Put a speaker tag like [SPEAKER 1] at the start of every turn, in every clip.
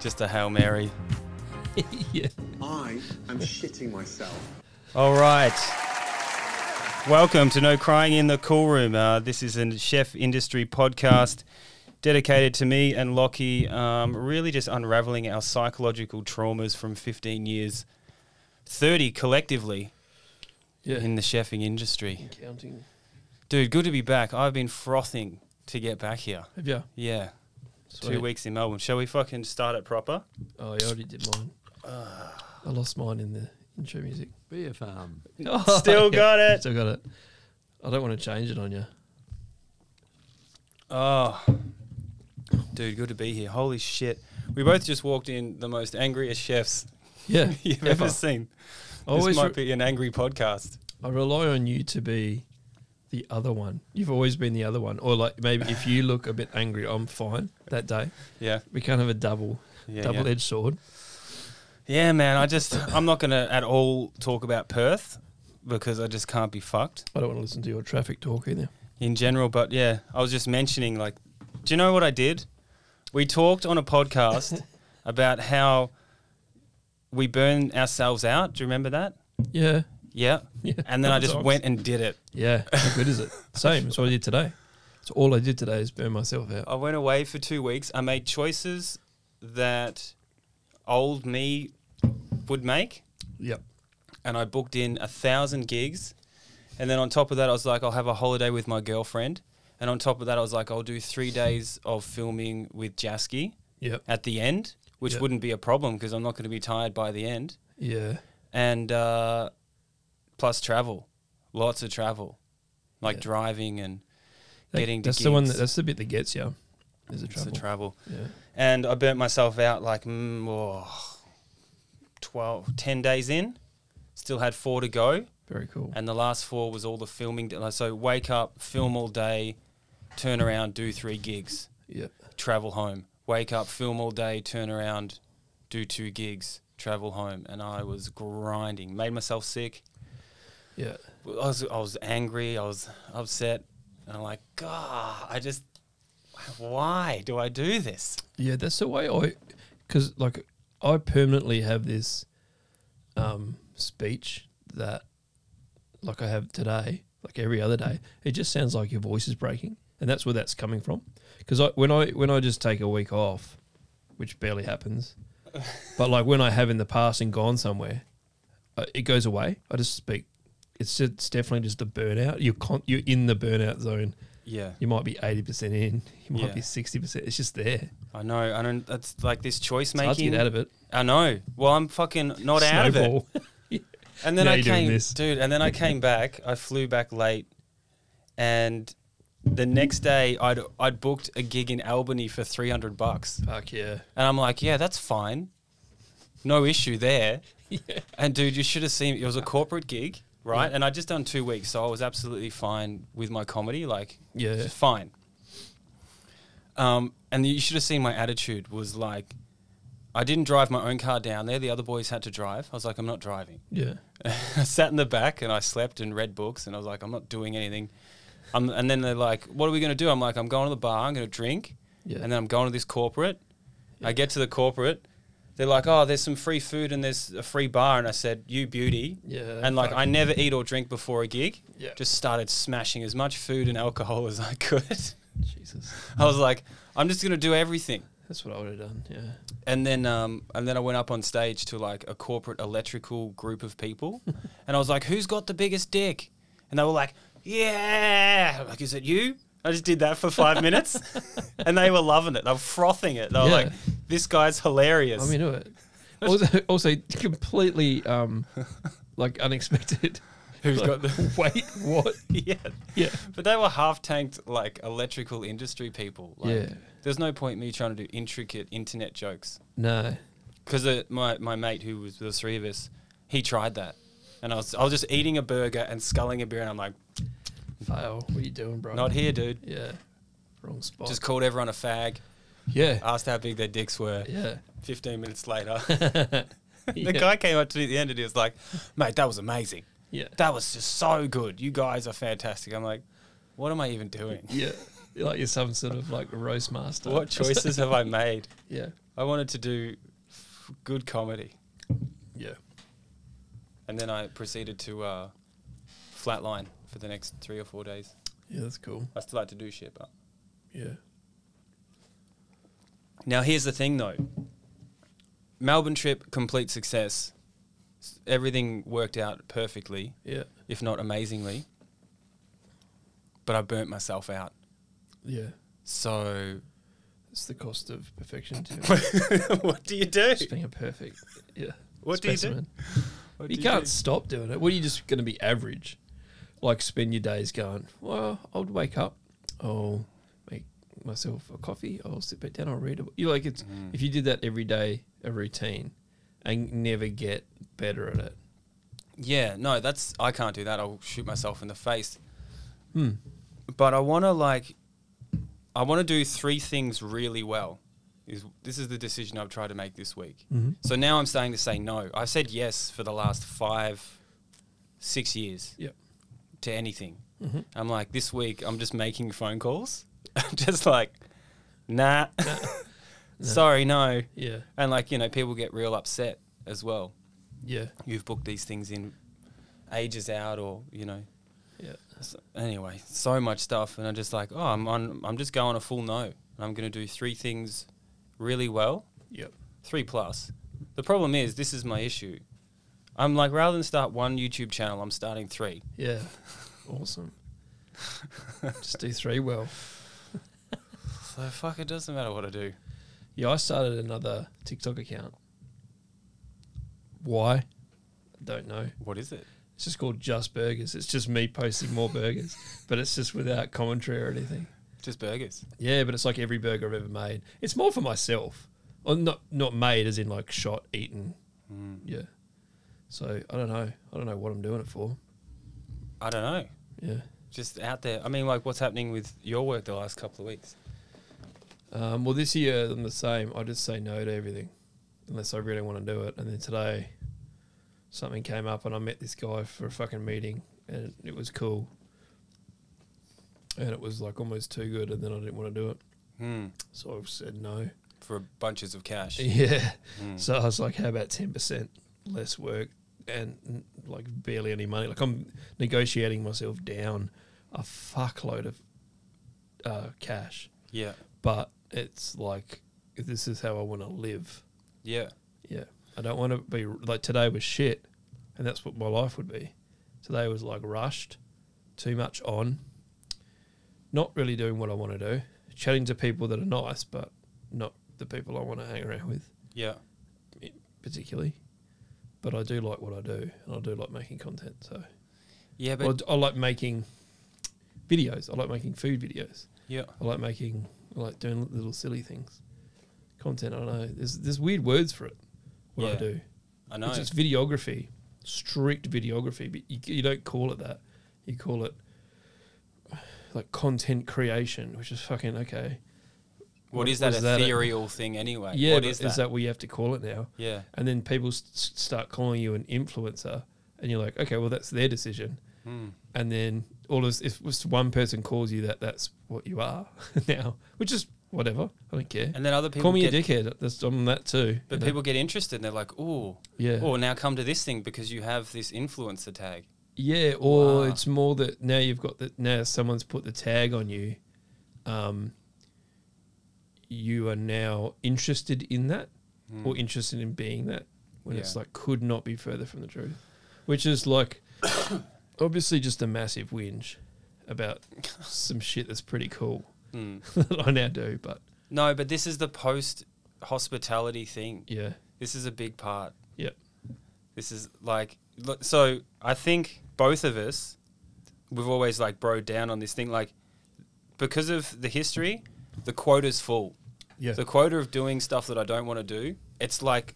[SPEAKER 1] Just a Hail Mary.
[SPEAKER 2] yeah.
[SPEAKER 3] I am shitting myself.
[SPEAKER 1] All right. Welcome to No Crying in the Cool Room. Uh, this is a chef industry podcast dedicated to me and Lockie, um, really just unraveling our psychological traumas from 15 years, 30 collectively
[SPEAKER 2] Yeah.
[SPEAKER 1] in the chefing industry.
[SPEAKER 2] Counting.
[SPEAKER 1] Dude, good to be back. I've been frothing to get back here.
[SPEAKER 2] Have you?
[SPEAKER 1] Yeah. Two
[SPEAKER 2] Sweet.
[SPEAKER 1] weeks in Melbourne. Shall we fucking start it proper?
[SPEAKER 2] Oh, I already did mine. I lost mine in the intro music.
[SPEAKER 4] Ah.
[SPEAKER 2] Oh,
[SPEAKER 4] Beer farm.
[SPEAKER 1] Still got it.
[SPEAKER 2] Still got it. I don't want to change it on you.
[SPEAKER 1] Oh, dude, good to be here. Holy shit. We both just walked in the most angriest chefs
[SPEAKER 2] Yeah.
[SPEAKER 1] you've
[SPEAKER 2] ever.
[SPEAKER 1] ever seen.
[SPEAKER 2] I always
[SPEAKER 1] this might
[SPEAKER 2] re-
[SPEAKER 1] be an angry podcast.
[SPEAKER 2] I rely on you to be the other one. You've always been the other one. Or like maybe if you look a bit angry, I'm fine that day.
[SPEAKER 1] Yeah.
[SPEAKER 2] We can't have a double
[SPEAKER 1] Yeah,
[SPEAKER 2] double
[SPEAKER 1] yeah.
[SPEAKER 2] edged sword.
[SPEAKER 1] yeah, man. I just, I'm not going to at all talk about Perth because I just can't be fucked
[SPEAKER 2] I don't want to listen to your traffic talk either.
[SPEAKER 1] in general. But yeah, I was just mentioning, like, do you know what I did? We talked on a podcast about how we burn ourselves out. Do you remember that?
[SPEAKER 2] Yeah.
[SPEAKER 1] Yeah.
[SPEAKER 2] Yeah.
[SPEAKER 1] And then I
[SPEAKER 2] That
[SPEAKER 1] just
[SPEAKER 2] was-
[SPEAKER 1] went and did it.
[SPEAKER 2] Yeah. How good is it? Same. That's what I did today. So all I did today is burn myself out.
[SPEAKER 1] I went away for two weeks. I made choices that old me would make,
[SPEAKER 2] Yep.
[SPEAKER 1] and I booked in a thousand gigs. And then on top of that, I was like, I'll have a holiday with my girlfriend. And on top of that, I was like, I'll do three days of filming with Jasky
[SPEAKER 2] Yep.
[SPEAKER 1] at the end, which
[SPEAKER 2] Yeah.
[SPEAKER 1] wouldn't be a problem because I'm not going to be tired by the end.
[SPEAKER 2] Yeah.
[SPEAKER 1] And uh, plus travel, lots of travel, like driving and
[SPEAKER 2] That-
[SPEAKER 1] getting to
[SPEAKER 2] that's the one
[SPEAKER 1] gigs.
[SPEAKER 2] that, that's the bit that gets you. Is the
[SPEAKER 1] it's the
[SPEAKER 2] trouble.
[SPEAKER 1] travel.
[SPEAKER 2] yeah.
[SPEAKER 1] and I burnt myself out like mm, oh, 12, 10 days in. Still had four to go,
[SPEAKER 2] Very cool.
[SPEAKER 1] and the last four was all the filming. d- like, So wake up, film all day, turn around, do three gigs,
[SPEAKER 2] Yeah.
[SPEAKER 1] travel home. Wake up, film all day, turn around, do two gigs, travel home. And I was grinding, made myself sick.
[SPEAKER 2] Yeah.
[SPEAKER 1] I was, I was angry, I was upset, and I'm like, God, I just, why do I do this?
[SPEAKER 2] Yeah, that's the way I, because like I permanently have this um, speech that, like I have today, like every other day, it just sounds like your voice is breaking, and that's where that's coming from. Because I when I when I just take a week off, which barely happens, but like when I have in the past and gone somewhere, uh, it goes away. I just speak. It's just, it's definitely just the burnout. You're con- you're in the burnout zone.
[SPEAKER 1] Yeah.
[SPEAKER 2] You might be eighty percent in. You might
[SPEAKER 1] Yeah.
[SPEAKER 2] be sixty percent. It's just there.
[SPEAKER 1] I know. I don't. That's like this choice
[SPEAKER 2] It's
[SPEAKER 1] making.
[SPEAKER 2] hard to get out of it.
[SPEAKER 1] I know. Well, I'm fucking not out of it. And then
[SPEAKER 2] Now
[SPEAKER 1] I
[SPEAKER 2] you're doing
[SPEAKER 1] came,
[SPEAKER 2] this.
[SPEAKER 1] dude. And then I came back. I flew back late, and the next day I'd I'd booked a gig in Albany for three hundred bucks,
[SPEAKER 2] Fuck yeah.
[SPEAKER 1] and I'm like, yeah, that's fine, no issue there. And dude, you should have seen. It was a corporate gig, right? And I would just done two weeks, so I was absolutely fine with my comedy. Like,
[SPEAKER 2] Yeah.
[SPEAKER 1] just fine. Um, and you should have seen my attitude was like, I didn't drive my own car down there. The other boys had to drive. I was like, I'm not driving.
[SPEAKER 2] Yeah.
[SPEAKER 1] I sat in the back and I slept and read books, and I was like, I'm not doing anything. Um, and then they're like, What are we going to do? I'm like, I'm going to the bar. I'm going to drink,
[SPEAKER 2] Yeah.
[SPEAKER 1] and uh, then I'm going to this corporate. I get to the corporate. They're like, oh, there's some free food and there's a free bar. And I said, you beauty.
[SPEAKER 2] Yeah,
[SPEAKER 1] And like,
[SPEAKER 2] fuck.
[SPEAKER 1] I never eat or drink before a gig.
[SPEAKER 2] Yeah.
[SPEAKER 1] Just started smashing as much food and alcohol as I could.
[SPEAKER 2] Jesus.
[SPEAKER 1] I was like, I'm just gonna do everything.
[SPEAKER 2] That's what I would have done. Yeah.
[SPEAKER 1] And then, um, and then I went up on stage to like a corporate electrical group of people, and I was like, "Who's got the biggest dick?" And they were like, "Yeah." I'm like, is it you? I just did that for five minutes, and they were loving it. They were frothing it. They were
[SPEAKER 2] Yeah.
[SPEAKER 1] like, "This guy's hilarious."
[SPEAKER 2] I'm into it. Also, also completely um, like unexpected.
[SPEAKER 1] Who's
[SPEAKER 2] Like,
[SPEAKER 1] got the
[SPEAKER 2] Wait, what?
[SPEAKER 1] yeah.
[SPEAKER 2] Yeah.
[SPEAKER 1] But they were half tanked like electrical industry people. Like,
[SPEAKER 2] Yeah.
[SPEAKER 1] There's no point me trying to do intricate internet jokes.
[SPEAKER 2] No.
[SPEAKER 1] because my, my mate who was the three of us, he tried that, and I was I was just eating a burger and sculling a beer, and I'm like,
[SPEAKER 2] Fail. What are you doing, bro?
[SPEAKER 1] not here, dude.
[SPEAKER 2] Yeah. Wrong spot.
[SPEAKER 1] Just uh, called everyone a fag,
[SPEAKER 2] yeah.
[SPEAKER 1] asked how big their dicks were.
[SPEAKER 2] yeah.
[SPEAKER 1] Fifteen minutes later,
[SPEAKER 2] yeah.
[SPEAKER 1] the guy came up to me at the end and he was like, "Mate, that was amazing.
[SPEAKER 2] Yeah.
[SPEAKER 1] That was just so good. You guys are fantastic." I'm like, "What am I even doing?"
[SPEAKER 2] Yeah. You're like you're some sort of like roast master.
[SPEAKER 1] What choices have I made?
[SPEAKER 2] Yeah.
[SPEAKER 1] I wanted to do f- good comedy,
[SPEAKER 2] Yeah.
[SPEAKER 1] and then I proceeded to uh, flatline for the next three or four days.
[SPEAKER 2] Yeah, that's cool.
[SPEAKER 1] I still like to do shit, but
[SPEAKER 2] Yeah.
[SPEAKER 1] now here's the thing though. Melbourne trip, complete success. S- Everything worked out perfectly,
[SPEAKER 2] Yeah.
[SPEAKER 1] if not amazingly. But I burnt myself out.
[SPEAKER 2] Yeah.
[SPEAKER 1] So,
[SPEAKER 2] It's the cost of perfection, Tim.
[SPEAKER 1] what do you do?
[SPEAKER 2] Just being a perfect. Yeah.
[SPEAKER 1] What do you do? What
[SPEAKER 2] you
[SPEAKER 1] do
[SPEAKER 2] can't
[SPEAKER 1] do?
[SPEAKER 2] stop doing it. What are you just going to be average? Like spend your days going, well, I'll wake up, I'll make myself a coffee, I'll sit back down, I'll read. A, you like it's
[SPEAKER 1] Mm.
[SPEAKER 2] if you did that every day, a routine, and never get better at it.
[SPEAKER 1] Yeah, no, that's I can't do that. I'll shoot myself in the face. Hmm. But I want to like, I want to do three things really well. Is this is the decision I've tried to make this week.
[SPEAKER 2] Mm-hmm.
[SPEAKER 1] So now I'm starting to say no. I've said yes for the last five, six years
[SPEAKER 2] Yep.
[SPEAKER 1] to anything. I'm like this week I'm just making phone calls. I'm just like, nah, sorry, no.
[SPEAKER 2] Yeah.
[SPEAKER 1] And like you know, people get real upset as well
[SPEAKER 2] Yeah.
[SPEAKER 1] you've booked these things in ages out or you know
[SPEAKER 2] Yeah.
[SPEAKER 1] so, anyway so much stuff and i'm just like oh i'm on i'm just going a full no and i'm going to do three things really well
[SPEAKER 2] Yep.
[SPEAKER 1] three plus the problem is this is my issue i'm like rather than start one youtube channel i'm starting three
[SPEAKER 2] Yeah. Awesome. just do three well.
[SPEAKER 1] so fuck it doesn't matter what i do
[SPEAKER 2] Yeah, I started another TikTok account. Why? I don't know.
[SPEAKER 1] what is it
[SPEAKER 2] It's just called Just Burgers. It's just me posting more burgers, but it's just without commentary or anything.
[SPEAKER 1] just burgers
[SPEAKER 2] Yeah, but it's like every burger I've ever made. It's more for myself. Or not not made as in like shot, eaten. Yeah. So I don't know. I don't know what I'm doing it for.
[SPEAKER 1] i don't know
[SPEAKER 2] Yeah.
[SPEAKER 1] just out there i mean like what's happening with your work the last couple of weeks
[SPEAKER 2] Um, well, this year I'm the same. I just say no to everything, unless I really want to do it. And then today, something came up, and I met this guy for a fucking meeting, and it was cool. And it was like almost too good, and then I didn't want to do it,
[SPEAKER 1] hmm
[SPEAKER 2] so I said no.
[SPEAKER 1] for bunches of cash Hmm.
[SPEAKER 2] Yeah.
[SPEAKER 1] Mm.
[SPEAKER 2] So I was like, how about ten percent less work and n- like barely any money? Like I'm negotiating myself down a fuckload of uh, cash
[SPEAKER 1] yeah
[SPEAKER 2] but it's like this is how I want to live.
[SPEAKER 1] yeah
[SPEAKER 2] Yeah, I don't want to be like today was shit, and that's what my life would be. Today was like rushed, too much on, not really doing what I want to do, chatting to people that are nice, but not the people I want to hang around with
[SPEAKER 1] yeah
[SPEAKER 2] i- particularly. But I do like what I do, and I do like making content. So
[SPEAKER 1] yeah but
[SPEAKER 2] Well, I like making videos. I like making food videos.
[SPEAKER 1] yeah
[SPEAKER 2] I like making, I like doing little silly things. Content, I don't know. There's, there's weird words for it. What I
[SPEAKER 1] Yeah,
[SPEAKER 2] do.
[SPEAKER 1] I know.
[SPEAKER 2] It's just videography, strict videography, but you, you don't call it that. You call it like content creation, which is fucking okay.
[SPEAKER 1] what is that
[SPEAKER 2] was that a-
[SPEAKER 1] ethereal thing anyway?
[SPEAKER 2] yeah,
[SPEAKER 1] what
[SPEAKER 2] but
[SPEAKER 1] is
[SPEAKER 2] is
[SPEAKER 1] that?
[SPEAKER 2] that what you have to call it now?
[SPEAKER 1] yeah,
[SPEAKER 2] And then people s- s- start calling you an influencer, and you're like, okay, well, that's their decision.
[SPEAKER 1] hmm.
[SPEAKER 2] And then all this, if just one person calls you that, that's what you are now, which is whatever. I don't care.
[SPEAKER 1] and then other people
[SPEAKER 2] Call me
[SPEAKER 1] get,
[SPEAKER 2] a dickhead. That's, I'm that too.
[SPEAKER 1] But
[SPEAKER 2] you know?
[SPEAKER 1] people get interested and they're like, "Ooh,
[SPEAKER 2] Yeah.
[SPEAKER 1] Or now come to this thing because you have this influencer tag.
[SPEAKER 2] Yeah, or
[SPEAKER 1] Wow.
[SPEAKER 2] it's more that now you've got that now someone's put the tag on you. Um, you are now interested in that or interested in being that when it's
[SPEAKER 1] Hmm. Yeah.
[SPEAKER 2] like could not be further from the truth, which is like obviously just a massive whinge about some shit that's pretty cool that I now do, but
[SPEAKER 1] Hmm. No, but this is the post hospitality thing.
[SPEAKER 2] yeah,
[SPEAKER 1] This is a big part.
[SPEAKER 2] yeah,
[SPEAKER 1] This is like look, so. I think both of us, we've always like bro down on this thing, like because of the history, the quota's full.
[SPEAKER 2] yeah,
[SPEAKER 1] The quota of doing stuff that I don't want to do, it's like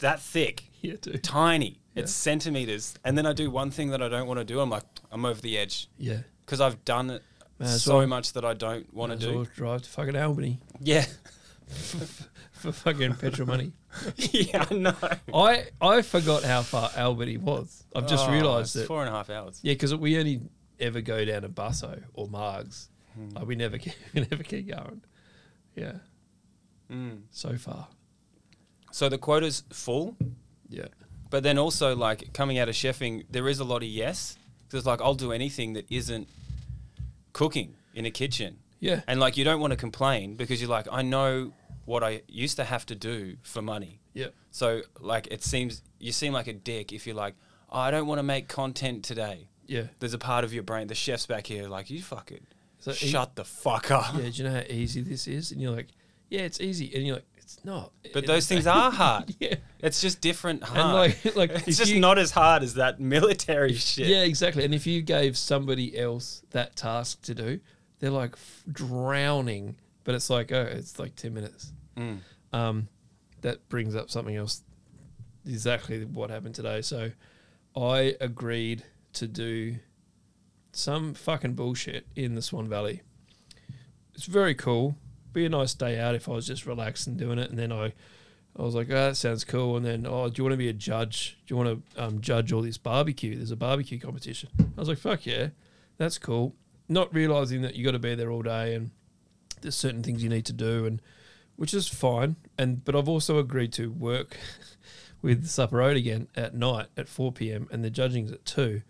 [SPEAKER 1] that thick.
[SPEAKER 2] yeah, dude,
[SPEAKER 1] tiny. It's
[SPEAKER 2] Yeah.
[SPEAKER 1] centimeters. And then I do one thing that I don't want to do. I'm like, I'm over the edge
[SPEAKER 2] yeah.
[SPEAKER 1] because I've done it
[SPEAKER 2] May as
[SPEAKER 1] so
[SPEAKER 2] well.
[SPEAKER 1] much that I don't want to
[SPEAKER 2] Might as well
[SPEAKER 1] do.
[SPEAKER 2] drive to fucking Albany
[SPEAKER 1] Yeah.
[SPEAKER 2] for fucking petrol money.
[SPEAKER 1] yeah, I know.
[SPEAKER 2] I I forgot how far Albany was. I've just
[SPEAKER 1] Oh,
[SPEAKER 2] realised
[SPEAKER 1] it's
[SPEAKER 2] it.
[SPEAKER 1] four and a half hours.
[SPEAKER 2] Yeah, because we only ever go down to Busso or Margs,
[SPEAKER 1] Hmm.
[SPEAKER 2] Like we never keep, we never keep going. Yeah, so far.
[SPEAKER 1] Mm. So the quota's full,
[SPEAKER 2] Yeah,
[SPEAKER 1] but then also like coming out of chefing, there is a lot of yes because it's like I'll do anything that isn't cooking in a kitchen,
[SPEAKER 2] yeah,
[SPEAKER 1] and like you don't want to complain because you're like I know what I used to have to do for money.
[SPEAKER 2] yeah,
[SPEAKER 1] So like it seems you seem like a dick if you're like "Oh, I don't want to make content today.
[SPEAKER 2] yeah.
[SPEAKER 1] There's a part of your brain, the chef's back here, like you fucking
[SPEAKER 2] So e-
[SPEAKER 1] shut the fuck up.
[SPEAKER 2] Yeah, do you know how easy this is? And you're like, yeah, it's easy. And you're like, it's not.
[SPEAKER 1] But
[SPEAKER 2] And
[SPEAKER 1] those
[SPEAKER 2] it's
[SPEAKER 1] things
[SPEAKER 2] like-
[SPEAKER 1] are hard.
[SPEAKER 2] yeah.
[SPEAKER 1] It's just different hard.
[SPEAKER 2] like- like,
[SPEAKER 1] it's
[SPEAKER 2] if
[SPEAKER 1] just
[SPEAKER 2] you-
[SPEAKER 1] not as hard as that military shit.
[SPEAKER 2] Yeah, exactly. And if you gave somebody else that task to do, they're like f- drowning. But it's like, oh, it's like 10 minutes. Um, that brings up something else exactly what happened today. So I agreed to do some fucking bullshit in the Swan Valley. It's very cool. Be a nice day out if I was just relaxed and doing it. And then I, I was like, oh, that sounds cool. And then, oh, do you want to be a judge? Do you want to um, judge all this barbecue? There's a barbecue competition. I was like, fuck yeah, that's cool. Not realizing that you got to be there all day and there's certain things you need to do, and which is fine. And but I've also agreed to work with Supper Road again at night at 4 p.m. and the judging's at two.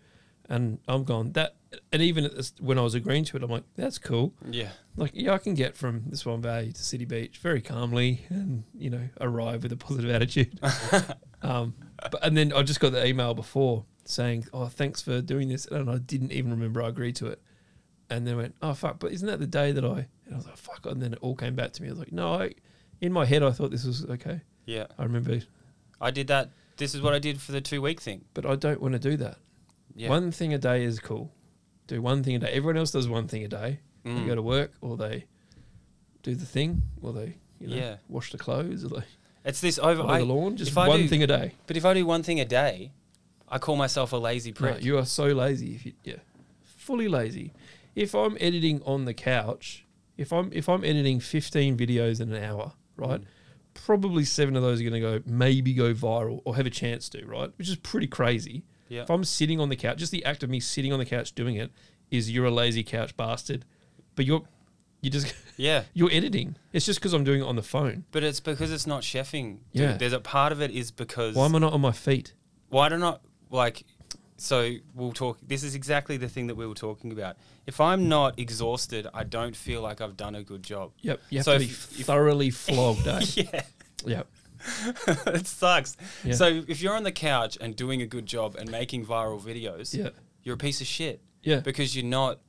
[SPEAKER 2] And I'm gone that, and even at this, when I was agreeing to it, I'm like, that's cool
[SPEAKER 1] Yeah.
[SPEAKER 2] like yeah, I can get from this one valley to City Beach very calmly, and you know, arrive with a positive attitude. um, but and then I just got the email before saying, "Oh, thanks for doing this," and I didn't even remember I agreed to it. And then went, "Oh fuck!" But isn't that the day that I? And I was like, "Fuck!" And then it all came back to me. I was like, "No," I, in my head, I thought this was okay.
[SPEAKER 1] Yeah.
[SPEAKER 2] I remember,
[SPEAKER 1] I did that. This is what I did for the two week thing.
[SPEAKER 2] but I don't want to do that.
[SPEAKER 1] Yeah.
[SPEAKER 2] One thing a day is cool. Do one thing a day. Everyone else does one thing a day. They
[SPEAKER 1] Mm.
[SPEAKER 2] go to work, or they do the thing, or they you know,
[SPEAKER 1] Yeah.
[SPEAKER 2] wash the clothes, or they
[SPEAKER 1] It's this over
[SPEAKER 2] mow
[SPEAKER 1] I-
[SPEAKER 2] the lawn. Just
[SPEAKER 1] if I
[SPEAKER 2] one
[SPEAKER 1] do-
[SPEAKER 2] thing a day.
[SPEAKER 1] But if I do one thing a day, I call myself a lazy
[SPEAKER 2] No,
[SPEAKER 1] prick.
[SPEAKER 2] you are so lazy. If you yeah, fully lazy. If I'm editing on the couch, if I'm if I'm editing 15 videos in an hour, right?
[SPEAKER 1] Mm.
[SPEAKER 2] Probably seven of those are going to go maybe go viral or have a chance to, right? Which is pretty crazy.
[SPEAKER 1] Yeah.
[SPEAKER 2] If I'm sitting on the couch, just the act of me sitting on the couch doing it is you're a lazy couch bastard. But you're you just
[SPEAKER 1] yeah.
[SPEAKER 2] you're editing. It's just because I'm doing it on the phone.
[SPEAKER 1] But it's because it's not chefing. Dude.
[SPEAKER 2] Yeah.
[SPEAKER 1] There's a part of it is because
[SPEAKER 2] Why am I not on my feet?
[SPEAKER 1] why do not like so we'll talk this is exactly the thing that we were talking about if i'm not exhausted i don't feel like i've done a good job
[SPEAKER 2] Yep. You have
[SPEAKER 1] So
[SPEAKER 2] to be
[SPEAKER 1] if- if-
[SPEAKER 2] thoroughly flogged. eh?
[SPEAKER 1] yeah
[SPEAKER 2] Yep.
[SPEAKER 1] it sucks
[SPEAKER 2] Yeah.
[SPEAKER 1] so if you're on the couch and doing a good job and making viral videos
[SPEAKER 2] Yeah.
[SPEAKER 1] you're a piece of shit
[SPEAKER 2] Yeah.
[SPEAKER 1] because you're not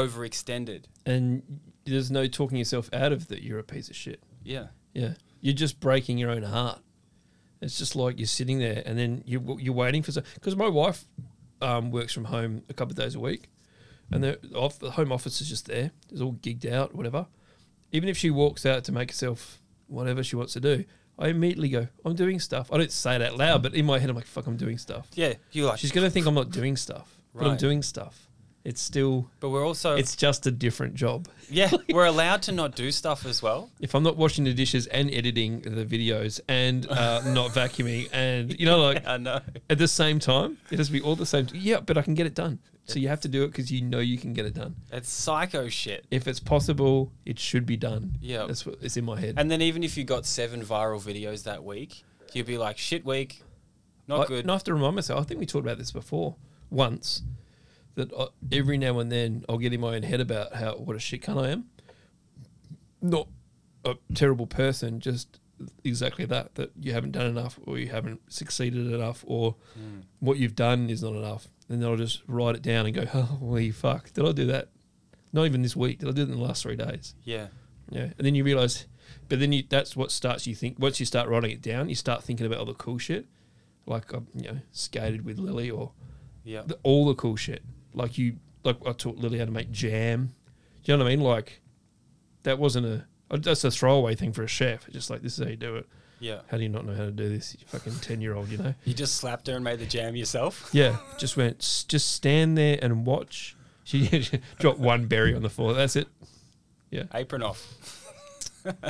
[SPEAKER 1] overextended
[SPEAKER 2] and there's no talking yourself out of that you're a piece of shit.
[SPEAKER 1] yeah
[SPEAKER 2] Yeah, you're just breaking your own heart. It's just like you're sitting there and then you you're waiting for because my wife um, works from home a couple of days a week, and the, off, the home office is just there. It's all gigged out, whatever. Even if she walks out to make herself whatever she wants to do, I immediately go, "I'm doing stuff." I don't say it out loud, but in my head, I'm like, "Fuck, I'm doing stuff."
[SPEAKER 1] yeah you're like
[SPEAKER 2] She's gonna think I'm not doing stuff, but I'm
[SPEAKER 1] Right.
[SPEAKER 2] doing stuff. It's still,
[SPEAKER 1] but we're also
[SPEAKER 2] it's just a different job.
[SPEAKER 1] yeah we're allowed to not do stuff as well
[SPEAKER 2] if I'm not washing the dishes and editing the videos and uh, not vacuuming and you know like
[SPEAKER 1] i know
[SPEAKER 2] at the same time, it has to be all the same. Yeah, but I can get it done. So you have to do it because you know you can get it done.
[SPEAKER 1] it's psycho shit
[SPEAKER 2] If it's possible, it should be done.
[SPEAKER 1] Yeah.
[SPEAKER 2] that's what it's in my head.
[SPEAKER 1] And then even if you got seven viral videos that week, you'd be like, shit week, not
[SPEAKER 2] I,
[SPEAKER 1] good.
[SPEAKER 2] And I have to remind myself. I think we talked about this before once that I, every now and then I'll get in my own head about how what a shit cunt I am. Not a terrible person, just exactly that that you haven't done enough or you haven't succeeded enough or
[SPEAKER 1] Hmm.
[SPEAKER 2] what you've done is not enough. And then I'll just write it down and go, holy fuck, did I do that? Not even this week. Did I do it in the last three days?
[SPEAKER 1] Yeah.
[SPEAKER 2] Yeah, and then you realize, but then you that's what starts you think. Once you start writing it down, you start thinking about all the cool shit, like um, you know, skated with Lily or
[SPEAKER 1] Yeah.
[SPEAKER 2] the, all the cool shit. Like you, like I taught Lily how to make jam. Do you know what I mean? Like that wasn't a uh, that's a throwaway thing for a chef. It's just like this is how you do it.
[SPEAKER 1] Yeah.
[SPEAKER 2] How do you not know how to do this? You fucking ten year old, you know?
[SPEAKER 1] You just slapped her and made the jam yourself.
[SPEAKER 2] Yeah, just went. "S- Just stand there and watch. She, she dropped one berry on the floor. That's it.
[SPEAKER 1] Apron off.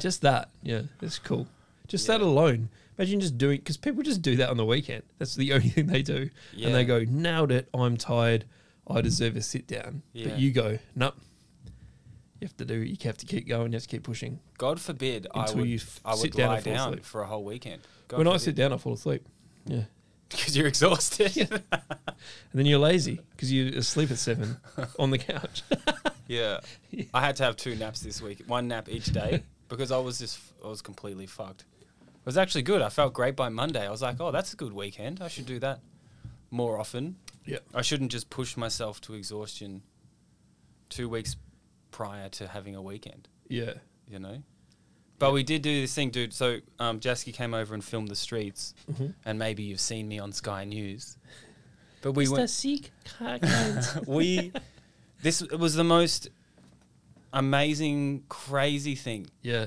[SPEAKER 2] just that. Yeah, that's cool. Just that
[SPEAKER 1] Yeah.
[SPEAKER 2] alone. Imagine just doing because people just do that on the weekend. That's the only thing they do, and
[SPEAKER 1] Yeah.
[SPEAKER 2] they go, "Nailed it! I'm tired. I deserve a sit down."
[SPEAKER 1] Yeah.
[SPEAKER 2] But you go, "Nope. You have to do. You have to keep going. You have to keep pushing.
[SPEAKER 1] God forbid I
[SPEAKER 2] Until
[SPEAKER 1] would
[SPEAKER 2] you f-
[SPEAKER 1] I would
[SPEAKER 2] sit down and
[SPEAKER 1] lie
[SPEAKER 2] fall
[SPEAKER 1] down
[SPEAKER 2] asleep.
[SPEAKER 1] for a whole weekend.
[SPEAKER 2] when I sit down, I fall asleep. Yeah,
[SPEAKER 1] because you're exhausted. yeah.
[SPEAKER 2] and then you're lazy because you're asleep at seven on the couch.
[SPEAKER 1] I had to have two naps this week, one nap each day because I was just I was completely fucked. It was actually good. I felt great by Monday. I was like, oh, that's a good weekend. I should do that more often.
[SPEAKER 2] yeah,
[SPEAKER 1] I shouldn't just push myself to exhaustion two weeks prior to having a weekend.
[SPEAKER 2] yeah.
[SPEAKER 1] you know. But we did do this thing, dude. So um, Jasky came over and filmed the streets, and maybe you've seen me on Sky News. But we went.
[SPEAKER 2] Sikh
[SPEAKER 1] we this was the most amazing, crazy thing.
[SPEAKER 2] Yeah,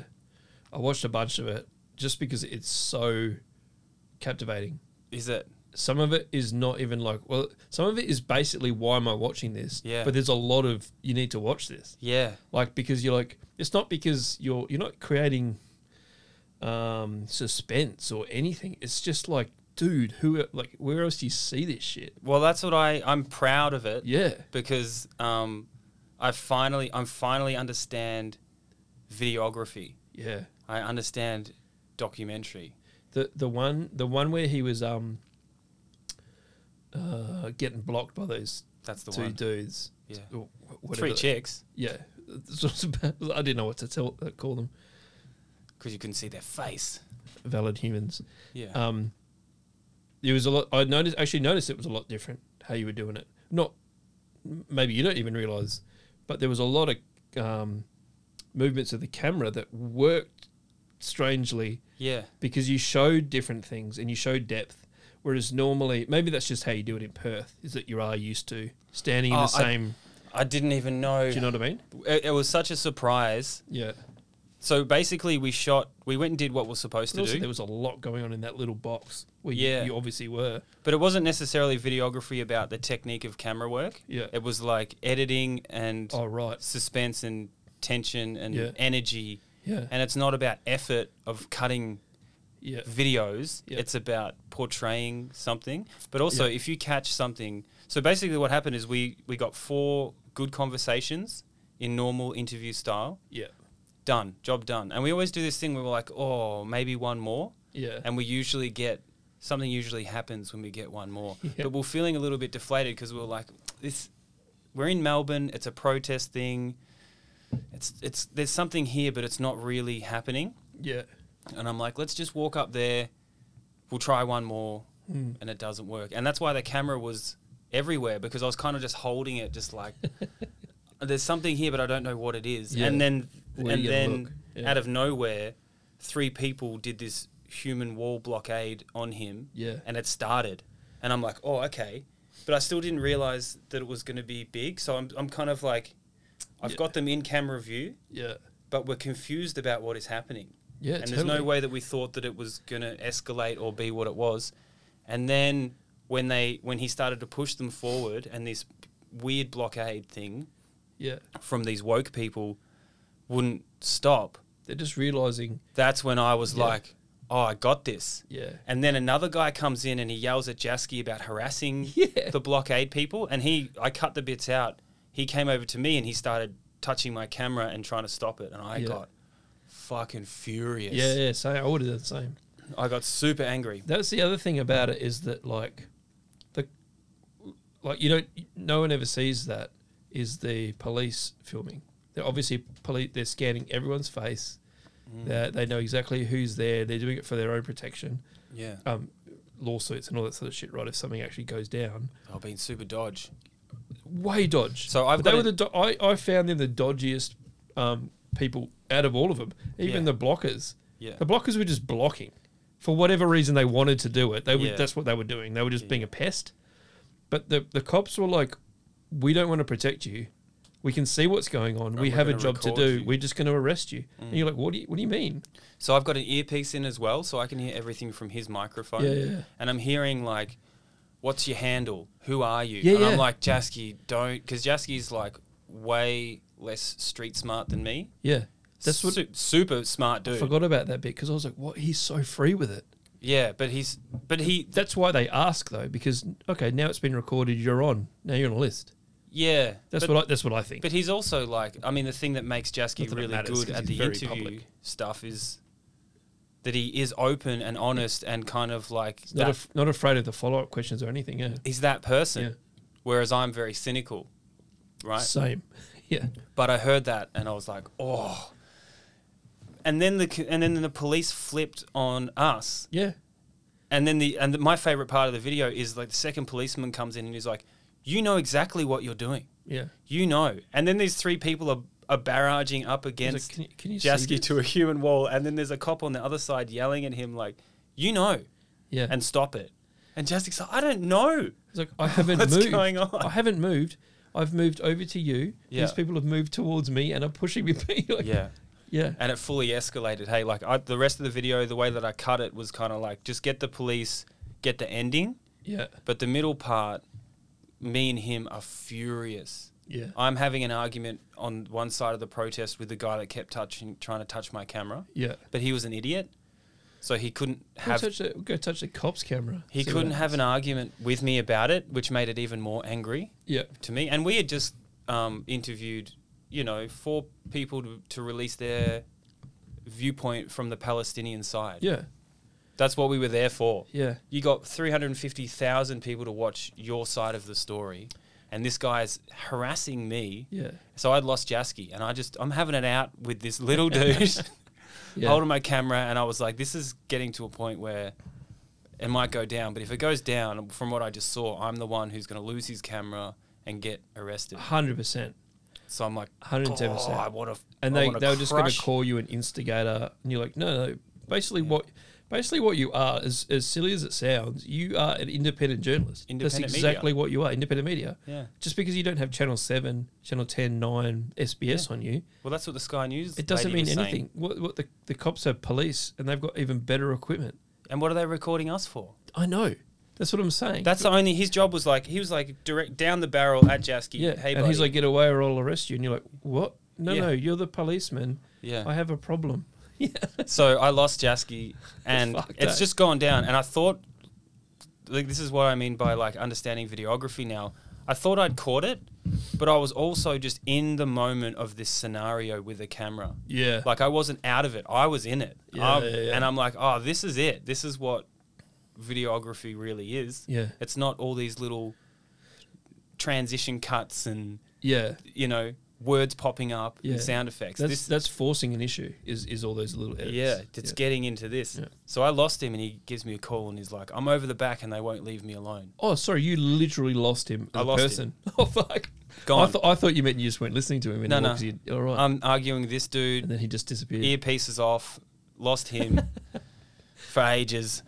[SPEAKER 2] I watched a bunch of it just because it's so captivating.
[SPEAKER 1] Is it?
[SPEAKER 2] Some of it is not even like well, some of it is basically why am I watching this?
[SPEAKER 1] Yeah.
[SPEAKER 2] but there's a lot of you need to watch this.
[SPEAKER 1] Yeah,
[SPEAKER 2] like because you're like it's not because you're you're not creating um suspense or anything it's just like dude who like where else do you see this shit
[SPEAKER 1] Well, that's what I. I'm proud of it.
[SPEAKER 2] Yeah.
[SPEAKER 1] Because um, I finally, I'm finally understand videography.
[SPEAKER 2] yeah
[SPEAKER 1] I understand documentary.
[SPEAKER 2] the the one the one where he was um uh getting blocked by those
[SPEAKER 1] That's the
[SPEAKER 2] two
[SPEAKER 1] one.
[SPEAKER 2] dudes
[SPEAKER 1] Yeah.
[SPEAKER 2] or wh- whatever
[SPEAKER 1] Three
[SPEAKER 2] the-
[SPEAKER 1] chicks,
[SPEAKER 2] yeah That's what it's about. i didn't know what to tell uh, call them
[SPEAKER 1] because you couldn't see their face.
[SPEAKER 2] valid humans
[SPEAKER 1] Yeah.
[SPEAKER 2] um it was a lot i noticed actually noticed it was a lot different how you were doing it not m- maybe you don't even realize but there was a lot of um movements of the camera that worked strangely
[SPEAKER 1] yeah.
[SPEAKER 2] because you showed different things and you showed depth whereas normally maybe that's just how you do it in perth is that you are used to standing in
[SPEAKER 1] Oh,
[SPEAKER 2] the
[SPEAKER 1] I-
[SPEAKER 2] same
[SPEAKER 1] I didn't even know.
[SPEAKER 2] do you know what i mean
[SPEAKER 1] It, it was such a surprise.
[SPEAKER 2] yeah
[SPEAKER 1] So basically, we shot. We went and did what we're supposed
[SPEAKER 2] and
[SPEAKER 1] to
[SPEAKER 2] also
[SPEAKER 1] do,
[SPEAKER 2] there was a lot going on in that little box where
[SPEAKER 1] Yeah.
[SPEAKER 2] you, you obviously were
[SPEAKER 1] but it wasn't necessarily videography about the technique of camera work.
[SPEAKER 2] Yeah.
[SPEAKER 1] it was like editing and
[SPEAKER 2] oh right
[SPEAKER 1] suspense and tension and
[SPEAKER 2] Yeah.
[SPEAKER 1] energy.
[SPEAKER 2] Yeah.
[SPEAKER 1] and it's not about effort of cutting
[SPEAKER 2] yeah
[SPEAKER 1] videos.
[SPEAKER 2] Yeah.
[SPEAKER 1] It's about portraying something, but also
[SPEAKER 2] Yeah.
[SPEAKER 1] if you catch something. So basically, what happened is we we got four good conversations in normal interview style.
[SPEAKER 2] yeah
[SPEAKER 1] done, job done. And we always do this thing where we're like, oh, maybe one more.
[SPEAKER 2] yeah
[SPEAKER 1] And we usually get something usually happens when we get one more.
[SPEAKER 2] Yeah.
[SPEAKER 1] But we're feeling a little bit deflated because we're like, this we're in Melbourne, it's a protest thing. It's it's there's something here, but it's not really happening.
[SPEAKER 2] yeah
[SPEAKER 1] And I'm like, let's just walk up there, we'll try one more
[SPEAKER 2] Hmm.
[SPEAKER 1] and it doesn't work. And that's why the camera was everywhere because I was kind of just holding it just like there's something here but I don't know what it is.
[SPEAKER 2] Yeah.
[SPEAKER 1] And then
[SPEAKER 2] Where
[SPEAKER 1] and
[SPEAKER 2] you gonna
[SPEAKER 1] then
[SPEAKER 2] look? Yeah.
[SPEAKER 1] out of nowhere, three people did this human wall blockade on him.
[SPEAKER 2] Yeah.
[SPEAKER 1] And it started. And I'm like, oh, okay. But I still didn't realize that it was going to be big. So I'm, I'm kind of like, I've
[SPEAKER 2] Yeah.
[SPEAKER 1] got them in camera view,
[SPEAKER 2] yeah
[SPEAKER 1] but we're confused about what is happening.
[SPEAKER 2] Yeah,
[SPEAKER 1] And there's no
[SPEAKER 2] totally.
[SPEAKER 1] way that we thought that it was going to escalate or be what it was. And then when they when he started to push them forward and this weird blockade thing
[SPEAKER 2] yeah
[SPEAKER 1] from these woke people wouldn't stop.
[SPEAKER 2] they're just realizing
[SPEAKER 1] That's when I was
[SPEAKER 2] Yeah.
[SPEAKER 1] like, oh, I got this.
[SPEAKER 2] Yeah.
[SPEAKER 1] And then another guy comes in and he yells at Jasky about harassing
[SPEAKER 2] Yeah.
[SPEAKER 1] the blockade people. And he, I cut the bits out. He came over to me and he started touching my camera and trying to stop it. And I
[SPEAKER 2] Yeah.
[SPEAKER 1] got fucking furious.
[SPEAKER 2] yeah yeah so i would have done the same
[SPEAKER 1] I got super angry.
[SPEAKER 2] that's the other thing about it is that like the like you don't no one ever sees that is the police filming they're obviously police they're scanning everyone's face
[SPEAKER 1] Mm.
[SPEAKER 2] They're- they know exactly who's there they're doing it for their own protection
[SPEAKER 1] Yeah.
[SPEAKER 2] um lawsuits and all that sort of shit right if something actually goes down
[SPEAKER 1] I've been super dodge.
[SPEAKER 2] way dodge
[SPEAKER 1] So I've
[SPEAKER 2] But they
[SPEAKER 1] got
[SPEAKER 2] were
[SPEAKER 1] a-
[SPEAKER 2] the do- I, I found them the dodgiest um people out of all of them even
[SPEAKER 1] Yeah.
[SPEAKER 2] the blockers
[SPEAKER 1] Yeah.
[SPEAKER 2] the blockers were just blocking for whatever reason they wanted to do it. They were,
[SPEAKER 1] Yeah.
[SPEAKER 2] that's what they were doing. They were just being a pest. But the the cops were like, "We don't want to protect you. We can see what's going on. we
[SPEAKER 1] we're
[SPEAKER 2] have a
[SPEAKER 1] gonna
[SPEAKER 2] job to
[SPEAKER 1] record
[SPEAKER 2] do.
[SPEAKER 1] you." Mm.
[SPEAKER 2] We're just going to arrest you." And you're like, "What do you What do you mean?"
[SPEAKER 1] So I've got an earpiece in as well, so I can hear everything from his microphone.
[SPEAKER 2] Yeah, yeah, yeah.
[SPEAKER 1] And I'm hearing like, "What's your handle? Who are you?"
[SPEAKER 2] Yeah,
[SPEAKER 1] and
[SPEAKER 2] yeah.
[SPEAKER 1] I'm like, "Jasky, don't," because Jasky's like way less street smart than me.
[SPEAKER 2] Yeah, that's what
[SPEAKER 1] Su- super smart
[SPEAKER 2] I
[SPEAKER 1] dude.
[SPEAKER 2] forgot about that bit because I was like, "What? He's so free with it."
[SPEAKER 1] Yeah, but he's but he
[SPEAKER 2] That's why they ask though, because okay, now it's been recorded. You're on. Now you're on a list.
[SPEAKER 1] yeah,
[SPEAKER 2] That's
[SPEAKER 1] but,
[SPEAKER 2] what I, that's what I think.
[SPEAKER 1] But he's also like, I mean, the thing that makes Jasky
[SPEAKER 2] Not that it
[SPEAKER 1] really
[SPEAKER 2] matters,
[SPEAKER 1] good
[SPEAKER 2] 'cause
[SPEAKER 1] at the
[SPEAKER 2] he's very
[SPEAKER 1] interview
[SPEAKER 2] public.
[SPEAKER 1] stuff is that he is open and honest and kind of like
[SPEAKER 2] He's
[SPEAKER 1] that,
[SPEAKER 2] not af- not afraid of the follow up questions or anything. Yeah,
[SPEAKER 1] he's that person.
[SPEAKER 2] Yeah.
[SPEAKER 1] Whereas I'm very cynical, right?
[SPEAKER 2] same. Yeah,
[SPEAKER 1] But I heard that and I was like, oh. And then the c- and then the police flipped on us.
[SPEAKER 2] yeah.
[SPEAKER 1] And then the and the, my favorite part of the video is like the second policeman comes in and he's like, "You know exactly what you're doing.
[SPEAKER 2] Yeah.
[SPEAKER 1] You know." And then these three people are, are barraging up
[SPEAKER 2] He's
[SPEAKER 1] against
[SPEAKER 2] like, can you, can you see
[SPEAKER 1] Jasky
[SPEAKER 2] this?"
[SPEAKER 1] to a human wall, and then there's a cop on the other side yelling at him like, "You know,"
[SPEAKER 2] Yeah, and
[SPEAKER 1] and stop it. And Jasky's like, "I don't know."
[SPEAKER 2] it's like I haven't
[SPEAKER 1] What's
[SPEAKER 2] moved.
[SPEAKER 1] going on?
[SPEAKER 2] I haven't moved. I've moved over to you.
[SPEAKER 1] Yeah.
[SPEAKER 2] These people have moved towards me and are pushing me. back. Like,
[SPEAKER 1] Yeah.
[SPEAKER 2] yeah,
[SPEAKER 1] And it fully escalated. Hey, like I, the rest of the video, the way that I cut it was kind of like just get the police, get the ending,
[SPEAKER 2] yeah,
[SPEAKER 1] but the middle part, me and him are furious.
[SPEAKER 2] yeah.
[SPEAKER 1] I'm having an argument on one side of the protest with the guy that kept touching, trying to touch my camera,
[SPEAKER 2] Yeah.
[SPEAKER 1] but he was an idiot, so he couldn't
[SPEAKER 2] Go
[SPEAKER 1] have
[SPEAKER 2] touch, the, go touch the cop's camera.
[SPEAKER 1] He
[SPEAKER 2] See what
[SPEAKER 1] couldn't have an
[SPEAKER 2] happens.
[SPEAKER 1] argument with me about it, which made it even more angry
[SPEAKER 2] Yeah.
[SPEAKER 1] to me. And we had just um, interviewed, you know, four people to, to release their viewpoint from the Palestinian side.
[SPEAKER 2] Yeah.
[SPEAKER 1] That's what we were there for.
[SPEAKER 2] Yeah.
[SPEAKER 1] You got 350,000 people to watch your side of the story. And this guy's harassing me.
[SPEAKER 2] Yeah.
[SPEAKER 1] So I'd lost Jasky. And I just, I'm having it out with this little dude
[SPEAKER 2] Yeah.
[SPEAKER 1] holding my camera, and I was like, "This is getting to a point where it might go down." But if it goes down, from what I just saw, I'm the one who's going to lose his camera and get arrested.
[SPEAKER 2] Hundred percent.
[SPEAKER 1] So I'm like,
[SPEAKER 2] 110%.
[SPEAKER 1] "God, I want to."
[SPEAKER 2] and
[SPEAKER 1] I
[SPEAKER 2] they,
[SPEAKER 1] wanna
[SPEAKER 2] they were just going
[SPEAKER 1] crush."
[SPEAKER 2] to call you an instigator, and you're like, no, no. Basically, what basically what you are, as as silly as it sounds, you are an independent journalist.
[SPEAKER 1] Independent
[SPEAKER 2] That's
[SPEAKER 1] media.
[SPEAKER 2] exactly what you are, independent media.
[SPEAKER 1] Yeah.
[SPEAKER 2] Just because you don't have Channel Seven, Channel 10, 9, SBS on you,
[SPEAKER 1] Well, that's what the Sky News.
[SPEAKER 2] it doesn't
[SPEAKER 1] lady
[SPEAKER 2] mean
[SPEAKER 1] was saying.
[SPEAKER 2] anything. What, what the the cops have police, and they've got even better equipment.
[SPEAKER 1] And what are they recording us for?
[SPEAKER 2] I know. That's what I'm saying.
[SPEAKER 1] That's the only. His job was like he was like direct down the barrel at Jasky.
[SPEAKER 2] yeah.
[SPEAKER 1] hey,
[SPEAKER 2] and
[SPEAKER 1] buddy.
[SPEAKER 2] he's like, get away or I'll arrest you, and you're like, what? No,
[SPEAKER 1] Yeah.
[SPEAKER 2] no, you're the policeman.
[SPEAKER 1] Yeah.
[SPEAKER 2] I have a problem. yeah.
[SPEAKER 1] So I lost Jasky, and
[SPEAKER 2] Fuck
[SPEAKER 1] it's
[SPEAKER 2] that.
[SPEAKER 1] just gone down. And I thought, like, this is what I mean by like understanding videography now. I thought I'd caught it, but I was also just in the moment of this scenario with the camera.
[SPEAKER 2] Yeah.
[SPEAKER 1] Like I wasn't out of it; I was in it.
[SPEAKER 2] Yeah,
[SPEAKER 1] I'm-
[SPEAKER 2] yeah, yeah.
[SPEAKER 1] And I'm like, oh, this is it. This is what videography really is.
[SPEAKER 2] Yeah.
[SPEAKER 1] It's not all these little transition cuts and
[SPEAKER 2] yeah.
[SPEAKER 1] you know words popping up
[SPEAKER 2] Yeah.
[SPEAKER 1] and sound effects.
[SPEAKER 2] That's
[SPEAKER 1] This-
[SPEAKER 2] that's forcing an issue. Is is all those little edits?
[SPEAKER 1] Yeah, it's getting into this.
[SPEAKER 2] Yeah.
[SPEAKER 1] So I lost him, and he gives me a call, and he's like, "I'm over the back, and they won't leave me alone."
[SPEAKER 2] Oh, sorry, you literally lost him. As
[SPEAKER 1] I lost
[SPEAKER 2] a person. Oh fuck.
[SPEAKER 1] Gone.
[SPEAKER 2] I, thought I thought you meant you just weren't listening to him.
[SPEAKER 1] No,
[SPEAKER 2] Anymore
[SPEAKER 1] no. Um,
[SPEAKER 2] all right.
[SPEAKER 1] I'm arguing this
[SPEAKER 2] and
[SPEAKER 1] dude,
[SPEAKER 2] then he just disappeared.
[SPEAKER 1] earpieces off, lost him for ages,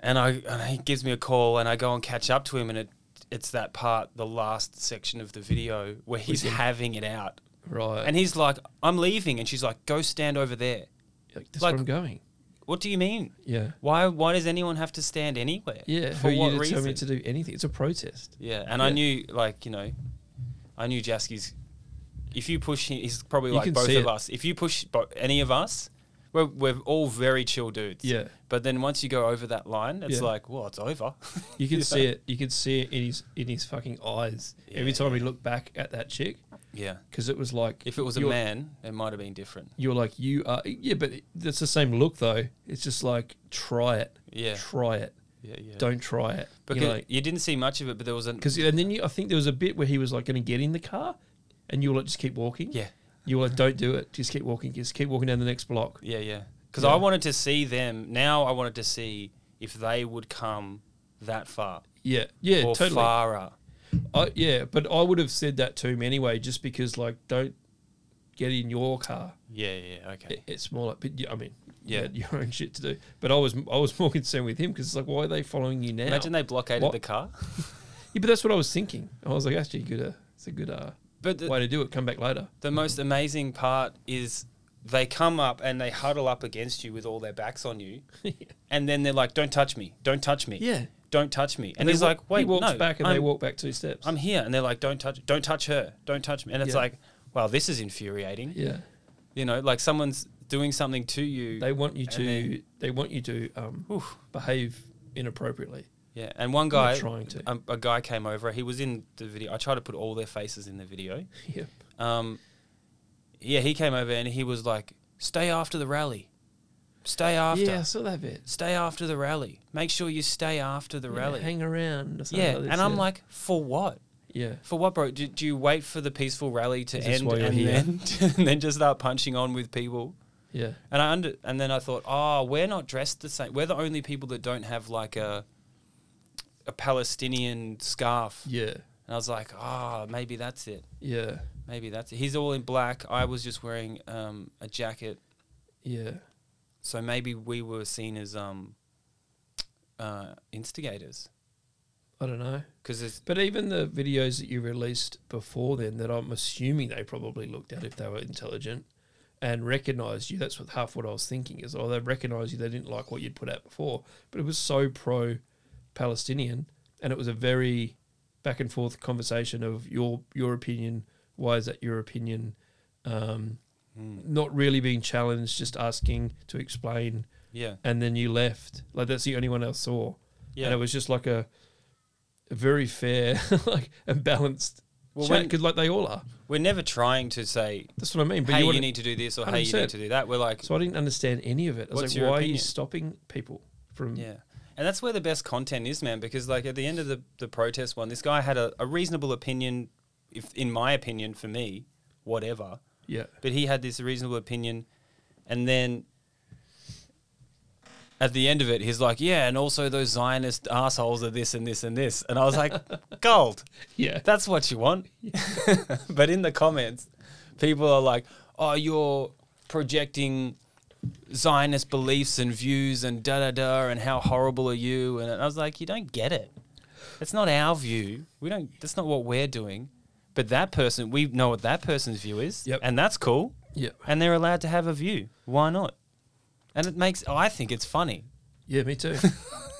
[SPEAKER 1] and I and he gives me a call, and I go and catch up to him, and it it's that part, the last section of the video where he's
[SPEAKER 2] him.
[SPEAKER 1] having it out,
[SPEAKER 2] Right.
[SPEAKER 1] and he's like, "I'm leaving," and she's like, "Go stand over there."
[SPEAKER 2] like, that's
[SPEAKER 1] like-
[SPEAKER 2] where I'm going.
[SPEAKER 1] What do you mean?
[SPEAKER 2] Yeah.
[SPEAKER 1] Why? Why does anyone have to stand anywhere?
[SPEAKER 2] Yeah.
[SPEAKER 1] For
[SPEAKER 2] who
[SPEAKER 1] what
[SPEAKER 2] are you to tell
[SPEAKER 1] reason?
[SPEAKER 2] me to do anything? It's a protest.
[SPEAKER 1] Yeah, and I
[SPEAKER 2] Yeah.
[SPEAKER 1] knew like you know, I knew Jasky's. If you push him, he's probably
[SPEAKER 2] You
[SPEAKER 1] like
[SPEAKER 2] can
[SPEAKER 1] both
[SPEAKER 2] see
[SPEAKER 1] of
[SPEAKER 2] it.
[SPEAKER 1] us. If you push bo- any of us, we're we're all very chill dudes.
[SPEAKER 2] Yeah.
[SPEAKER 1] But then once you go over that line, it's
[SPEAKER 2] Yeah.
[SPEAKER 1] like, well, it's over.
[SPEAKER 2] You can
[SPEAKER 1] know?
[SPEAKER 2] see it. You can see it in his in his fucking eyes every
[SPEAKER 1] Yeah,
[SPEAKER 2] time he looked back at that chick
[SPEAKER 1] Yeah.
[SPEAKER 2] because it was like
[SPEAKER 1] If it was a
[SPEAKER 2] you're-
[SPEAKER 1] man, it might have been different.
[SPEAKER 2] You're like you are. Yeah, but it- it's the same look though. It's just like try it.
[SPEAKER 1] Yeah.
[SPEAKER 2] Try it.
[SPEAKER 1] Yeah, yeah.
[SPEAKER 2] Don't try it.
[SPEAKER 1] because
[SPEAKER 2] you know,
[SPEAKER 1] you didn't see much of it, but there was a
[SPEAKER 2] 'cause- and then you, I think there was a bit where he was like going to get in the car, and you were like, just keep walking.
[SPEAKER 1] Yeah.
[SPEAKER 2] You were like, don't do it. Just keep walking. Just keep walking down the next block.
[SPEAKER 1] Yeah, yeah. Because
[SPEAKER 2] Yeah.
[SPEAKER 1] I wanted to see them. Now I wanted to see if they would come that far
[SPEAKER 2] Yeah. Yeah.
[SPEAKER 1] or
[SPEAKER 2] totally.
[SPEAKER 1] farer.
[SPEAKER 2] I, yeah, but I would have said that to him anyway, just because like don't get in your car.
[SPEAKER 1] Yeah, yeah. Okay.
[SPEAKER 2] It- It's more like, but yeah, I mean,
[SPEAKER 1] Yeah.
[SPEAKER 2] you had your own shit to do. But I was I was more concerned with him because it's like, why are they following you now?
[SPEAKER 1] Imagine they blockaded
[SPEAKER 2] What-
[SPEAKER 1] the car.
[SPEAKER 2] Yeah, but that's what I was thinking. I was like, actually, good. Uh, it's a good uh,
[SPEAKER 1] But the-
[SPEAKER 2] way to do it. Come back later.
[SPEAKER 1] the most amazing part is they come up and they huddle up against you with all their backs on you, and then they're like, "Don't touch me! Don't touch me!
[SPEAKER 2] Yeah.
[SPEAKER 1] don't touch me!" And,
[SPEAKER 2] he
[SPEAKER 1] he's
[SPEAKER 2] wa-
[SPEAKER 1] like, "Wait,
[SPEAKER 2] he walks
[SPEAKER 1] no,
[SPEAKER 2] back and
[SPEAKER 1] I'm,
[SPEAKER 2] they walk back two steps.
[SPEAKER 1] I'm here," and they're like, "Don't touch! Don't touch her! Don't touch me!" And it's
[SPEAKER 2] Yeah.
[SPEAKER 1] like, "Wow, this is infuriating."
[SPEAKER 2] yeah,
[SPEAKER 1] You know, like someone's doing something to you.
[SPEAKER 2] they want you
[SPEAKER 1] And
[SPEAKER 2] to.
[SPEAKER 1] then-
[SPEAKER 2] they want you to um,
[SPEAKER 1] Oof.
[SPEAKER 2] behave inappropriately.
[SPEAKER 1] Yeah, and one
[SPEAKER 2] not
[SPEAKER 1] guy,
[SPEAKER 2] trying to.
[SPEAKER 1] um, a guy came over. He was in the video. I tried to put all their faces in the video.
[SPEAKER 2] Yep.
[SPEAKER 1] Um, yeah, he came over and he was like, "Stay after the rally, stay after,
[SPEAKER 2] Yeah, I saw that bit.
[SPEAKER 1] stay after the rally. Make sure you stay after the
[SPEAKER 2] Yeah,
[SPEAKER 1] rally."
[SPEAKER 2] Hang around. or something
[SPEAKER 1] yeah,
[SPEAKER 2] this,
[SPEAKER 1] and I'm like, for what?
[SPEAKER 2] yeah.
[SPEAKER 1] For what, bro? Do, do you wait for the peaceful rally to
[SPEAKER 2] Is this
[SPEAKER 1] end
[SPEAKER 2] why you're
[SPEAKER 1] and
[SPEAKER 2] here?
[SPEAKER 1] then, and then just start punching on with people?
[SPEAKER 2] Yeah.
[SPEAKER 1] And I under and then I thought, oh, we're not dressed the same. We're the only people that don't have like a a Palestinian scarf.
[SPEAKER 2] Yeah.
[SPEAKER 1] And I was like, ah, maybe that's it.
[SPEAKER 2] Yeah.
[SPEAKER 1] Maybe that's it. He's all in black. I was just wearing um, a jacket.
[SPEAKER 2] Yeah.
[SPEAKER 1] So maybe we were seen as um, uh, instigators.
[SPEAKER 2] I don't know.
[SPEAKER 1] Because it's,
[SPEAKER 2] But even the videos that you released before then, that I'm assuming they probably looked at if they were intelligent and recognized you. That's what half what I was thinking is, oh, they recognized you. They didn't like what you'd put out before, but it was so pro Palestinian, and it was a very back and forth conversation of your your opinion. Why is that your opinion? Um, Not really being challenged, just asking to explain
[SPEAKER 1] yeah.
[SPEAKER 2] and then you left. Like that's the only one I saw.
[SPEAKER 1] Yeah.
[SPEAKER 2] And it was just like a, a very fair, like and balanced.
[SPEAKER 1] Well,
[SPEAKER 2] Well,
[SPEAKER 1] when-
[SPEAKER 2] because like they all are.
[SPEAKER 1] We're never trying to say,
[SPEAKER 2] That's what I mean. But
[SPEAKER 1] hey,
[SPEAKER 2] you,
[SPEAKER 1] you,
[SPEAKER 2] wanna-
[SPEAKER 1] need to do this or hey, you need
[SPEAKER 2] 100%.
[SPEAKER 1] to do that. We're like,
[SPEAKER 2] So I didn't understand any of it. I was
[SPEAKER 1] What's
[SPEAKER 2] like,
[SPEAKER 1] your
[SPEAKER 2] why are
[SPEAKER 1] opinion?
[SPEAKER 2] you stopping people from?
[SPEAKER 1] Yeah. And that's where the best content is, man, because like at the end of the, the protest one, this guy had a, a reasonable opinion, if in my opinion, for me, whatever.
[SPEAKER 2] yeah,
[SPEAKER 1] But he had this reasonable opinion and then at the end of it he's like, Yeah, and also those Zionist assholes are this and this and this and I was like, Gold.
[SPEAKER 2] yeah.
[SPEAKER 1] That's what you want. but in the comments, people are like, oh, you're projecting Zionist beliefs and views and da da da, and how horrible are you? And I was like, you don't get it. That's not our view. We don't, that's not what we're doing. But that person, we know what that person's view is.
[SPEAKER 2] Yep.
[SPEAKER 1] And that's cool.
[SPEAKER 2] yeah,
[SPEAKER 1] And they're allowed to have a view. Why not? And it makes, I think it's funny.
[SPEAKER 2] yeah. Me too.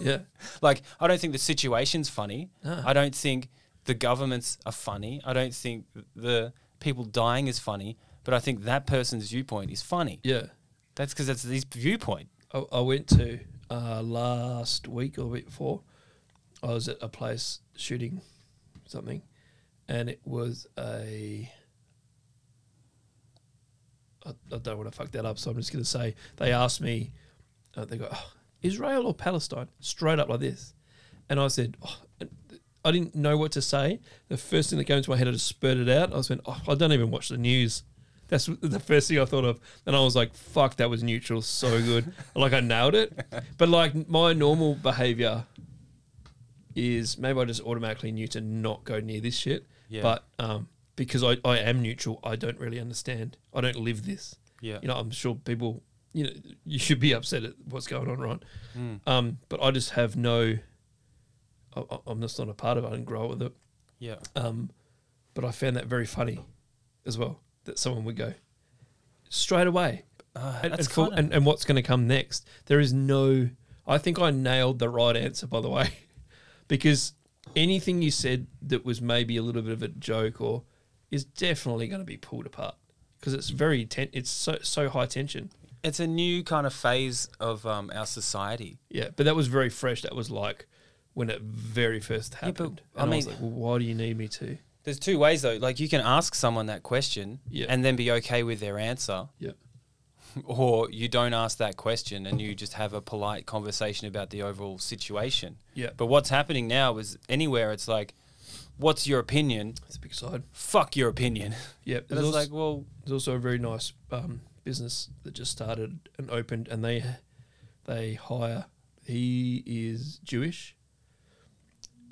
[SPEAKER 2] yeah,
[SPEAKER 1] Like, I don't think the situation's funny.
[SPEAKER 2] No.
[SPEAKER 1] I don't think the governments are funny. I don't think the people dying is funny. But I think that person's viewpoint is funny.
[SPEAKER 2] yeah.
[SPEAKER 1] That's because that's his viewpoint.
[SPEAKER 2] I, I went to uh, last week or the week before. I was at a place shooting something, and it was a. I, I don't want to fuck that up, so I'm just going to say they asked me. Uh, they go, oh, Israel or Palestine? Straight up like this, and I said, oh, and th- I didn't know what to say. The first thing that came into my head, I just spurted out. I was went, oh, I don't even watch the news. That's the first thing I thought of, and I was like, "Fuck, that was neutral, so good." like I nailed it, but like my normal behavior is maybe I just automatically knew to not go near this shit.
[SPEAKER 1] Yeah.
[SPEAKER 2] But um, because I, I am neutral, I don't really understand. I don't live this.
[SPEAKER 1] Yeah.
[SPEAKER 2] You know, I'm sure people, you know, you should be upset at what's going on, right?
[SPEAKER 1] Hmm.
[SPEAKER 2] Um, but I just have no. I, I- I'm just not a part of it. I didn't grow up with it.
[SPEAKER 1] Yeah.
[SPEAKER 2] Um, but I found that very funny as well that someone would go straight away.
[SPEAKER 1] Ah,
[SPEAKER 2] and,
[SPEAKER 1] that's
[SPEAKER 2] and, for-
[SPEAKER 1] kinda-
[SPEAKER 2] and, and what's going to come next? There is no. I think I nailed the right answer, by the way, because anything you said that was maybe a little bit of a joke or is definitely going to be pulled apart because it's very ten. It's so so high tension.
[SPEAKER 1] It's a new kind of phase of um, our society.
[SPEAKER 2] Yeah, but that was very fresh. That was like when it very first
[SPEAKER 1] but,
[SPEAKER 2] happened.
[SPEAKER 1] I
[SPEAKER 2] and I was
[SPEAKER 1] mean-
[SPEAKER 2] like, well, why do you need me to?
[SPEAKER 1] There's two ways though. Like you can ask someone that question
[SPEAKER 2] Yeah.
[SPEAKER 1] and then be okay with their answer,
[SPEAKER 2] Yeah,
[SPEAKER 1] or you don't ask that question and you just have a polite conversation about the overall situation.
[SPEAKER 2] Yeah.
[SPEAKER 1] But what's happening now is anywhere it's like, what's your opinion?
[SPEAKER 2] it's a big side.
[SPEAKER 1] Fuck your opinion.
[SPEAKER 2] Yeah,
[SPEAKER 1] And
[SPEAKER 2] there's
[SPEAKER 1] it's
[SPEAKER 2] also,
[SPEAKER 1] like, well,
[SPEAKER 2] there's also a very nice um, business that just started and opened, and they they hire. He is Jewish,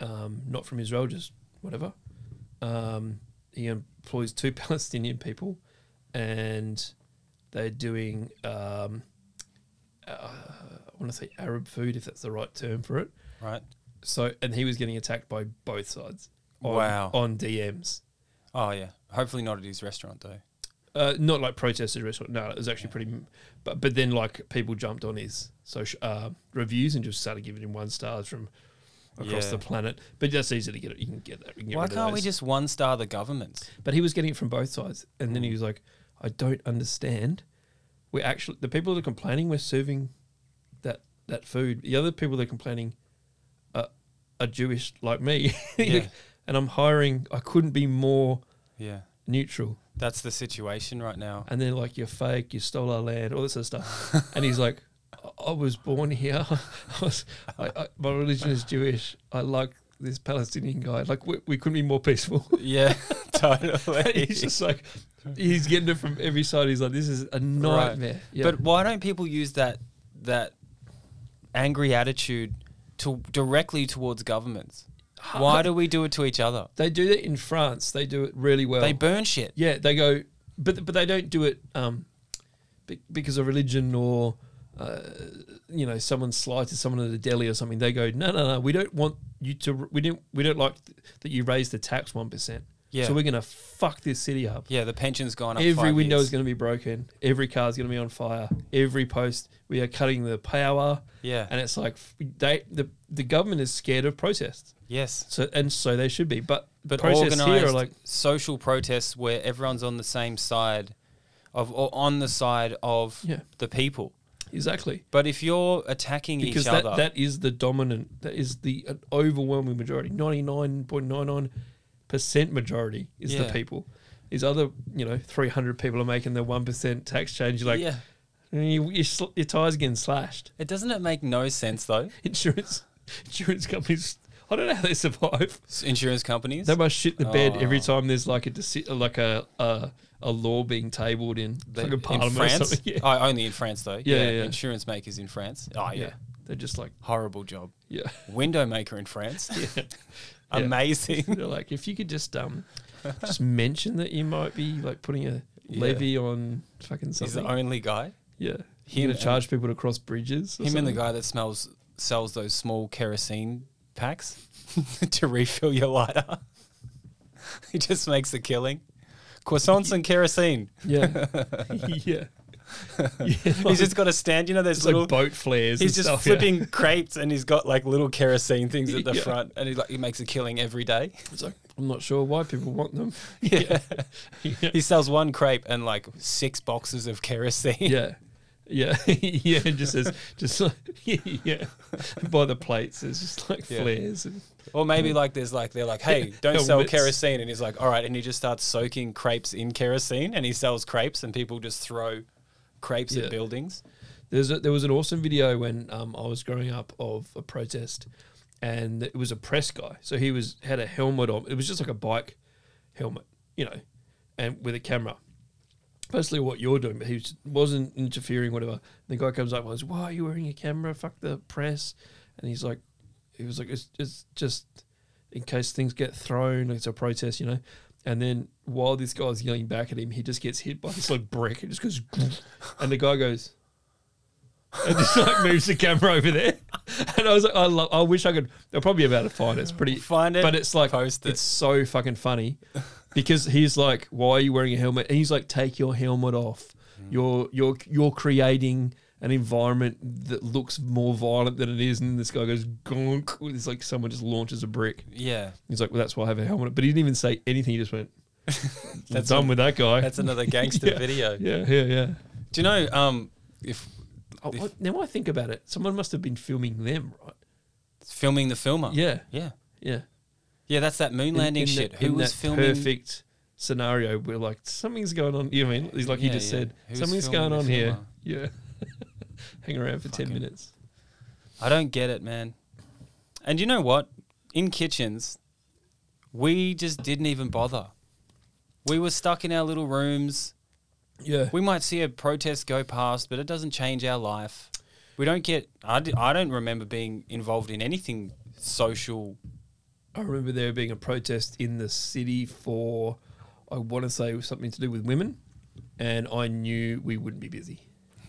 [SPEAKER 2] um, not from Israel, just whatever. Um, he employs two Palestinian people, and they're doing. Um, uh, I want to say Arab food, if that's the right term for it.
[SPEAKER 1] right.
[SPEAKER 2] So, and he was getting attacked by both sides. On,
[SPEAKER 1] Wow.
[SPEAKER 2] On DMs.
[SPEAKER 1] Oh yeah. Hopefully not at his restaurant though.
[SPEAKER 2] Uh, not like protesters restaurant. No, it was actually pretty. But but then like people jumped on his social uh, reviews and just started giving him one stars from across
[SPEAKER 1] Yeah.
[SPEAKER 2] the planet. But that's easy to get. it. You can get that. You can get
[SPEAKER 1] Why
[SPEAKER 2] rid of
[SPEAKER 1] can't we
[SPEAKER 2] those.
[SPEAKER 1] just one star the governments?
[SPEAKER 2] But he was getting it from both sides, and
[SPEAKER 1] Hmm.
[SPEAKER 2] then he was like, "I don't understand. We're actually the people that are complaining. We're serving that that food. The other people that are complaining, uh, are Jewish like me,
[SPEAKER 1] Yeah.
[SPEAKER 2] and I'm hiring. I couldn't be more
[SPEAKER 1] Yeah.
[SPEAKER 2] neutral.
[SPEAKER 1] That's the situation right now.
[SPEAKER 2] And they're like, "You're fake. You stole our land. All this other stuff." and he's like, "I- "I was born here. I was, I, I, my religion is Jewish. I like this Palestinian guy. Like, we, we couldn't be more peaceful."
[SPEAKER 1] Yeah,
[SPEAKER 2] And
[SPEAKER 1] totally.
[SPEAKER 2] he's just like, he's getting it from every side. He's like, "This is a nightmare." Yeah.
[SPEAKER 1] But why don't people use that that angry attitude to directly towards governments? Why do we do it to each other?
[SPEAKER 2] They do that in France. They do it really well.
[SPEAKER 1] They burn shit.
[SPEAKER 2] yeah, they go, but but they don't do it um, be- because of religion or uh, you know someone slighted someone at a deli or something. They go, no, no, no, we don't want you to. We don't we don't like th- that you raise the tax one percent.
[SPEAKER 1] Yeah.
[SPEAKER 2] So we're gonna fuck this city up.
[SPEAKER 1] Yeah, the pension's gone up.
[SPEAKER 2] Every
[SPEAKER 1] five
[SPEAKER 2] window
[SPEAKER 1] years.
[SPEAKER 2] is going to be broken. Every car is going to be on fire. Every post. We are cutting the power.
[SPEAKER 1] Yeah.
[SPEAKER 2] And it's like f- they the the government is scared of protests.
[SPEAKER 1] Yes.
[SPEAKER 2] So and so they should be. But
[SPEAKER 1] But
[SPEAKER 2] protests
[SPEAKER 1] organized
[SPEAKER 2] here are like
[SPEAKER 1] social protests where everyone's on the same side of or on the side of
[SPEAKER 2] Yeah.
[SPEAKER 1] the people.
[SPEAKER 2] exactly.
[SPEAKER 1] But if you're attacking
[SPEAKER 2] because
[SPEAKER 1] each
[SPEAKER 2] that,
[SPEAKER 1] other,
[SPEAKER 2] that is the dominant that is the an overwhelming majority 99.99% majority is the
[SPEAKER 1] Yeah.
[SPEAKER 2] people these other you know 300 people are making their 1% tax change you're like "Mm,
[SPEAKER 1] yeah.
[SPEAKER 2] you, you sl- your tires getting slashed
[SPEAKER 1] It doesn't it make no sense though?
[SPEAKER 2] insurance insurance companies i don't know how they survive
[SPEAKER 1] S- Insurance companies.
[SPEAKER 2] they must shit the bed every
[SPEAKER 1] Oh.
[SPEAKER 2] time there's like a deci- like a, a a law being tabled in
[SPEAKER 1] They-
[SPEAKER 2] like a
[SPEAKER 1] in
[SPEAKER 2] parliament or
[SPEAKER 1] France,
[SPEAKER 2] something. Yeah.
[SPEAKER 1] oh, only in France though.
[SPEAKER 2] Yeah, yeah, yeah.
[SPEAKER 1] insurance makers in France. Oh yeah,
[SPEAKER 2] yeah they're just like
[SPEAKER 1] horrible job.
[SPEAKER 2] yeah
[SPEAKER 1] Window maker in France,
[SPEAKER 2] yeah
[SPEAKER 1] amazing.
[SPEAKER 2] They're like, if you could just um, just mention that you might be like putting a levy on fucking
[SPEAKER 1] He's the
[SPEAKER 2] something.
[SPEAKER 1] only guy.
[SPEAKER 2] yeah,
[SPEAKER 1] him
[SPEAKER 2] you're gonna
[SPEAKER 1] and-
[SPEAKER 2] charge people to cross bridges. or
[SPEAKER 1] Him and the
[SPEAKER 2] something?
[SPEAKER 1] guy that smells sells those small kerosene packs to refill your lighter. he just makes a killing. Croissants and kerosene.
[SPEAKER 2] Yeah, yeah. yeah
[SPEAKER 1] He's just got a stand. You know, there's
[SPEAKER 2] it's like
[SPEAKER 1] little.
[SPEAKER 2] boat flares.
[SPEAKER 1] He's
[SPEAKER 2] and
[SPEAKER 1] just
[SPEAKER 2] stuff, yeah.
[SPEAKER 1] flipping crepes, and he's got like little kerosene things at the
[SPEAKER 2] Yeah.
[SPEAKER 1] front, and he like he makes a killing every day.
[SPEAKER 2] It's like, I'm not sure why people want them.
[SPEAKER 1] Yeah.
[SPEAKER 2] yeah,
[SPEAKER 1] he sells one crepe and like six boxes of kerosene.
[SPEAKER 2] yeah, yeah. yeah. It just says, just like, yeah, by the plates, it's just like
[SPEAKER 1] Yeah.
[SPEAKER 2] flares. And,
[SPEAKER 1] Or maybe like there's like they're like, hey, don't sell
[SPEAKER 2] Helmets.
[SPEAKER 1] kerosene, and he's like, all right, and he just starts soaking crepes in kerosene, and he sells crepes, and people just throw crepes
[SPEAKER 2] Yeah.
[SPEAKER 1] at buildings.
[SPEAKER 2] There's a, there was an awesome video when um, I was growing up of a protest, and it was a press guy. So he was had a helmet on. It was just like a bike helmet, you know, and with a camera. Basically, what you're doing, but he was, wasn't interfering. Whatever. the guy comes up and goes, "Why are you wearing a camera? Fuck the press!" And he's like, "He was like, it's, it's just in case things get thrown. It's a protest, you know." And then while this guy's yelling back at him, he just gets hit by this like brick. It just goes, and the guy goes and just like moves the camera over there. And I was like, I love, I wish I could. I'll probably be able to find it. It's pretty.
[SPEAKER 1] Find it,
[SPEAKER 2] but it's like
[SPEAKER 1] post it.
[SPEAKER 2] it's so fucking funny because he's like, "Why are you wearing a helmet?" And he's like, "Take your helmet off.
[SPEAKER 1] Mm.
[SPEAKER 2] You're you're you're creating." An environment that looks more violent than it is, and this guy goes gonk. It's like someone just launches a brick.
[SPEAKER 1] Yeah,
[SPEAKER 2] He's like, "Well, that's why I have a helmet." But he didn't even say anything. He just went, "That's
[SPEAKER 1] That's
[SPEAKER 2] done with that guy."
[SPEAKER 1] that's another gangster
[SPEAKER 2] Yeah.
[SPEAKER 1] video.
[SPEAKER 2] Yeah, yeah, yeah.
[SPEAKER 1] Do you know um, if
[SPEAKER 2] Oh, what- now I think about it, someone must have been filming them, right?
[SPEAKER 1] filming the filmer?
[SPEAKER 2] Yeah,
[SPEAKER 1] yeah,
[SPEAKER 2] yeah.
[SPEAKER 1] yeah. That's that moon
[SPEAKER 2] In-
[SPEAKER 1] landing
[SPEAKER 2] in
[SPEAKER 1] shit.
[SPEAKER 2] that-
[SPEAKER 1] Who
[SPEAKER 2] in
[SPEAKER 1] was
[SPEAKER 2] that
[SPEAKER 1] filming?
[SPEAKER 2] Perfect scenario where like something's going on. You know what I mean he's like he
[SPEAKER 1] Yeah,
[SPEAKER 2] just
[SPEAKER 1] yeah.
[SPEAKER 2] said
[SPEAKER 1] Who's
[SPEAKER 2] something's
[SPEAKER 1] filming
[SPEAKER 2] going
[SPEAKER 1] the
[SPEAKER 2] on here.
[SPEAKER 1] filmer?
[SPEAKER 2] Yeah, hang around for ten
[SPEAKER 1] Fucking-
[SPEAKER 2] minutes.
[SPEAKER 1] I don't get it, man. And you know what? In kitchens, we just didn't even bother. We were stuck in our little rooms.
[SPEAKER 2] Yeah,
[SPEAKER 1] We might see a protest go past, but it doesn't change our life. We don't get. I, d- I don't remember being involved in anything social.
[SPEAKER 2] I remember there being a protest in the city for I want to say it was something to do with women, and I knew we wouldn't be busy.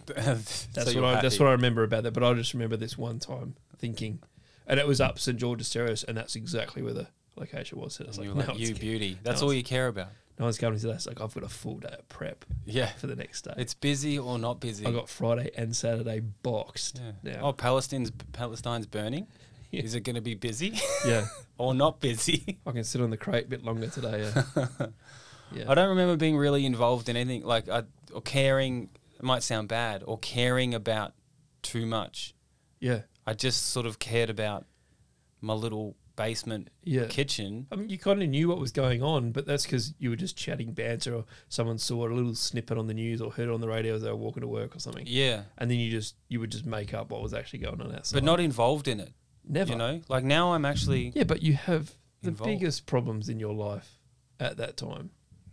[SPEAKER 1] that's
[SPEAKER 2] That's what I, that's what I remember about that. But I just remember this one time thinking, and it was up St George's Terrace, and that's exactly where the location was. And I was
[SPEAKER 1] And
[SPEAKER 2] like,
[SPEAKER 1] you were like,
[SPEAKER 2] no,
[SPEAKER 1] you
[SPEAKER 2] it's-
[SPEAKER 1] beauty. That's
[SPEAKER 2] no,
[SPEAKER 1] all
[SPEAKER 2] it's-
[SPEAKER 1] you care about.
[SPEAKER 2] no one's coming to that. It's like I've got a full day of prep
[SPEAKER 1] Yeah.
[SPEAKER 2] for the next day.
[SPEAKER 1] It's busy or not busy.
[SPEAKER 2] I got Friday and Saturday boxed.
[SPEAKER 1] yeah.
[SPEAKER 2] Now.
[SPEAKER 1] Oh, Palestine's Palestine's burning.
[SPEAKER 2] Yeah.
[SPEAKER 1] Is it going to be busy
[SPEAKER 2] yeah.
[SPEAKER 1] or not busy?
[SPEAKER 2] I can sit on the crate a bit longer today. Yeah. yeah.
[SPEAKER 1] I don't remember being really involved in anything like I, or caring. It might sound bad or caring about too much.
[SPEAKER 2] yeah.
[SPEAKER 1] I just sort of cared about my little basement
[SPEAKER 2] Yeah.
[SPEAKER 1] kitchen.
[SPEAKER 2] I mean, you kind of knew what was going on, but that's because you were just chatting banter, or someone saw a little snippet on the news, or heard it on the radio as they were walking to work or something.
[SPEAKER 1] Yeah.
[SPEAKER 2] And then you just you would just make up what was actually going on outside.
[SPEAKER 1] But not involved in it.
[SPEAKER 2] never.
[SPEAKER 1] You know? Like now I'm actually
[SPEAKER 2] Yeah, but you have the
[SPEAKER 1] Involved.
[SPEAKER 2] biggest problems in your life at that time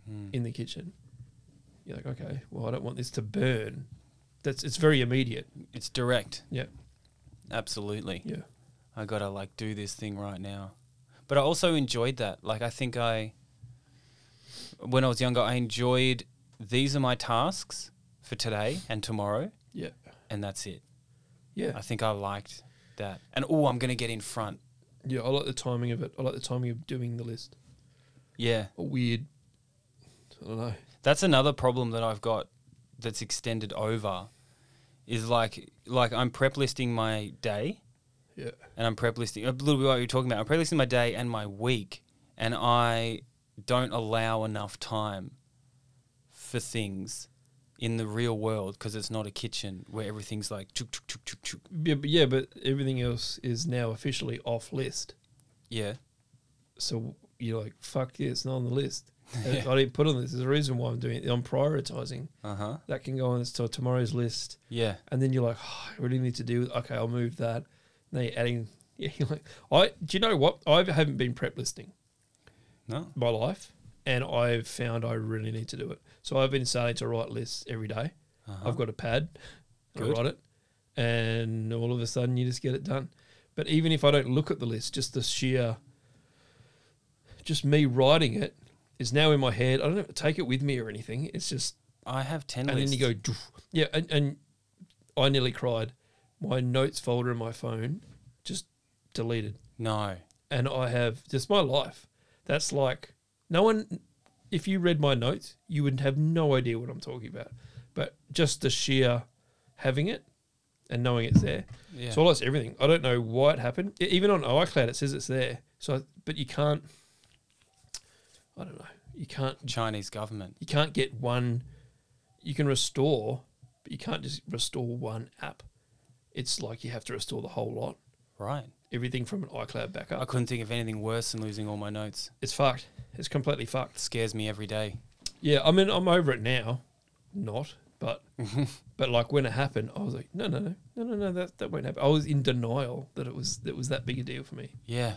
[SPEAKER 1] hmm,
[SPEAKER 2] in the kitchen. You're like, okay, well, I don't want this to burn. That's it's very immediate.
[SPEAKER 1] it's direct.
[SPEAKER 2] Yeah,
[SPEAKER 1] Absolutely.
[SPEAKER 2] yeah,
[SPEAKER 1] I gotta like do this thing right now. But I also enjoyed that. Like I think I when I was younger I enjoyed these are my tasks for today and tomorrow
[SPEAKER 2] yeah,
[SPEAKER 1] and that's it.
[SPEAKER 2] yeah,
[SPEAKER 1] I think I liked that. And oh I'm gonna get in front.
[SPEAKER 2] yeah. I like the timing of it. I like the timing of doing the list.
[SPEAKER 1] Yeah.
[SPEAKER 2] A weird, I don't know.
[SPEAKER 1] That's another problem that I've got that's extended over is like like I'm prep listing my day
[SPEAKER 2] Yeah,
[SPEAKER 1] and I'm prep listing a little bit what you're talking about. I'm prep listing my day and my week and I don't allow enough time for things in the real world because it's not a kitchen where everything's like chook, chook, chook, chook, chook.
[SPEAKER 2] yeah, but, yeah. But everything else is now officially off list.
[SPEAKER 1] yeah
[SPEAKER 2] So you're like, fuck yeah, it's not on the list. I didn't put on this. There's a reason why I'm doing it. I'm prioritizing.
[SPEAKER 1] uh-huh
[SPEAKER 2] That can go on to tomorrow's list.
[SPEAKER 1] yeah
[SPEAKER 2] and then you're like, oh, I really need to do. Okay, I'll move that. Now you're adding. Yeah, you're like, I. Do you know what? I haven't been prep listing
[SPEAKER 1] no
[SPEAKER 2] my life, and I've found I really need to do it. So I've been starting to write lists every day. I've got a pad. and I
[SPEAKER 1] Good.
[SPEAKER 2] write it, and all of a sudden you just get it done. But even if I don't look at the list, just the sheer, just me writing it is now in my head. I don't have to take it with me or anything. It's just
[SPEAKER 1] I have 10
[SPEAKER 2] and
[SPEAKER 1] lists
[SPEAKER 2] then you go, "Doof." yeah, and, and I nearly cried. My notes folder in my phone just deleted,
[SPEAKER 1] no
[SPEAKER 2] and I have just my life. That's like no one. If you read my notes, you would have no idea what I'm talking about. But just the sheer having it and knowing it's there.
[SPEAKER 1] Yeah.
[SPEAKER 2] So I lost everything. I don't know why it happened. E- Even on iCloud, it says it's there. So, but you can't. I don't know. You can't
[SPEAKER 1] Chinese government
[SPEAKER 2] you can't get one. You can restore, but you can't just restore one app. It's like you have to restore the whole lot,
[SPEAKER 1] right
[SPEAKER 2] everything from an iCloud
[SPEAKER 1] I
[SPEAKER 2] backup.
[SPEAKER 1] couldn't think of anything worse than losing all my notes
[SPEAKER 2] It's fucked. It's completely fucked.
[SPEAKER 1] scares me every day.
[SPEAKER 2] Yeah, I mean, I'm over it now. Not, but but like when it happened, I was like, no, no, no, no, no, no, that that won't happen. I was in denial that it was that was that big a deal for me.
[SPEAKER 1] Yeah.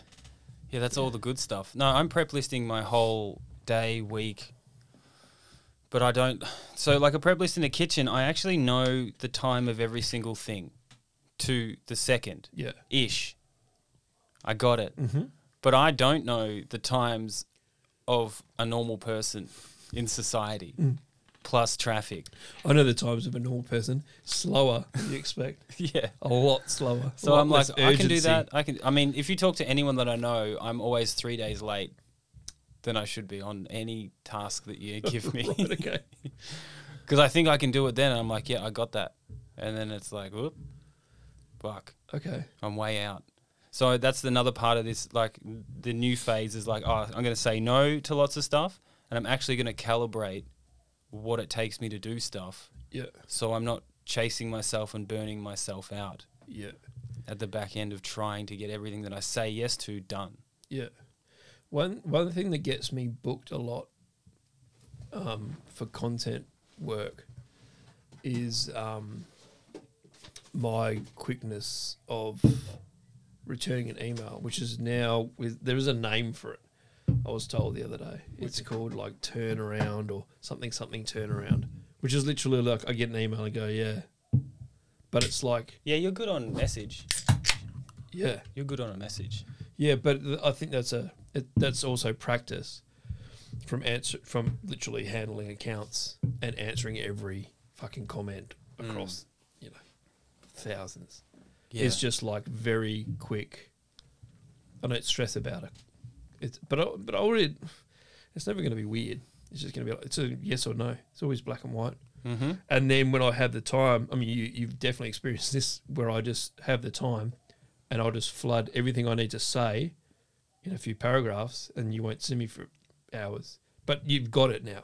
[SPEAKER 1] Yeah, that's all the good stuff. No, I'm prep listing my whole day, week. But I don't so like a prep list in the kitchen, I actually know the time of every single thing to the second.
[SPEAKER 2] Yeah,
[SPEAKER 1] Ish. I got it. But I don't know the times of a normal person in society. Plus traffic.
[SPEAKER 2] I know the times of a normal person slower than you expect,
[SPEAKER 1] Yeah.
[SPEAKER 2] a lot slower. a
[SPEAKER 1] So
[SPEAKER 2] lot
[SPEAKER 1] I'm like,
[SPEAKER 2] less
[SPEAKER 1] I can do
[SPEAKER 2] urgency.
[SPEAKER 1] that. I can. I mean, if you talk to anyone that I know, I'm always three days late than I should be on any task that you give me
[SPEAKER 2] Right, okay.
[SPEAKER 1] because I think I can do it. Then and I'm like, yeah, I got that, and then it's like, whoop, fuck,
[SPEAKER 2] Okay.
[SPEAKER 1] I'm way out. So that's another part of this. Like the new phase is like, oh, I'm going to say no to lots of stuff, and I'm actually going to calibrate what it takes me to do stuff,
[SPEAKER 2] Yeah.
[SPEAKER 1] so I'm not chasing myself and burning myself out
[SPEAKER 2] Yeah.
[SPEAKER 1] at the back end of trying to get everything that I say yes to done.
[SPEAKER 2] Yeah. One one thing that gets me booked a lot um, for content work is um, my quickness of returning an email, which is now with there is a name for it. I was told the other day it's called like turnaround or something something turnaround, which is literally like I get an email and go yeah, but it's like
[SPEAKER 1] Yeah, you're good on message.
[SPEAKER 2] yeah,
[SPEAKER 1] You're good on a message.
[SPEAKER 2] Yeah, but th- I think that's a it, that's also practice from answer from literally handling accounts and answering every fucking comment across you know thousands.
[SPEAKER 1] Yeah.
[SPEAKER 2] It's just like very quick. I don't stress about it. It's but I, but I already it's never going to be weird. It's just going to be like it's a yes or no. It's always black and white. Mm-hmm. And then when I have the time, I mean, you, you've definitely experienced this where I just have the time, and I'll just flood everything I need to say in a few paragraphs, and you won't see me for hours. But you've got it now,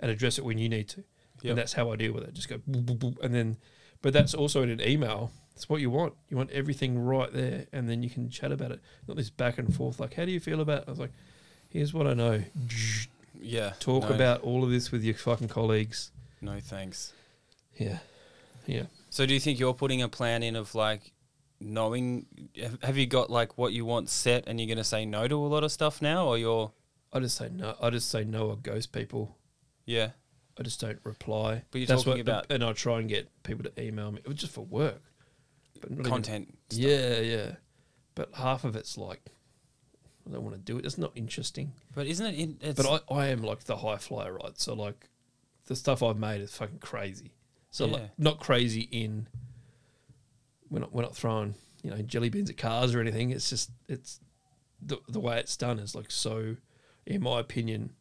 [SPEAKER 2] and address it when you need to.
[SPEAKER 1] Yep.
[SPEAKER 2] And that's how I deal with it. Just go, boop, boop, boop, and then, but that's also in an email. It's what you want. You want everything right there, and then you can chat about it. Not this back and forth. Like, how do you feel about? It? I was like, here's what I know.
[SPEAKER 1] Yeah.
[SPEAKER 2] Talk
[SPEAKER 1] no-
[SPEAKER 2] about all of this with your fucking colleagues.
[SPEAKER 1] No thanks.
[SPEAKER 2] Yeah, yeah.
[SPEAKER 1] So do you think you're putting a plan in of like knowing? have- Have you got like what you want set, and you're going to say no to a lot of stuff now, or you're
[SPEAKER 2] I just say no. I just say no. I ghost people.
[SPEAKER 1] yeah?
[SPEAKER 2] I just don't reply.
[SPEAKER 1] But you're
[SPEAKER 2] That's
[SPEAKER 1] talking
[SPEAKER 2] what,
[SPEAKER 1] about-
[SPEAKER 2] and I try and get people to email me. It was just for work, but not even-
[SPEAKER 1] content.
[SPEAKER 2] yeah, yeah. But half of it's like, I don't want to do it. It's not interesting.
[SPEAKER 1] But isn't it? In, it's,
[SPEAKER 2] but I, I am like the high flyer, right? So like, the stuff I've made is fucking crazy. So
[SPEAKER 1] Yeah.
[SPEAKER 2] like, not crazy in. We're not we're not throwing you know jelly beans at cars or anything. It's just it's the the way it's done is like so. In my opinion,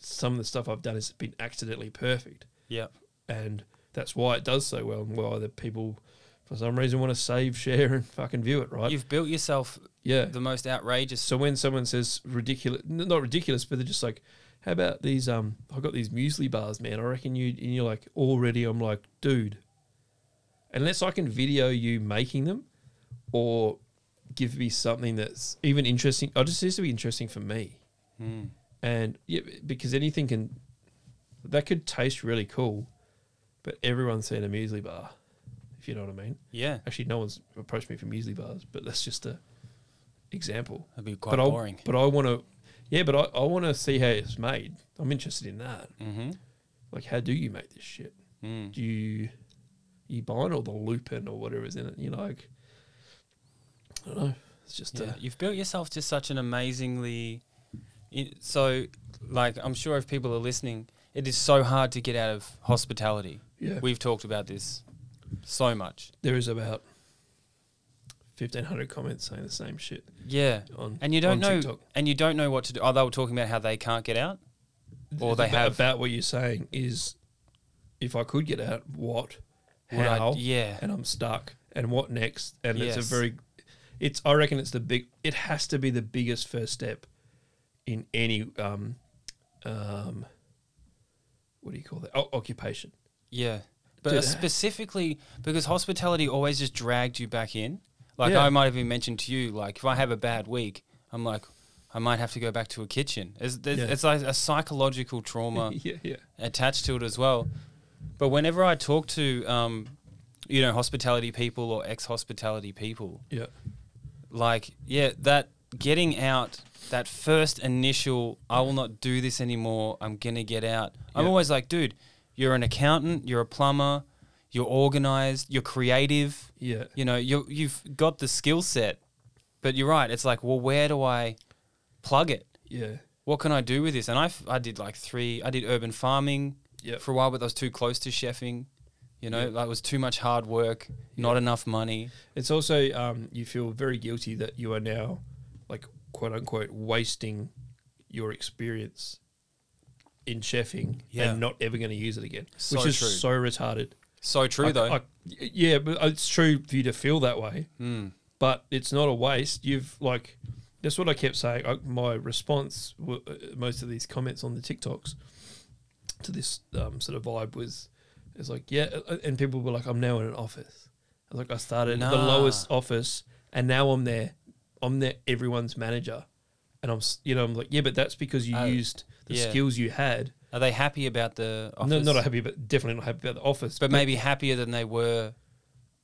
[SPEAKER 2] some of the stuff I've done has been accidentally perfect
[SPEAKER 1] yeah.
[SPEAKER 2] and that's why it does so well and why the people for some reason want to save share and fucking view it right
[SPEAKER 1] You've built yourself
[SPEAKER 2] yeah
[SPEAKER 1] the most outrageous.
[SPEAKER 2] so when someone says ridiculous n- not ridiculous but they're just like how about these um i got these muesli bars man i reckon you and you're like already i'm like dude unless i can video you making them or give me something that's even interesting i just needs to be interesting for me
[SPEAKER 1] Mm.
[SPEAKER 2] and yeah, because anything can that could taste really cool, but everyone's seen a muesli bar, if you know what I mean.
[SPEAKER 1] Yeah,
[SPEAKER 2] Actually, no one's approached me for muesli bars, but that's just a example.
[SPEAKER 1] that'd be quite
[SPEAKER 2] but I-
[SPEAKER 1] boring.
[SPEAKER 2] But I want to, yeah, but I, I want to see how it's made. I'm interested in that.
[SPEAKER 1] Mm-hmm.
[SPEAKER 2] Like, how do you make this shit?
[SPEAKER 1] Mm.
[SPEAKER 2] Do you you buying all the lupin or whatever is in it? You know, like, I don't know. It's just uh,
[SPEAKER 1] Yeah,
[SPEAKER 2] a,
[SPEAKER 1] you've built yourself to such an amazingly. i- So, like, I'm sure if people are listening, it is so hard to get out of hospitality.
[SPEAKER 2] yeah.
[SPEAKER 1] We've talked about this so much.
[SPEAKER 2] there is about fifteen hundred comments saying the same shit.
[SPEAKER 1] Yeah,
[SPEAKER 2] on
[SPEAKER 1] and you don't
[SPEAKER 2] on
[SPEAKER 1] know,
[SPEAKER 2] TikTok.
[SPEAKER 1] and you don't know what to do. Oh, they were talking about how they can't get out, or they
[SPEAKER 2] about,
[SPEAKER 1] have.
[SPEAKER 2] about what you're saying is if I could get out, what,
[SPEAKER 1] Would I-
[SPEAKER 2] how,
[SPEAKER 1] yeah.
[SPEAKER 2] and I'm stuck, and what next? And it's
[SPEAKER 1] Yes.
[SPEAKER 2] a very, it's I reckon it's the big, it has to be the biggest first step in any um, um, what do you call that? O- occupation.
[SPEAKER 1] Yeah, but
[SPEAKER 2] Dude,
[SPEAKER 1] uh, specifically because hospitality always just dragged you back in. Like
[SPEAKER 2] Yeah.
[SPEAKER 1] I might have even mentioned to you, like if I have a bad week, I'm like, I might have to go back to a kitchen. It's, there's-
[SPEAKER 2] Yeah.
[SPEAKER 1] it's like a psychological trauma
[SPEAKER 2] yeah, yeah,
[SPEAKER 1] attached to it as well. But whenever I talk to, um, you know, hospitality people or ex-hospitality people,
[SPEAKER 2] yeah,
[SPEAKER 1] like yeah that getting out that first initial i will not do this anymore i'm gonna get out i'm
[SPEAKER 2] Yeah.
[SPEAKER 1] always like dude you're an accountant you're a plumber you're organized you're creative
[SPEAKER 2] yeah.
[SPEAKER 1] you know you you've got the skill set but you're right it's like well where do i plug it
[SPEAKER 2] yeah.
[SPEAKER 1] what can i do with this and i, f- I did like three i did urban farming
[SPEAKER 2] Yep.
[SPEAKER 1] for a while but that was too close to chefing you know that was too much hard work not enough money
[SPEAKER 2] It's also um, you feel very guilty that you are now, like quote unquote, wasting your experience in chefing
[SPEAKER 1] Yeah.
[SPEAKER 2] and not ever going to use it again,
[SPEAKER 1] So
[SPEAKER 2] which is
[SPEAKER 1] true.
[SPEAKER 2] so retarded.
[SPEAKER 1] so true
[SPEAKER 2] I-
[SPEAKER 1] though
[SPEAKER 2] I- yeah, but uh, it's true for you to feel that way,
[SPEAKER 1] Mm.
[SPEAKER 2] but it's not a waste. You've like that's what I kept saying. I, my response, were, uh, most of these comments on the TikToks to this um, sort of vibe was, is like yeah, uh, and people were like, I'm now in an office. I was like I started at the
[SPEAKER 1] Nah.
[SPEAKER 2] lowest office, and now I'm there. I'm there, everyone's manager, and I'm s- you know I'm like yeah, but that's because you
[SPEAKER 1] Oh,
[SPEAKER 2] used the
[SPEAKER 1] yeah.
[SPEAKER 2] skills you had.
[SPEAKER 1] Are they happy about the office?
[SPEAKER 2] No, not happy, but definitely not happy about the office.
[SPEAKER 1] but maybe happier than they were.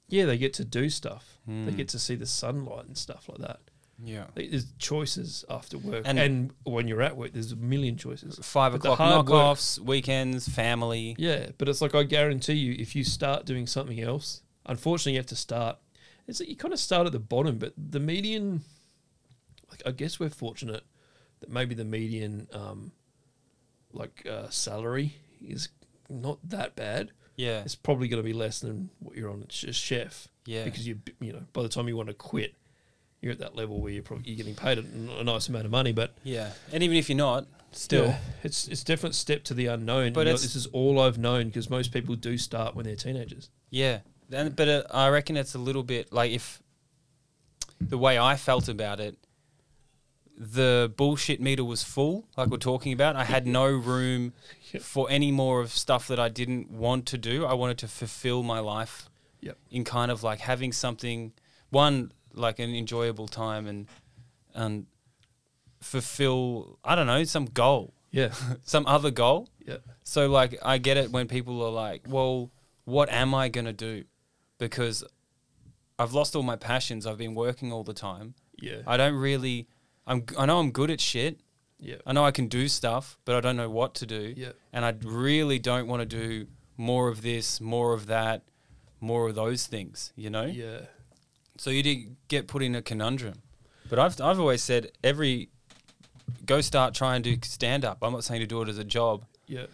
[SPEAKER 2] yeah, they get to do stuff. They
[SPEAKER 1] Hmm.
[SPEAKER 2] get to see the sunlight and stuff like that.
[SPEAKER 1] Yeah.
[SPEAKER 2] Like, There's choices after work,
[SPEAKER 1] And-
[SPEAKER 2] and, when you're at work, there's a million choices.
[SPEAKER 1] Five
[SPEAKER 2] But the
[SPEAKER 1] o'clock
[SPEAKER 2] hard work-
[SPEAKER 1] knockoffs, weekends, family.
[SPEAKER 2] Yeah, but it's like I guarantee you, if you start doing something else, unfortunately, you have to start. It's like you kind of start at the bottom, but the median, like I guess we're fortunate that maybe the median, um, like uh, salary is not that bad.
[SPEAKER 1] Yeah.
[SPEAKER 2] It's probably going to be less than what you're on as a chef.
[SPEAKER 1] Yeah.
[SPEAKER 2] Because you you know by the time you want to quit, you're at that level where you're probably you're getting paid a, a nice amount of money, but
[SPEAKER 1] Yeah. And even if you're not, still.
[SPEAKER 2] Yeah, it's it's definitely a step to the unknown.
[SPEAKER 1] But
[SPEAKER 2] But
[SPEAKER 1] it's-
[SPEAKER 2] this is all I've known because most people do start when they're teenagers.
[SPEAKER 1] Yeah. And, but uh, I reckon it's a little bit like if the way I felt about it, the bullshit meter was full, like we're talking about. I had no room
[SPEAKER 2] Yeah.
[SPEAKER 1] for any more of stuff that I didn't want to do. I wanted to fulfill my life
[SPEAKER 2] Yep.
[SPEAKER 1] in kind of like having something one like an enjoyable time and and fulfill I don't know some goal,
[SPEAKER 2] Yeah.
[SPEAKER 1] some other goal.
[SPEAKER 2] Yeah.
[SPEAKER 1] So like I get it when people are like, "Well, what am I going to do?" Because I've lost all my passions. I've been working all the time.
[SPEAKER 2] Yeah.
[SPEAKER 1] I don't really I'm I know I'm good at shit.
[SPEAKER 2] yeah.
[SPEAKER 1] I know I can do stuff, but I don't know what to do.
[SPEAKER 2] Yeah.
[SPEAKER 1] And I really don't want to do more of this, more of that, more of those things, you know?
[SPEAKER 2] Yeah.
[SPEAKER 1] So you did get put in a conundrum. But I've, I've always said every go start try and do stand up. I'm not saying to do it as a job,
[SPEAKER 2] Yeah.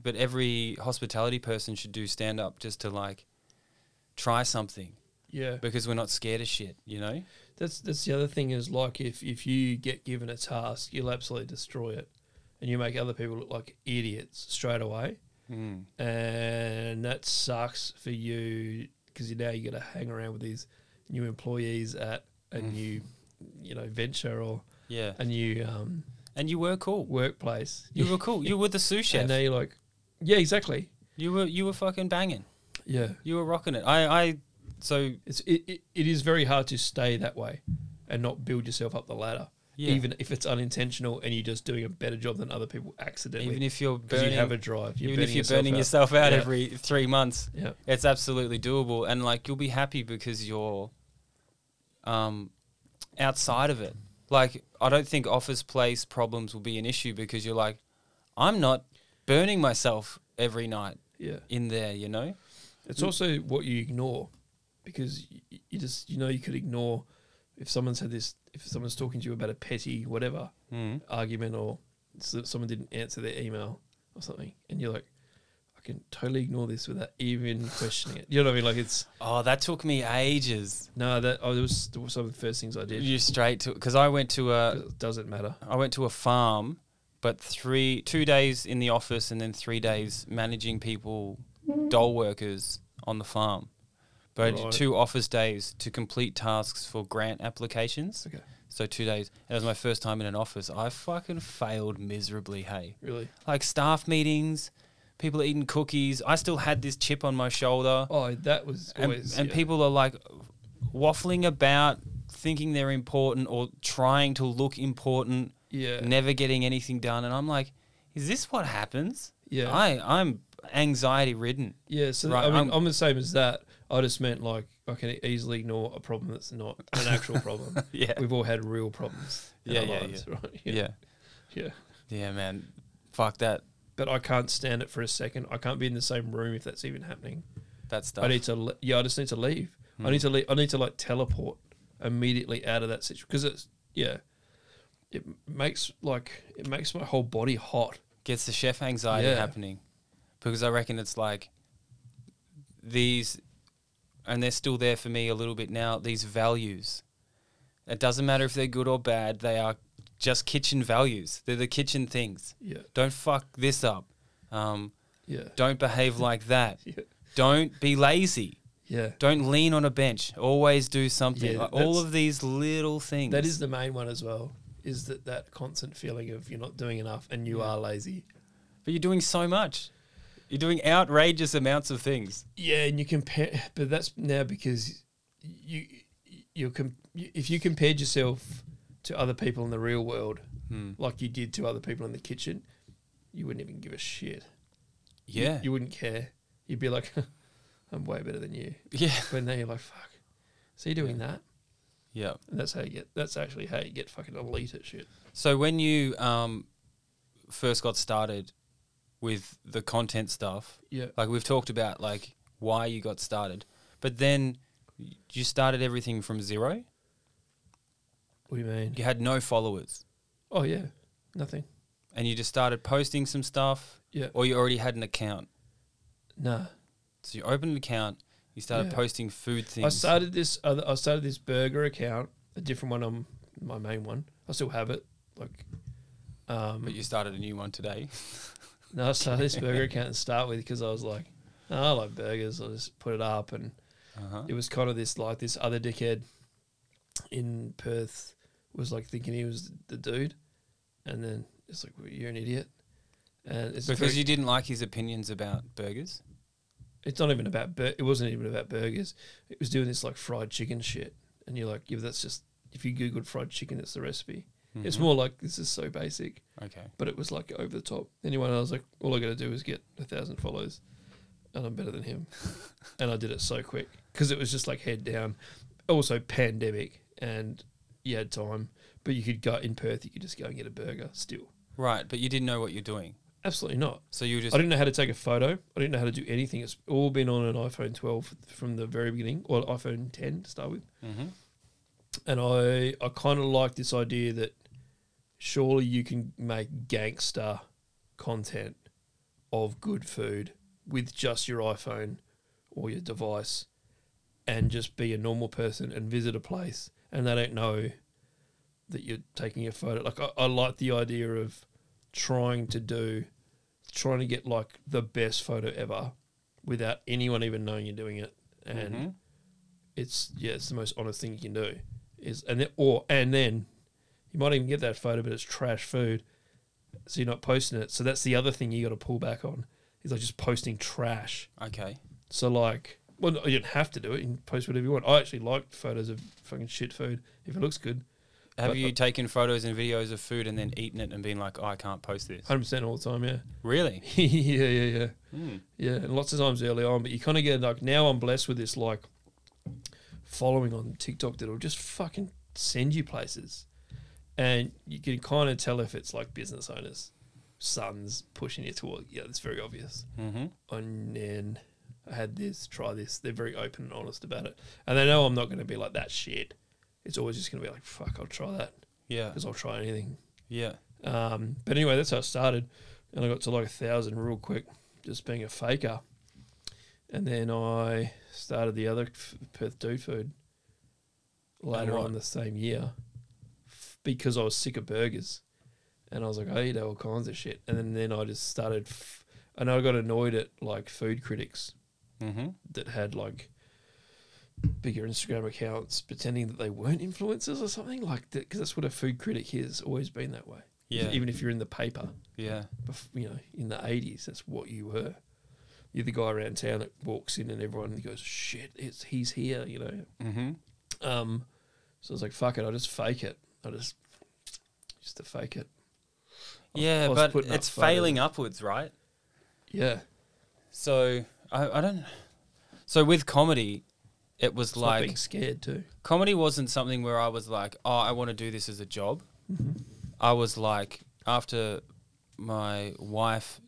[SPEAKER 1] but every hospitality person should do stand up just to like try something
[SPEAKER 2] Yeah.
[SPEAKER 1] because we're not scared of shit, you know?
[SPEAKER 2] That's that's the other thing is like if if you get given a task, you'll absolutely destroy it, and you make other people look like idiots straight away,
[SPEAKER 1] Mm.
[SPEAKER 2] and that sucks for you because now you got to hang around with these new employees at a
[SPEAKER 1] Mm.
[SPEAKER 2] new you know venture or
[SPEAKER 1] Yeah.
[SPEAKER 2] a new um,
[SPEAKER 1] And you were cool.
[SPEAKER 2] workplace.
[SPEAKER 1] You were cool. You were the sous chef.
[SPEAKER 2] and now you're like, yeah, exactly.
[SPEAKER 1] You were you were fucking banging.
[SPEAKER 2] Yeah,
[SPEAKER 1] You were rocking it. I, I so
[SPEAKER 2] it's it, it, it is very hard to stay that way and not build yourself up the ladder.
[SPEAKER 1] Yeah.
[SPEAKER 2] Even if it's unintentional and you're just doing a better job than other people accidentally.
[SPEAKER 1] even if you're
[SPEAKER 2] 'Cause
[SPEAKER 1] burning,
[SPEAKER 2] you have a drive. You're
[SPEAKER 1] even if you're burning
[SPEAKER 2] out.
[SPEAKER 1] yourself out
[SPEAKER 2] Yeah.
[SPEAKER 1] every three months,
[SPEAKER 2] Yeah.
[SPEAKER 1] it's absolutely doable. And like you'll be happy because you're, um, outside of it. Like I don't think office place problems will be an issue because you're like, I'm not burning myself every night
[SPEAKER 2] Yeah.
[SPEAKER 1] in there. You know?
[SPEAKER 2] It's also what you ignore because you, you just, you know, you could ignore if someone said this, if someone's talking to you about a petty whatever
[SPEAKER 1] Mm.
[SPEAKER 2] argument or so someone didn't answer their email or something. And you're like, I can totally ignore this without even questioning it. You know what I mean? Like it's,
[SPEAKER 1] Oh, that took me ages.
[SPEAKER 2] no, that oh, it was that was some of the first things I did.
[SPEAKER 1] You straight to because I went to a
[SPEAKER 2] 'Cause it doesn't matter.
[SPEAKER 1] I went to a farm, but three two days in the office and then three days managing people, dole workers on the farm. But I did
[SPEAKER 2] Right.
[SPEAKER 1] two office days to complete tasks for grant applications.
[SPEAKER 2] Okay.
[SPEAKER 1] So two days. It was my first time in an office. I fucking failed miserably. Hey,
[SPEAKER 2] Really?
[SPEAKER 1] like staff meetings, people eating cookies. I still had this chip on my shoulder
[SPEAKER 2] Oh, that was
[SPEAKER 1] and,
[SPEAKER 2] always,
[SPEAKER 1] and
[SPEAKER 2] yeah.
[SPEAKER 1] people are like waffling about thinking they're important or trying to look important
[SPEAKER 2] Yeah.
[SPEAKER 1] never getting anything done and i'm like is this what happens
[SPEAKER 2] Yeah.
[SPEAKER 1] i i'm anxiety ridden
[SPEAKER 2] Yeah, so
[SPEAKER 1] Right,
[SPEAKER 2] I mean,
[SPEAKER 1] I'm-
[SPEAKER 2] I'm, the same as that. I just meant like I can easily ignore a problem that's not an actual problem.
[SPEAKER 1] Yeah.
[SPEAKER 2] we've all had real problems. In
[SPEAKER 1] Yeah,
[SPEAKER 2] our
[SPEAKER 1] yeah,
[SPEAKER 2] lives, Right?
[SPEAKER 1] yeah. yeah
[SPEAKER 2] yeah.
[SPEAKER 1] man fuck that
[SPEAKER 2] But I can't stand it for a second. I can't be in the same room if that's even happening.
[SPEAKER 1] that stuff
[SPEAKER 2] I need to. Le- yeah, I just need to leave.
[SPEAKER 1] Hmm.
[SPEAKER 2] I need to. Le- I need to like teleport immediately out of that situation because it's yeah. It makes like it makes my whole body hot.
[SPEAKER 1] gets the chef anxiety
[SPEAKER 2] Yeah.
[SPEAKER 1] happening because i reckon it's like these and they're still there for me a little bit now these values it doesn't matter if they're good or bad they are just kitchen values they're the kitchen things
[SPEAKER 2] Yeah,
[SPEAKER 1] don't fuck this up um,
[SPEAKER 2] yeah,
[SPEAKER 1] don't behave like that
[SPEAKER 2] yeah,
[SPEAKER 1] don't be lazy
[SPEAKER 2] yeah.
[SPEAKER 1] Don't lean on a bench. Always do something.
[SPEAKER 2] Yeah,
[SPEAKER 1] Like, all
[SPEAKER 2] that's-
[SPEAKER 1] of these little things.
[SPEAKER 2] That is the main one as well. Is that that constant feeling of you're not doing enough and you are lazy?
[SPEAKER 1] But you're doing so much. You're doing outrageous amounts of things.
[SPEAKER 2] Yeah, and you compare, but that's now because you you com- if you compared yourself to other people in the real world, like you did to other people in the kitchen, you wouldn't even give a shit. You-
[SPEAKER 1] Yeah.
[SPEAKER 2] you, wouldn't care. You'd be like, I'm way better than you.
[SPEAKER 1] yeah.
[SPEAKER 2] But now you're like, fuck. So you're doing that,
[SPEAKER 1] Yeah.
[SPEAKER 2] and that's how you get. That's actually how you get fucking elite at shit.
[SPEAKER 1] So when you um, first got started with the content stuff,
[SPEAKER 2] Yeah,
[SPEAKER 1] like we've talked about, like why you got started, but then you started everything from zero.
[SPEAKER 2] what do you mean?
[SPEAKER 1] You had no followers,
[SPEAKER 2] Oh yeah, nothing.
[SPEAKER 1] and you just started posting some stuff,
[SPEAKER 2] Yeah,
[SPEAKER 1] or you already had an account.
[SPEAKER 2] nah.
[SPEAKER 1] So you opened an account. You started
[SPEAKER 2] Yeah.
[SPEAKER 1] posting food things.
[SPEAKER 2] I started this other. I started this burger account, a different one. on my main one. I still have it. Like, um,
[SPEAKER 1] But you started a new one today.
[SPEAKER 2] no, I started this burger account to start with because I was like, oh, I like burgers. I'll just put it up, and
[SPEAKER 1] Uh-huh.
[SPEAKER 2] it was kind of this like this other dickhead in Perth was like thinking he was the dude, and then it's like well, you're an idiot, and it's
[SPEAKER 1] Because
[SPEAKER 2] very-
[SPEAKER 1] you didn't like his opinions about burgers.
[SPEAKER 2] it's not even about bur- it wasn't even about burgers. It was doing this like fried chicken shit, and you're like, yeah, that's just if you googled fried chicken, it's the recipe.
[SPEAKER 1] Mm-hmm.
[SPEAKER 2] It's more like this is so basic,
[SPEAKER 1] Okay.
[SPEAKER 2] but it was like over the top. Anyway, and I was like, all I got to do is get a thousand followers, and I'm better than him. and I did it so quick because it was just like head down. Also pandemic, and you had time, but you could go in Perth. You could just go and get a burger still.
[SPEAKER 1] Right, but you didn't know what you're doing.
[SPEAKER 2] Absolutely not.
[SPEAKER 1] So you were just
[SPEAKER 2] I didn't know how to take a photo. I didn't know how to do anything. It's all been on an iPhone 12 from the very beginning, or iPhone 10 to start with.
[SPEAKER 1] Mhm.
[SPEAKER 2] And I, I kind of like this idea that surely you can make gangster content of good food with just your iPhone or your device and just be a normal person and visit a place and they don't know that you're taking a photo. Like I, I like the idea of trying to do trying to get like the best photo ever without anyone even knowing you're doing it. And
[SPEAKER 1] Mhm.
[SPEAKER 2] it's yeah, it's the most honest thing you can do. Is and then or and then you might even get that photo but it's trash food. So you're not posting it. So that's the other thing you gotta pull back on is like just posting trash.
[SPEAKER 1] okay.
[SPEAKER 2] So like, well, no, you don't have to do it. You can post whatever you want. I actually like photos of fucking shit food if it looks good.
[SPEAKER 1] Have
[SPEAKER 2] But-
[SPEAKER 1] you taken photos and videos of food and then eaten it and been like, oh, I can't post this?
[SPEAKER 2] Hundred percent all the time. Yeah,
[SPEAKER 1] Really?
[SPEAKER 2] yeah, yeah, yeah,
[SPEAKER 1] Hmm.
[SPEAKER 2] yeah. And lots of times early on, but you kind of get like now I'm blessed with this like following on TikTok that'll just fucking send you places, and you can kind of tell if it's like business owners, sons pushing you toward. Yeah, it's very obvious.
[SPEAKER 1] Mm-hmm.
[SPEAKER 2] and then I had this, try this. They're very open and honest about it. And they know I'm not going to be like that shit. It's always just going to be like, fuck, I'll try that
[SPEAKER 1] Yeah.
[SPEAKER 2] because I'll try anything.
[SPEAKER 1] Yeah.
[SPEAKER 2] Um, but anyway, that's how I started. And I got to like a thousand real quick, just being a faker. And then I started the other f- Perth Do Food later
[SPEAKER 1] what?
[SPEAKER 2] on the same year f- because I was sick of burgers. And I was like, I eat all kinds of shit. And then, then I just started, f- and I got annoyed at like food critics
[SPEAKER 1] Mm-hmm.
[SPEAKER 2] that had like bigger Instagram accounts pretending that they weren't influencers or something like that because that's what a food critic is always been that way
[SPEAKER 1] Yeah.
[SPEAKER 2] even if you're in the paper
[SPEAKER 1] Yeah.
[SPEAKER 2] bef- you know in the 80s that's what you were you're the guy around town that walks in and everyone goes shit it's he's here you know
[SPEAKER 1] Mm-hmm.
[SPEAKER 2] um so I was like fuck it I'll just fake it I just just to fake it I was- I
[SPEAKER 1] Yeah,
[SPEAKER 2] was
[SPEAKER 1] but
[SPEAKER 2] putting up
[SPEAKER 1] it's
[SPEAKER 2] photos.
[SPEAKER 1] failing upwards, right?
[SPEAKER 2] yeah
[SPEAKER 1] So I, I don't. So with comedy, it was
[SPEAKER 2] it's like
[SPEAKER 1] like
[SPEAKER 2] being scared too
[SPEAKER 1] comedy wasn't something where I was like, oh, I want to do this as a job. I was like, after my wife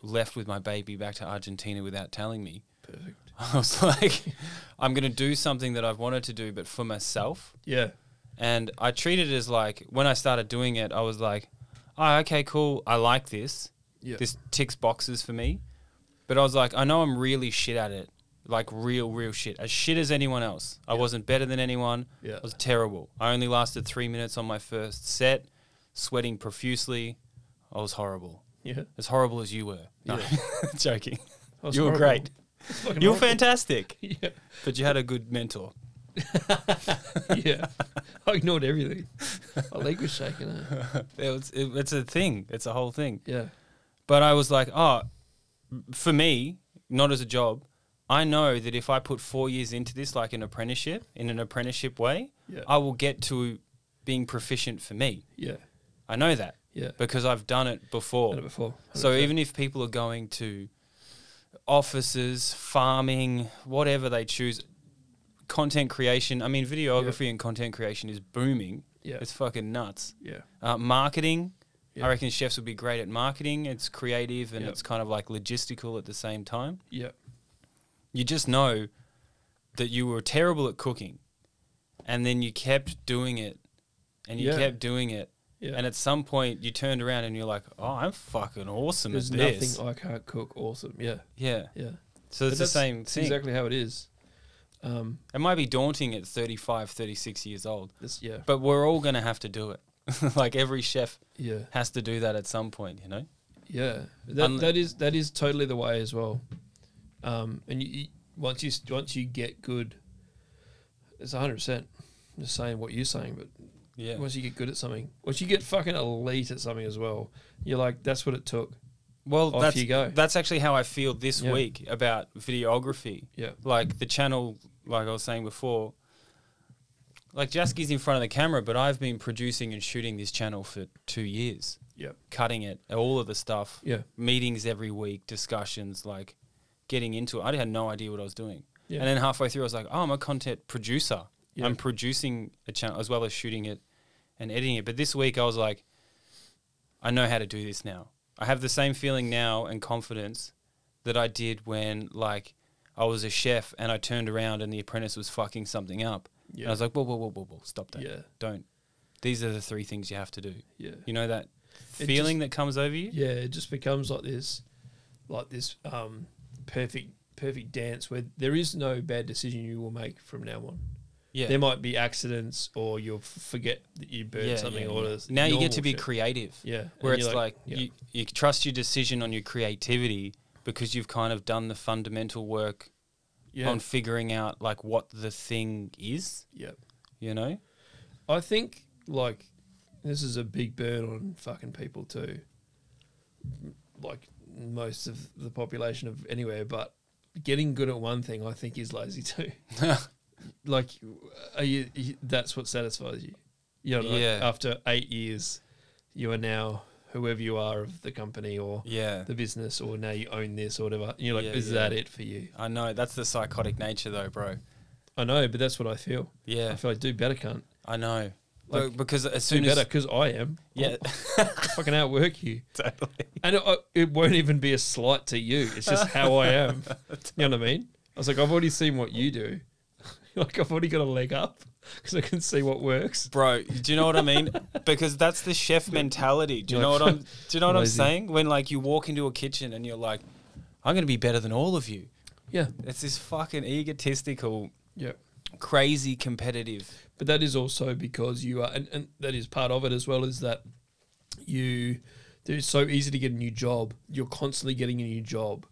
[SPEAKER 1] left with my baby back to Argentina without telling me,
[SPEAKER 2] perfect
[SPEAKER 1] I was like, I'm going to do something that I've wanted to do, but for myself.
[SPEAKER 2] yeah
[SPEAKER 1] And I treated it as like, when I started doing it, I was like, oh, okay, cool. I like this.
[SPEAKER 2] yeah
[SPEAKER 1] This ticks boxes for me. But I was like, I know I'm really shit at it. Like real, real shit. As shit as anyone else. I wasn't better than anyone.
[SPEAKER 2] Yeah.
[SPEAKER 1] I was terrible. I only lasted three minutes on my first set, sweating profusely. I was horrible.
[SPEAKER 2] yeah
[SPEAKER 1] As horrible as you were. No, joking.
[SPEAKER 2] I was
[SPEAKER 1] You were
[SPEAKER 2] horrible.
[SPEAKER 1] great.
[SPEAKER 2] It's fucking
[SPEAKER 1] You were
[SPEAKER 2] horrible.
[SPEAKER 1] fantastic.
[SPEAKER 2] yeah
[SPEAKER 1] But you had a good mentor.
[SPEAKER 2] yeah. I ignored everything. My leg was shaking. eh?
[SPEAKER 1] It was, it, it's a thing. It's a whole thing.
[SPEAKER 2] Yeah.
[SPEAKER 1] But I was like, oh, for me, not as a job, I know that if I put four years into this, like an apprenticeship, in an apprenticeship way,
[SPEAKER 2] Yeah.
[SPEAKER 1] I will get to being proficient for me.
[SPEAKER 2] Yeah.
[SPEAKER 1] I know that
[SPEAKER 2] Yeah.
[SPEAKER 1] because I've done it before.
[SPEAKER 2] Done it before.
[SPEAKER 1] So
[SPEAKER 2] 100%.
[SPEAKER 1] even if people are going to offices, farming, whatever they choose, content creation, I mean, videography and content creation is booming.
[SPEAKER 2] Yeah.
[SPEAKER 1] It's fucking nuts.
[SPEAKER 2] Yeah.
[SPEAKER 1] Uh, marketing.
[SPEAKER 2] Yeah.
[SPEAKER 1] I reckon chefs would be great at marketing. It's creative and
[SPEAKER 2] Yep.
[SPEAKER 1] it's kind of like logistical at the same time.
[SPEAKER 2] Yeah.
[SPEAKER 1] You just know that you were terrible at cooking and then you kept doing it and you
[SPEAKER 2] Yeah.
[SPEAKER 1] kept doing it.
[SPEAKER 2] Yeah.
[SPEAKER 1] And at some point you turned around and you're like, oh, I'm fucking awesome
[SPEAKER 2] there's
[SPEAKER 1] at this.
[SPEAKER 2] nothing I can't cook. Awesome. Yeah.
[SPEAKER 1] yeah.
[SPEAKER 2] Yeah.
[SPEAKER 1] So it's
[SPEAKER 2] But
[SPEAKER 1] the same
[SPEAKER 2] that's
[SPEAKER 1] thing.
[SPEAKER 2] Exactly how it is. Um.
[SPEAKER 1] It might be daunting at 35, 36 years old,
[SPEAKER 2] This. Yeah.
[SPEAKER 1] but we're all going to have to do it. like every chef
[SPEAKER 2] Yeah.
[SPEAKER 1] has to do that at some point, you know?
[SPEAKER 2] Yeah. That,
[SPEAKER 1] Unle-
[SPEAKER 2] that is that is totally the way as well. Um. And you, you once you once you get good, it's hundred percent. Just saying what you're saying, but
[SPEAKER 1] Yeah.
[SPEAKER 2] Once you get good at something, once you get fucking elite at something as well, you're like, that's what it took.
[SPEAKER 1] Well,
[SPEAKER 2] Off
[SPEAKER 1] that's,
[SPEAKER 2] you go.
[SPEAKER 1] that's actually how I feel this
[SPEAKER 2] Yeah.
[SPEAKER 1] week about videography.
[SPEAKER 2] Yeah.
[SPEAKER 1] Like the channel, like I was saying before, like Jaski's in front of the camera, but I've been producing and shooting this channel for two years,
[SPEAKER 2] Yep.
[SPEAKER 1] cutting it, all of the stuff,
[SPEAKER 2] Yeah.
[SPEAKER 1] meetings every week, discussions, like getting into it. I had no idea what I was doing.
[SPEAKER 2] Yeah.
[SPEAKER 1] And then halfway through, I was like, oh, I'm a content producer.
[SPEAKER 2] Yeah.
[SPEAKER 1] I'm producing a channel as well as shooting it and editing it. But this week, I was like, I know how to do this now. I have the same feeling now and confidence that I did when like I was a chef and I turned around and the apprentice was fucking something up. And
[SPEAKER 2] Yeah.
[SPEAKER 1] I was like, whoa, whoa, whoa, whoa, whoa, stop that.
[SPEAKER 2] Yeah.
[SPEAKER 1] Don't. These are the three things you have to do.
[SPEAKER 2] Yeah.
[SPEAKER 1] You know that
[SPEAKER 2] It
[SPEAKER 1] feeling that comes over you?
[SPEAKER 2] Yeah, it just becomes like this, like this um, perfect perfect dance where there is no bad decision you will make from now on.
[SPEAKER 1] Yeah.
[SPEAKER 2] There might be accidents, or you'll f- forget that you burned
[SPEAKER 1] Yeah,
[SPEAKER 2] something,
[SPEAKER 1] yeah,
[SPEAKER 2] or
[SPEAKER 1] yeah.
[SPEAKER 2] this
[SPEAKER 1] now you
[SPEAKER 2] normal
[SPEAKER 1] get to be
[SPEAKER 2] shit.
[SPEAKER 1] creative.
[SPEAKER 2] Yeah, and
[SPEAKER 1] where
[SPEAKER 2] you're
[SPEAKER 1] it's like,
[SPEAKER 2] yeah,
[SPEAKER 1] you, you trust your decision on your creativity because you've kind of done the fundamental work
[SPEAKER 2] yeah,
[SPEAKER 1] on figuring out like what the thing is.
[SPEAKER 2] yeah.
[SPEAKER 1] You know?
[SPEAKER 2] I think like this is a big burn on fucking people too. Like most of the population of anywhere, but getting good at one thing, I think, is lazy too. like, are you? you- That's what satisfies you. You know, like,
[SPEAKER 1] Yeah.
[SPEAKER 2] after eight years, you are now whoever you are of the company or
[SPEAKER 1] Yeah.
[SPEAKER 2] the business, or now you own this or whatever. And you're like,
[SPEAKER 1] Yeah,
[SPEAKER 2] is
[SPEAKER 1] yeah.
[SPEAKER 2] that it for you?
[SPEAKER 1] I know that's the psychotic nature, though, bro.
[SPEAKER 2] I know, but that's what I feel. I
[SPEAKER 1] Yeah,
[SPEAKER 2] feel like do better, cunt.
[SPEAKER 1] I know.
[SPEAKER 2] Like,
[SPEAKER 1] Be- because as
[SPEAKER 2] Do
[SPEAKER 1] soon
[SPEAKER 2] better
[SPEAKER 1] as
[SPEAKER 2] because I am.
[SPEAKER 1] yeah,
[SPEAKER 2] I'll fucking outwork you.
[SPEAKER 1] totally.
[SPEAKER 2] And it, uh, it won't even be a slight to you. It's just how I am. You know what I mean? I was like, I've already seen what you do. like, I've already got a leg up because I can see what works.
[SPEAKER 1] bro. Do you know what I mean? Because that's the chef mentality. Do you
[SPEAKER 2] You're
[SPEAKER 1] know
[SPEAKER 2] like,
[SPEAKER 1] what I'm? Do you know what I'm
[SPEAKER 2] lazy.
[SPEAKER 1] saying? When like you walk into a kitchen and you're like, I'm gonna be better than all of you.
[SPEAKER 2] Yeah.
[SPEAKER 1] It's this fucking egotistical,
[SPEAKER 2] Yeah.
[SPEAKER 1] crazy competitive.
[SPEAKER 2] But that is also because you are, and, and that is part of it as well, is that you, it's so easy to get a new job. You're constantly getting a new job.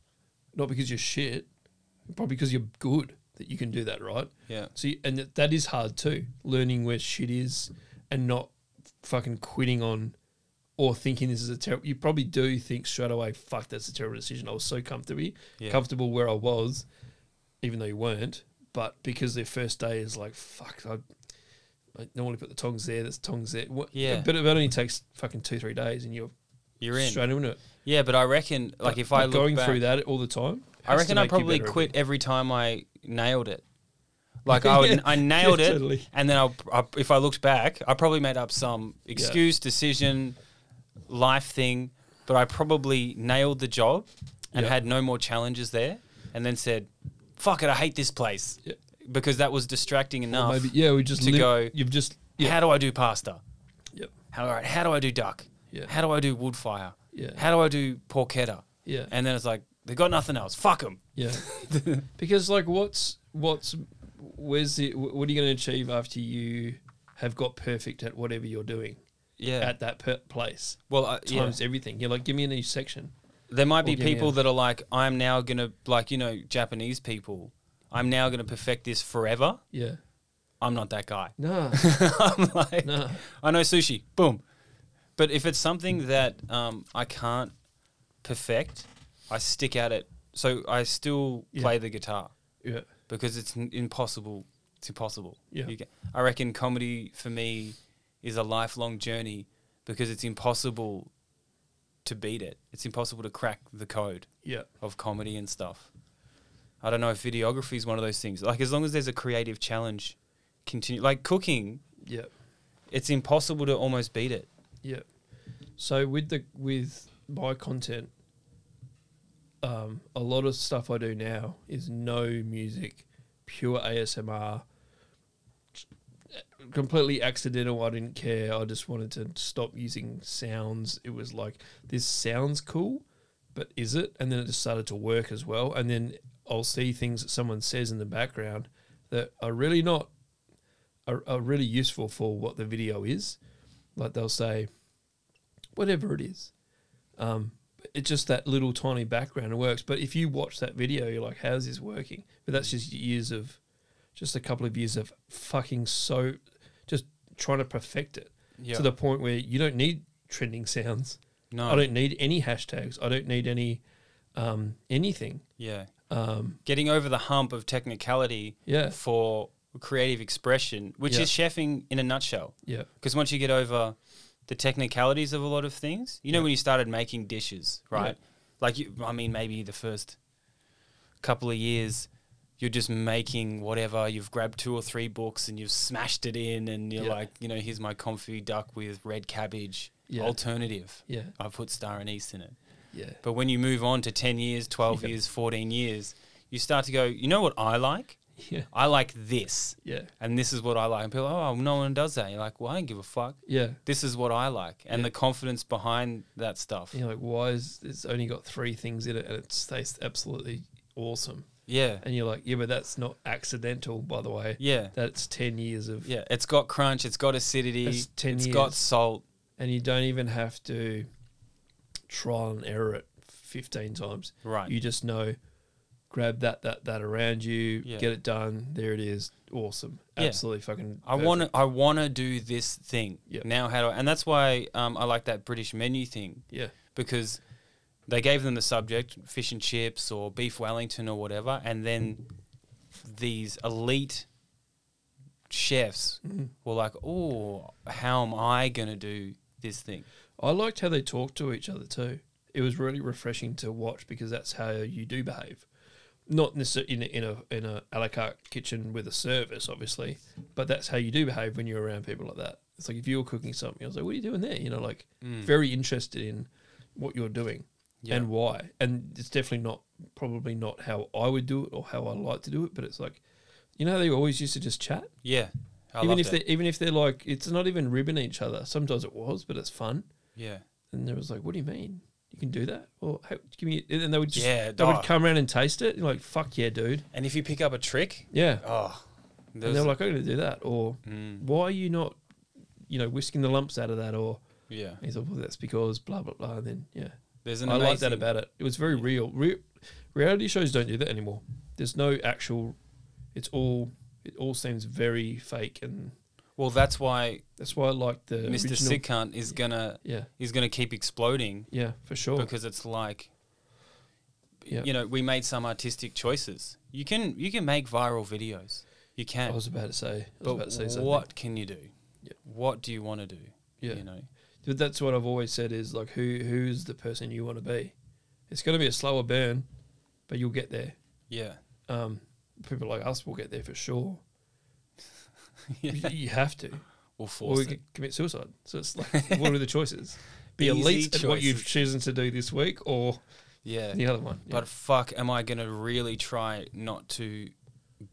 [SPEAKER 2] Not because you're shit, probably because you're good that you can do that, right?
[SPEAKER 1] Yeah.
[SPEAKER 2] So, you, and that- that is hard too. Learning where shit is and not fucking quitting on or thinking this is a terrible. You probably do think straight away, "Fuck, that's a terrible decision." I was so comfortable,
[SPEAKER 1] Yeah.
[SPEAKER 2] comfortable where I was, even though you weren't. But because their first day is like, "Fuck," I, I normally put the tongs there. That's tongs there. What,
[SPEAKER 1] Yeah.
[SPEAKER 2] but it only takes fucking two, three days, and you're
[SPEAKER 1] You're in.
[SPEAKER 2] straight into it.
[SPEAKER 1] Yeah, but I reckon like
[SPEAKER 2] But-
[SPEAKER 1] if I
[SPEAKER 2] but
[SPEAKER 1] look
[SPEAKER 2] going
[SPEAKER 1] back,
[SPEAKER 2] through that all the time,
[SPEAKER 1] I
[SPEAKER 2] has to
[SPEAKER 1] reckon I
[SPEAKER 2] make you
[SPEAKER 1] probably
[SPEAKER 2] better at
[SPEAKER 1] quit
[SPEAKER 2] it.
[SPEAKER 1] every time I nailed it. Like I, would,
[SPEAKER 2] Yeah.
[SPEAKER 1] I nailed
[SPEAKER 2] Yeah,
[SPEAKER 1] it,
[SPEAKER 2] totally.
[SPEAKER 1] and then I'll, I, if I looked back, I probably made up some excuse, decision, life thing, but I probably nailed the job and
[SPEAKER 2] Yeah.
[SPEAKER 1] had no more challenges there, and then said, "Fuck it, I hate this place,"
[SPEAKER 2] Yeah.
[SPEAKER 1] because that was distracting enough.
[SPEAKER 2] Maybe yeah, we just
[SPEAKER 1] to
[SPEAKER 2] live-
[SPEAKER 1] go-
[SPEAKER 2] You've just yeah,
[SPEAKER 1] How do I do pasta?
[SPEAKER 2] yep,
[SPEAKER 1] How, all right, how do I do duck?
[SPEAKER 2] Yeah.
[SPEAKER 1] How do I do wood fire?
[SPEAKER 2] Yeah.
[SPEAKER 1] How do I do porchetta?
[SPEAKER 2] Yeah.
[SPEAKER 1] And then it's like they got nothing else. Fuck them.
[SPEAKER 2] Yeah, because like, what's what's where's the wh- what are you going to achieve after you have got perfect at whatever you're doing
[SPEAKER 1] Yeah.
[SPEAKER 2] at that per- place
[SPEAKER 1] well, I, yeah.
[SPEAKER 2] times everything? You're like, give me an each section.
[SPEAKER 1] There might
[SPEAKER 2] Or
[SPEAKER 1] be
[SPEAKER 2] give me
[SPEAKER 1] people
[SPEAKER 2] a-
[SPEAKER 1] that are like, I'm now going to, like, you know, Japanese people, I'm now going to perfect this forever.
[SPEAKER 2] Yeah,
[SPEAKER 1] I'm not that guy.
[SPEAKER 2] nah,
[SPEAKER 1] I'm like,
[SPEAKER 2] nah,
[SPEAKER 1] I know sushi, boom. But if it's something that um, I can't perfect, I stick at it. So I still
[SPEAKER 2] Yeah.
[SPEAKER 1] play the guitar
[SPEAKER 2] yeah,
[SPEAKER 1] because it's n- impossible. It's impossible.
[SPEAKER 2] Yeah.
[SPEAKER 1] You ca- I reckon comedy for me is a lifelong journey because it's impossible to beat it. It's impossible to crack the code
[SPEAKER 2] yeah,
[SPEAKER 1] of comedy and stuff. I don't know if videography is one of those things. Like as long as there's a creative challenge, continue. Like cooking,
[SPEAKER 2] yeah,
[SPEAKER 1] it's impossible to almost beat it.
[SPEAKER 2] yeah. So with the with my content, um, a lot of stuff I do now is no music, pure ASMR. Completely accidental. I didn't care. I just wanted to stop using sounds. It was like this sounds cool, but is it? And then it just started to work as well. And then I'll see things that someone says in the background that are really not are, are really useful for what the video is. Like they'll say, whatever it is, um, it's just that little tiny background works. But if you watch that video, you're like, how's this working? But that's just years of, just a couple of years of fucking so, just trying to perfect it
[SPEAKER 1] Yeah. Oh.
[SPEAKER 2] to the point where you don't need trending sounds.
[SPEAKER 1] No.
[SPEAKER 2] I don't need any hashtags. I don't need any um, anything.
[SPEAKER 1] yeah.
[SPEAKER 2] Um,
[SPEAKER 1] Getting over the hump of technicality
[SPEAKER 2] Yeah.
[SPEAKER 1] for creative expression, which
[SPEAKER 2] Yeah.
[SPEAKER 1] is chefing in a nutshell.
[SPEAKER 2] yeah,
[SPEAKER 1] Because once you get over the technicalities of a lot of things, you know, when you started making dishes, right? Like, you, I mean, maybe the first couple of years, you're just making whatever. You've grabbed two or three books and you've smashed it in, and you're
[SPEAKER 2] Yeah.
[SPEAKER 1] like, you know, here's my confit duck with red cabbage
[SPEAKER 2] Yeah.
[SPEAKER 1] alternative.
[SPEAKER 2] yeah,
[SPEAKER 1] I put star anise in it.
[SPEAKER 2] yeah,
[SPEAKER 1] But when you move on to 10 years, 12
[SPEAKER 2] Yeah.
[SPEAKER 1] years, 14 years, you start to go, you know what I like?
[SPEAKER 2] yeah,
[SPEAKER 1] I like this.
[SPEAKER 2] yeah,
[SPEAKER 1] And this is what I like. And people, oh, no one does that. You're like, well, I don't give a fuck
[SPEAKER 2] yeah.
[SPEAKER 1] this is what I like, and
[SPEAKER 2] Yeah.
[SPEAKER 1] the confidence behind that stuff.
[SPEAKER 2] You know, like why is it's only got three things in it and it tastes absolutely awesome?
[SPEAKER 1] Yeah,
[SPEAKER 2] And you're like, yeah, but that's not accidental, by the way.
[SPEAKER 1] yeah,
[SPEAKER 2] That's ten years of
[SPEAKER 1] yeah. It's got crunch. It's got acidity.
[SPEAKER 2] That's
[SPEAKER 1] It's
[SPEAKER 2] 10
[SPEAKER 1] got
[SPEAKER 2] years.
[SPEAKER 1] salt.
[SPEAKER 2] and you don't even have to trial and error it 15 times.
[SPEAKER 1] Right.
[SPEAKER 2] You just know, grab that, that, that around you,
[SPEAKER 1] Yeah.
[SPEAKER 2] get it done. There it is. Awesome.
[SPEAKER 1] Yeah.
[SPEAKER 2] Absolutely fucking.
[SPEAKER 1] I want to. I want to do this thing
[SPEAKER 2] Yeah.
[SPEAKER 1] now. How do I? And that's why um, I like that British menu thing
[SPEAKER 2] Yeah.
[SPEAKER 1] because they gave them the subject fish and chips or beef Wellington or whatever, and then these elite chefs
[SPEAKER 2] Mm.
[SPEAKER 1] were like, "Oh, how am I gonna do this thing?"
[SPEAKER 2] I liked how they talked to each other too. It was really refreshing to watch because that's how you do behave. Not necessarily in a, in a in a a la carte kitchen with a service, obviously, but that's how you do behave when you're around people like that. It's like if you were cooking something, I was like, "What are you doing there?" You know, like very interested in what you're doing
[SPEAKER 1] Mm. Yeah.
[SPEAKER 2] and why. And it's definitely not probably not how I would do it or how I like to do it, but it's like, you know, how they always used to just chat,
[SPEAKER 1] Yeah, I
[SPEAKER 2] even
[SPEAKER 1] loved
[SPEAKER 2] if
[SPEAKER 1] it.
[SPEAKER 2] they even if they're like, it's not even ribbing each other. Sometimes it was, but it's fun.
[SPEAKER 1] yeah.
[SPEAKER 2] And they was like, "What do you mean? You can do that?" Or hey, give me, and they would just
[SPEAKER 1] Yeah,
[SPEAKER 2] they
[SPEAKER 1] duh.
[SPEAKER 2] would come around and taste it. And you're like, "Fuck yeah, dude!"
[SPEAKER 1] And if you pick up a trick,
[SPEAKER 2] Yeah,
[SPEAKER 1] oh,
[SPEAKER 2] and
[SPEAKER 1] there's, mm,
[SPEAKER 2] they were like, "I'm gonna do that," or "Why are you not, you know, whisking the lumps out of that?" Or
[SPEAKER 1] yeah,
[SPEAKER 2] and he's like, "Well, that's because blah blah blah." And then yeah,
[SPEAKER 1] there's
[SPEAKER 2] I
[SPEAKER 1] an
[SPEAKER 2] like that
[SPEAKER 1] amazing-
[SPEAKER 2] about it. It was very real. Re- reality shows don't do that anymore. There's no actual. It's all. It all seems very fake, and
[SPEAKER 1] Well, that's why
[SPEAKER 2] that's why I like the
[SPEAKER 1] Mr.
[SPEAKER 2] original-
[SPEAKER 1] Sick Hunt is gonna
[SPEAKER 2] Yeah,
[SPEAKER 1] is gonna keep exploding
[SPEAKER 2] yeah, for sure.
[SPEAKER 1] because it's like,
[SPEAKER 2] Yeah.
[SPEAKER 1] you know, we made some artistic choices. You can you can make viral videos. You
[SPEAKER 2] I
[SPEAKER 1] can,
[SPEAKER 2] was about to say. I was
[SPEAKER 1] but
[SPEAKER 2] about to say something.
[SPEAKER 1] what can you do?
[SPEAKER 2] Yeah.
[SPEAKER 1] What do you want to do?
[SPEAKER 2] Yeah.
[SPEAKER 1] You know.
[SPEAKER 2] But that's what I've always said is like who who's the person you want to be. It's going to be a slower burn, but you'll get there.
[SPEAKER 1] Yeah.
[SPEAKER 2] Um, people like us will get there for sure.
[SPEAKER 1] yeah.
[SPEAKER 2] You, you have to,
[SPEAKER 1] We'll
[SPEAKER 2] or we
[SPEAKER 1] force it.
[SPEAKER 2] could commit suicide. So it's like, what are the choices? Be
[SPEAKER 1] Easy
[SPEAKER 2] elite at what you've
[SPEAKER 1] choices.
[SPEAKER 2] chosen to do this week, or
[SPEAKER 1] Yeah.
[SPEAKER 2] the other one.
[SPEAKER 1] But fuck, am I gonna really try not to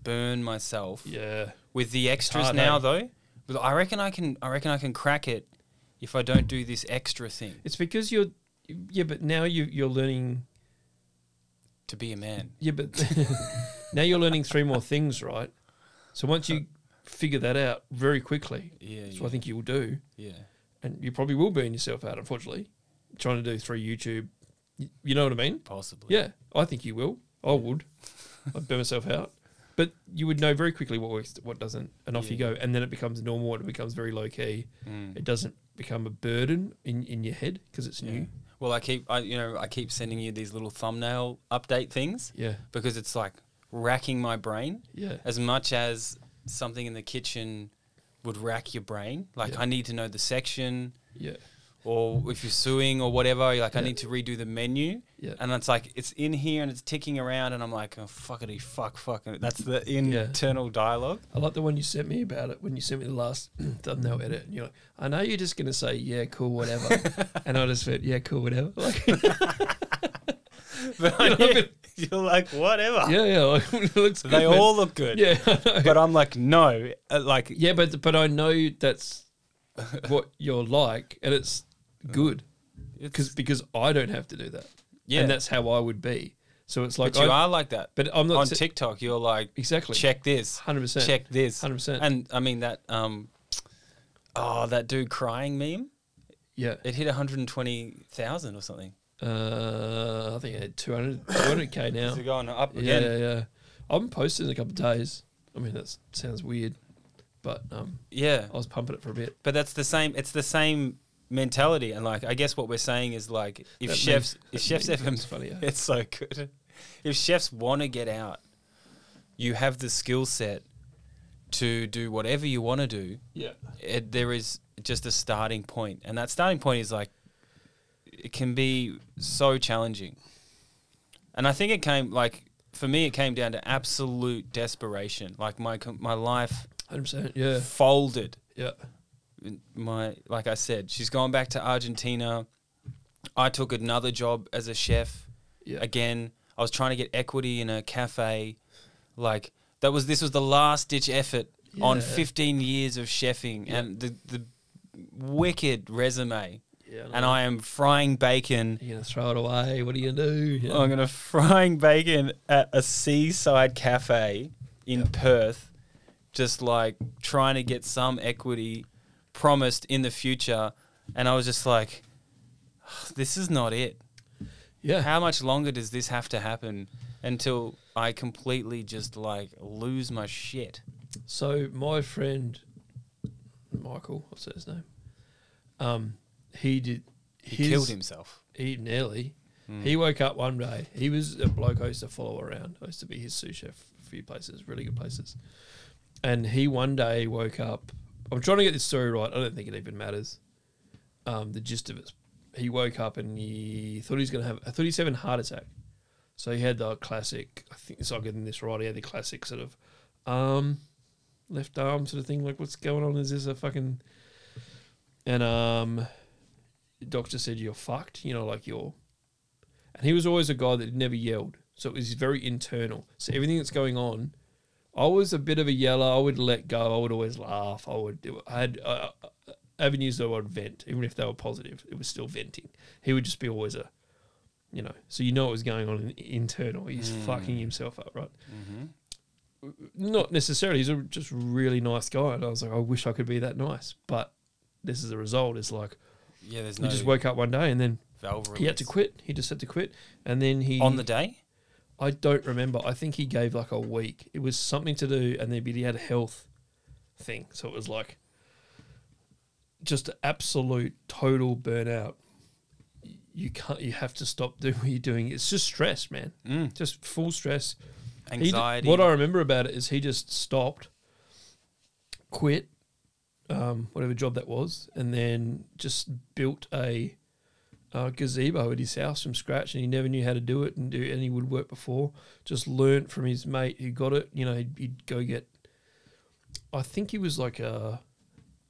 [SPEAKER 1] burn myself?
[SPEAKER 2] yeah,
[SPEAKER 1] with the extras
[SPEAKER 2] hard,
[SPEAKER 1] now
[SPEAKER 2] eh?
[SPEAKER 1] though. But I reckon I can. I reckon I can crack it if I don't do this extra thing
[SPEAKER 2] it's because you're yeah, but now you you're learning
[SPEAKER 1] to be a man.
[SPEAKER 2] yeah, but now you're learning three more things, right? So once you figure that out very quickly,
[SPEAKER 1] Uh, Yeah,
[SPEAKER 2] so
[SPEAKER 1] yeah.
[SPEAKER 2] I think you'll do.
[SPEAKER 1] Yeah,
[SPEAKER 2] and you probably will burn yourself out, unfortunately, trying to do three YouTube. y- You know what I mean?
[SPEAKER 1] possibly.
[SPEAKER 2] Yeah, I think you will. I would. I'd burn myself out. But you would know very quickly what works, what doesn't, and off you
[SPEAKER 1] Yeah.
[SPEAKER 2] go. And then it becomes normal. It becomes very low key.
[SPEAKER 1] Mm.
[SPEAKER 2] It doesn't become a burden in, in your head because it's
[SPEAKER 1] Yeah.
[SPEAKER 2] new.
[SPEAKER 1] Well, I keep. I you know I keep sending you these little thumbnail update things
[SPEAKER 2] Yeah,
[SPEAKER 1] because it's like racking my brain
[SPEAKER 2] yeah,
[SPEAKER 1] as much as something in the kitchen would rack your brain. Like
[SPEAKER 2] Yeah.
[SPEAKER 1] I need to know the section.
[SPEAKER 2] yeah,
[SPEAKER 1] Or if you're suing or whatever, you're like, I
[SPEAKER 2] Yeah.
[SPEAKER 1] need to redo the menu.
[SPEAKER 2] Yeah.
[SPEAKER 1] And it's like, it's in here and it's ticking around, and I'm like, oh, fuckity, fuck, fuck. And That's the internal dialogue.
[SPEAKER 2] I like the one you sent me about it when you sent me the last thumbnail edit, and you're like, "I know you're just gonna say yeah, cool, whatever," and I just went, "Yeah, cool, whatever." Like,
[SPEAKER 1] But
[SPEAKER 2] You know what I
[SPEAKER 1] I- you're like, whatever.
[SPEAKER 2] yeah, yeah, like, it looks good.
[SPEAKER 1] They
[SPEAKER 2] man.
[SPEAKER 1] all look good.
[SPEAKER 2] yeah, I know.
[SPEAKER 1] But I'm like, no. Uh, like,
[SPEAKER 2] Yeah, but but I know that's what you're like, and it's good because
[SPEAKER 1] it's,
[SPEAKER 2] because I don't have to do that.
[SPEAKER 1] Yeah.
[SPEAKER 2] and that's how I would be. So it's like,
[SPEAKER 1] but you
[SPEAKER 2] I,
[SPEAKER 1] are like that.
[SPEAKER 2] but I'm not
[SPEAKER 1] on
[SPEAKER 2] sa-
[SPEAKER 1] TikTok, you're like,
[SPEAKER 2] Exactly.
[SPEAKER 1] check this.
[SPEAKER 2] 100%.
[SPEAKER 1] Check this.
[SPEAKER 2] 100%.
[SPEAKER 1] And I mean, that, um, oh, that dude crying meme,
[SPEAKER 2] yeah.
[SPEAKER 1] it hit 120,000 or something.
[SPEAKER 2] Uh, I think I had 200 200k now.
[SPEAKER 1] Is it going up
[SPEAKER 2] Yeah,
[SPEAKER 1] again?
[SPEAKER 2] yeah, yeah. I haven't posted in a couple of days. I mean, that sounds weird, but um,
[SPEAKER 1] yeah.
[SPEAKER 2] I was pumping it for a bit.
[SPEAKER 1] But that's the same. It's the same mentality. And like, I guess what we're saying is like, if
[SPEAKER 2] That
[SPEAKER 1] chefs,
[SPEAKER 2] meme-
[SPEAKER 1] if
[SPEAKER 2] that
[SPEAKER 1] chefs
[SPEAKER 2] meme
[SPEAKER 1] ever,
[SPEAKER 2] is funny, eh?
[SPEAKER 1] it's so good. If chefs want to get out, you have the skill set to do whatever you want to do.
[SPEAKER 2] Yeah.
[SPEAKER 1] It, there is just a starting point, and that starting point is like, it can be so challenging. And I think it came like for me, it came down to absolute desperation. Like my com- my life
[SPEAKER 2] Hundred percent. Yeah.
[SPEAKER 1] folded
[SPEAKER 2] Yeah.
[SPEAKER 1] my like I said, she's gone back to Argentina. I took another job as a chef.
[SPEAKER 2] Yeah.
[SPEAKER 1] Again, I was trying to get equity in a cafe. Like that was this was the last ditch effort on
[SPEAKER 2] Yeah.
[SPEAKER 1] 15 years of chefing
[SPEAKER 2] Yeah.
[SPEAKER 1] and the the wicked resume.
[SPEAKER 2] Yeah.
[SPEAKER 1] And I am frying bacon.
[SPEAKER 2] You're gonna throw it away. What are you gonna do? Yeah.
[SPEAKER 1] I'm gonna frying bacon at a seaside cafe in Perth, just like trying to get some equity promised in the future, and I was just like, "This is not it.
[SPEAKER 2] yeah.
[SPEAKER 1] How much longer does this have to happen until I completely just like lose my shit?"
[SPEAKER 2] So my friend Michael, what's his name? Um, he did.
[SPEAKER 1] He
[SPEAKER 2] his-
[SPEAKER 1] killed himself.
[SPEAKER 2] He nearly. He woke up one day. He was a bloke I used to follow around. I used to be his sous chef a few places, really good places. And he one day woke up. I'm trying to get this story right. I don't think it even matters. Um, the gist of it. He woke up and he thought he was going to have a 37 heart attack. So he had the classic, I think, so I'm getting this right. He had the classic sort of arm, left arm sort of thing. Like, what's going on? Is this a fucking. And um, doctor said you're fucked, you know, like you're. And he was always a guy that never yelled, so it was very internal. So everything that's going on, I was a bit of a yeller. I would let go. I would always laugh. I would. do- I had uh, uh, avenues that I would vent, even if they were positive. It was still venting. He would just be always a, you know. So you know what was going on in, internal. He's fucking himself up, right? Not necessarily. He's a just really nice guy, and I was like, I wish I could be that nice, but this is the result. It's like
[SPEAKER 1] Yeah, there's
[SPEAKER 2] he
[SPEAKER 1] no
[SPEAKER 2] just woke up one day and then
[SPEAKER 1] valve
[SPEAKER 2] he had to
[SPEAKER 1] release.
[SPEAKER 2] quit. He just had to quit, and then he
[SPEAKER 1] on the day.
[SPEAKER 2] I don't remember. I think he gave like a week. It was something to do, and then but he had a health thing, so it was like just absolute total burnout. You can't. You have to stop doing what you're doing. It's just stress, man.
[SPEAKER 1] Mm.
[SPEAKER 2] Just full stress. He d-
[SPEAKER 1] Anxiety.
[SPEAKER 2] what I remember about it is he just stopped, quit, um, whatever job that was, and then just built a uh, gazebo at his house from scratch. And he never knew how to do it, and do any woodwork before. Just learnt from his mate who got it. You know, he'd, he'd go get. I think he was like a,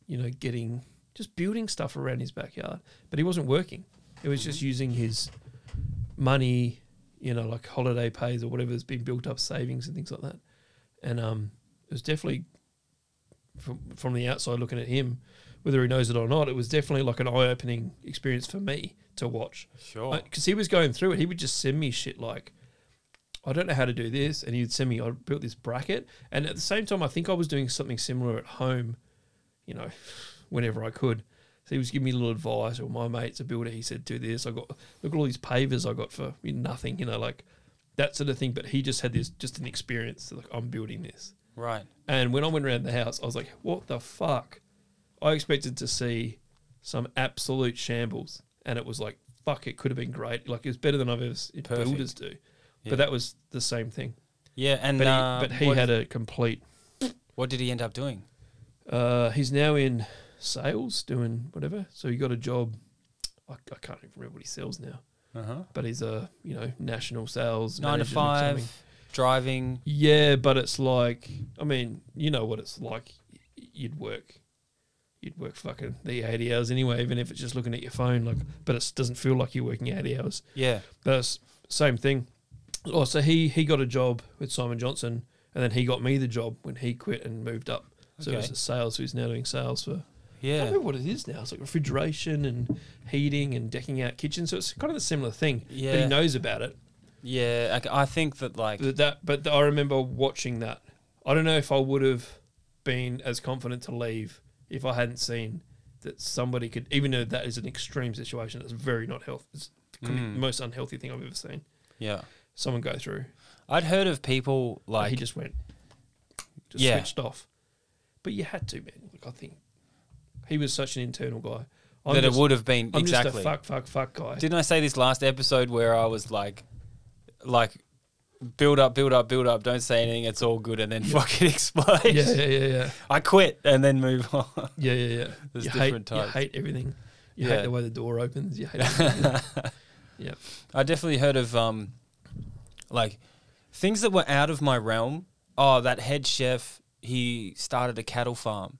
[SPEAKER 2] you know, getting just building stuff around his backyard, but he wasn't working. It was just using his money, you know, like holiday pays or whatever that's been built up, savings and things like that. And um, it was definitely from from the outside looking at him, whether he knows it or not, it was definitely like an eye opening experience for me to watch
[SPEAKER 1] sure.
[SPEAKER 2] because he was going through it. He would just send me shit like, I don't know how to do this, and he'd send me. I built this bracket, and at the same time, I think I was doing something similar at home, you know, whenever I could. So he was giving me a little advice, or my mate's a builder. He said, "Do this." I got look at all these pavers I got for nothing, you know, like that sort of thing. But he just had this, just an experience. Like I'm building this.
[SPEAKER 1] right.
[SPEAKER 2] And when I went around the house, I was like, what the fuck? I expected to see some absolute shambles. And it was like, fuck, it could have been great. Like, it was better than I've ever seen
[SPEAKER 1] Perfect.
[SPEAKER 2] builders do.
[SPEAKER 1] Yeah.
[SPEAKER 2] But that was the same thing.
[SPEAKER 1] Yeah, and
[SPEAKER 2] But
[SPEAKER 1] uh,
[SPEAKER 2] he, but he
[SPEAKER 1] what,
[SPEAKER 2] had a complete.
[SPEAKER 1] what did he end up doing?
[SPEAKER 2] Uh, he's now in sales doing whatever. So he got a job. I, I can't even remember what he sells now.
[SPEAKER 1] Uh huh.
[SPEAKER 2] But he's a, you know, national sales
[SPEAKER 1] Nine to
[SPEAKER 2] manager or
[SPEAKER 1] five,
[SPEAKER 2] something.
[SPEAKER 1] driving.
[SPEAKER 2] Yeah, but it's like, I mean, you know what it's like. Y- You'd work, you'd work fucking the eighty hours anyway, even if it's just looking at your phone. Like, but it doesn't feel like you're working eighty hours.
[SPEAKER 1] Yeah.
[SPEAKER 2] But it's same thing. Oh, so he he got a job with Simon Johnson, and then he got me the job when he quit and moved up. So it was
[SPEAKER 1] Okay.
[SPEAKER 2] a sales. Who's now doing sales for? I don't
[SPEAKER 1] Yeah.
[SPEAKER 2] remember what it is now. It's like refrigeration and heating and decking out kitchens. So it's kind of a similar thing. But
[SPEAKER 1] Yeah.
[SPEAKER 2] he knows about it.
[SPEAKER 1] Yeah. like, I think that, like,
[SPEAKER 2] But that, but I remember watching that. I don't know if I would have been as confident to leave if I hadn't seen that somebody could, even though that is an extreme situation, it's very not health. It's could be
[SPEAKER 1] Mm.
[SPEAKER 2] the most unhealthy thing I've ever seen.
[SPEAKER 1] yeah.
[SPEAKER 2] Someone go through.
[SPEAKER 1] I'd heard of people,
[SPEAKER 2] Like
[SPEAKER 1] like,
[SPEAKER 2] he just went, just
[SPEAKER 1] Yeah.
[SPEAKER 2] switched off. But you had to, man. Like I think he was such an internal guy. I'm
[SPEAKER 1] that
[SPEAKER 2] just-
[SPEAKER 1] it would have been
[SPEAKER 2] I'm
[SPEAKER 1] exactly.
[SPEAKER 2] just a fuck, fuck, fuck guy.
[SPEAKER 1] Didn't I say this last episode where I was like, like, build up, build up, build up, don't say anything, it's all good, and then fucking explodes.
[SPEAKER 2] yeah, yeah, yeah, yeah,
[SPEAKER 1] I quit and then move on.
[SPEAKER 2] yeah, yeah, yeah.
[SPEAKER 1] There's
[SPEAKER 2] you
[SPEAKER 1] different
[SPEAKER 2] hate,
[SPEAKER 1] types.
[SPEAKER 2] You hate everything. You
[SPEAKER 1] Yeah.
[SPEAKER 2] hate the way the door opens. You hate. Everything. yeah,
[SPEAKER 1] I definitely heard of um, like things that were out of my realm. Oh, that head chef, he started a cattle farm,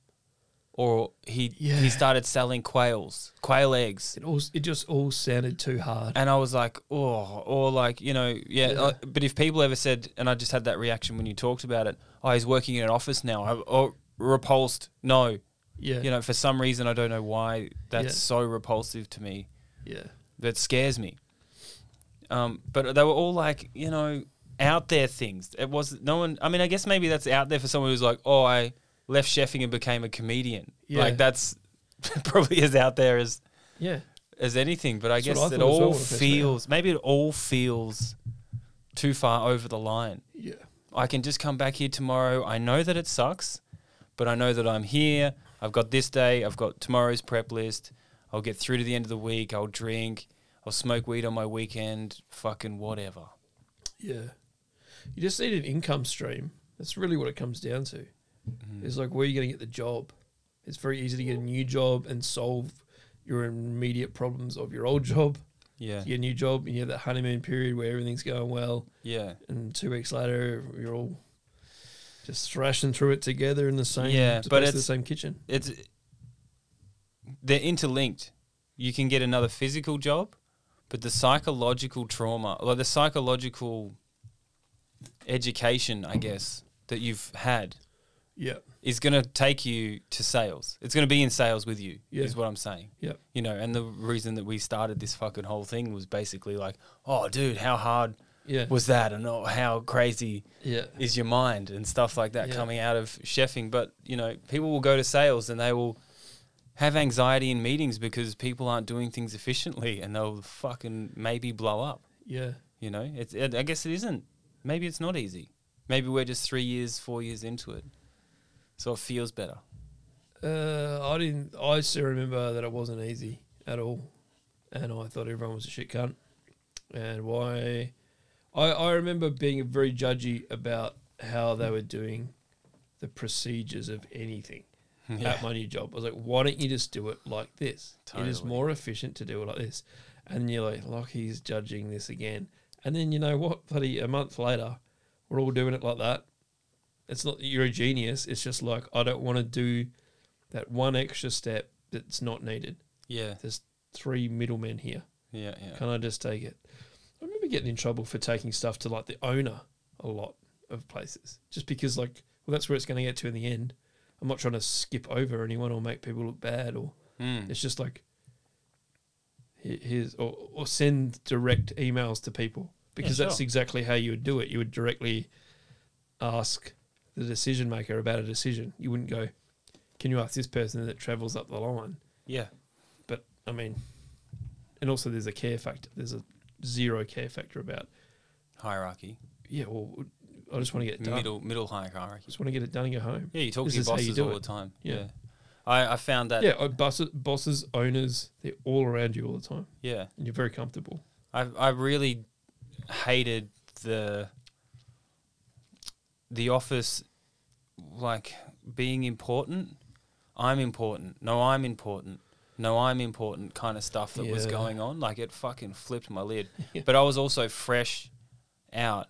[SPEAKER 1] or he
[SPEAKER 2] Yeah.
[SPEAKER 1] he started selling quails, quail eggs,
[SPEAKER 2] it all it just all sounded too hard.
[SPEAKER 1] and I was like, oh, or like you know, yeah.
[SPEAKER 2] Yeah.
[SPEAKER 1] uh, but if people ever said, and I just had that reaction when you talked about it, oh, he's working in an office now, I, or repulsed, no,
[SPEAKER 2] Yeah,
[SPEAKER 1] you know, for some reason I don't know why that's
[SPEAKER 2] Yeah.
[SPEAKER 1] so repulsive to me.
[SPEAKER 2] yeah,
[SPEAKER 1] that scares me. Um, but they were all like, you know, out there things. It was no one. I mean, I guess maybe that's out there for someone who's like, oh, I left chefing and became a comedian.
[SPEAKER 2] Yeah.
[SPEAKER 1] Like that's probably as out there as
[SPEAKER 2] yeah.
[SPEAKER 1] as anything. But I
[SPEAKER 2] That's what I
[SPEAKER 1] guess it
[SPEAKER 2] thought as well
[SPEAKER 1] all
[SPEAKER 2] when I first met her.
[SPEAKER 1] feels. Maybe it all feels too far over the line.
[SPEAKER 2] Yeah.
[SPEAKER 1] I can just come back here tomorrow. I know that it sucks, but I know that I'm here. I've got this day. I've got tomorrow's prep list. I'll get through to the end of the week. I'll drink. I'll smoke weed on my weekend. Fucking whatever.
[SPEAKER 2] Yeah. You just need an income stream. That's really what it comes down to.
[SPEAKER 1] Mm-hmm.
[SPEAKER 2] It's like where are you going to get the job? It's very easy to get a new job and solve your immediate problems of your old job.
[SPEAKER 1] Yeah.
[SPEAKER 2] You get a new job and you have that honeymoon period where everything's going well.
[SPEAKER 1] Yeah.
[SPEAKER 2] And two weeks later, you're all just thrashing through it together in the same,
[SPEAKER 1] Yeah,
[SPEAKER 2] it's
[SPEAKER 1] but
[SPEAKER 2] basically
[SPEAKER 1] it's-
[SPEAKER 2] the same kitchen.
[SPEAKER 1] It's they're interlinked. You can get another physical job, but the psychological trauma, or the psychological education, I guess, that you've had
[SPEAKER 2] Yeah.
[SPEAKER 1] is going to take you to sales. It's going to be in sales with you,
[SPEAKER 2] Yeah.
[SPEAKER 1] is what I'm saying.
[SPEAKER 2] Yeah.
[SPEAKER 1] You know, and the reason that we started this fucking whole thing was basically like, oh, dude, how hard
[SPEAKER 2] Yeah.
[SPEAKER 1] was that? And oh, how crazy
[SPEAKER 2] Yeah.
[SPEAKER 1] is your mind and stuff like that
[SPEAKER 2] Yeah.
[SPEAKER 1] coming out of chefing. But, you know, people will go to sales and they will have anxiety in meetings because people aren't doing things efficiently and they'll fucking maybe blow up.
[SPEAKER 2] Yeah.
[SPEAKER 1] You know, it's, it, I guess it isn't. Maybe it's not easy. Maybe we're just three years, four years into it. So it feels better.
[SPEAKER 2] Uh, I didn't. I still remember that it wasn't easy at all, and I thought everyone was a shit cunt. And why? I I remember being very judgy about how they were doing the procedures of anything at my new job. I was like, why don't you just do it like this? It is
[SPEAKER 1] Totally.
[SPEAKER 2] more efficient to do it like this. And you're like, Lockie's judging this again. And then you know what? Bloody a month later, we're all doing it like that. It's not that you're a genius. It's just like I don't want to do that one extra step that's not needed.
[SPEAKER 1] Yeah.
[SPEAKER 2] There's three middlemen here.
[SPEAKER 1] Yeah. Yeah.
[SPEAKER 2] Can I just take it? I remember getting in trouble for taking stuff to like the owner a lot of places, just because like well that's where it's going to get to in the end. I'm not trying to skip over anyone or make people look bad or
[SPEAKER 1] Mm.
[SPEAKER 2] it's just like he- here's or, or send direct emails to people because that's
[SPEAKER 1] sure.
[SPEAKER 2] exactly how you would do it. You would directly ask the decision maker about a decision. You wouldn't go, "Can you ask this person that travels up the line?"
[SPEAKER 1] Yeah.
[SPEAKER 2] But I mean, and also there's a care factor. There's a zero care factor about
[SPEAKER 1] Hierarchy.
[SPEAKER 2] yeah. Well, I just want to get it done.
[SPEAKER 1] Middle middle hierarchy.
[SPEAKER 2] just want to get it done and go home.
[SPEAKER 1] Yeah, you talk
[SPEAKER 2] This
[SPEAKER 1] to your
[SPEAKER 2] is how you
[SPEAKER 1] bosses
[SPEAKER 2] do
[SPEAKER 1] all
[SPEAKER 2] it.
[SPEAKER 1] the time. Yeah.
[SPEAKER 2] Yeah.
[SPEAKER 1] I, I found that
[SPEAKER 2] Yeah, bosses, bosses, owners, they're all around you all the time,
[SPEAKER 1] yeah.
[SPEAKER 2] and you're very comfortable.
[SPEAKER 1] I I really hated the the office like being important. I'm important. No, I'm important. No, I'm important kind of stuff that was
[SPEAKER 2] Yeah.
[SPEAKER 1] going on. Like it fucking flipped my lid.
[SPEAKER 2] Yeah.
[SPEAKER 1] But I was also fresh out.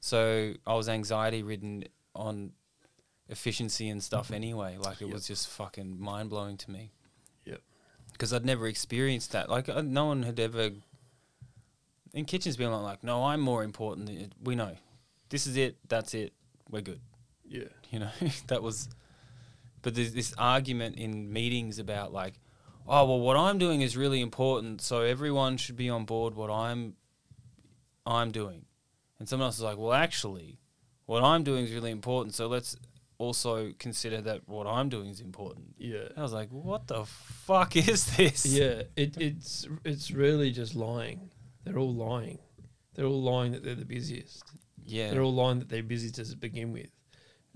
[SPEAKER 1] So I was anxiety ridden on efficiency and stuff anyway. Like it
[SPEAKER 2] Yep.
[SPEAKER 1] was just fucking mind blowing to me
[SPEAKER 2] Yep.
[SPEAKER 1] because I'd never experienced that. Like uh, no one had ever. In kitchens, being like, "No, I'm more important. than- We know, this is it. That's it. We're good."
[SPEAKER 2] Yeah.
[SPEAKER 1] You know, that was. But there's this argument in meetings about like, "Oh, well, what I'm doing is really important, so everyone should be on board what I'm, I'm doing," and someone else is like, "Well, actually, what I'm doing is really important, so let's." Also consider that what I'm doing is important.
[SPEAKER 2] Yeah.
[SPEAKER 1] I was like, "What the fuck is this?"
[SPEAKER 2] Yeah, it, it's it's really just lying. They're all lying. They're all lying that they're the busiest.
[SPEAKER 1] yeah,
[SPEAKER 2] They're all lying that they're busy to oh, begin with.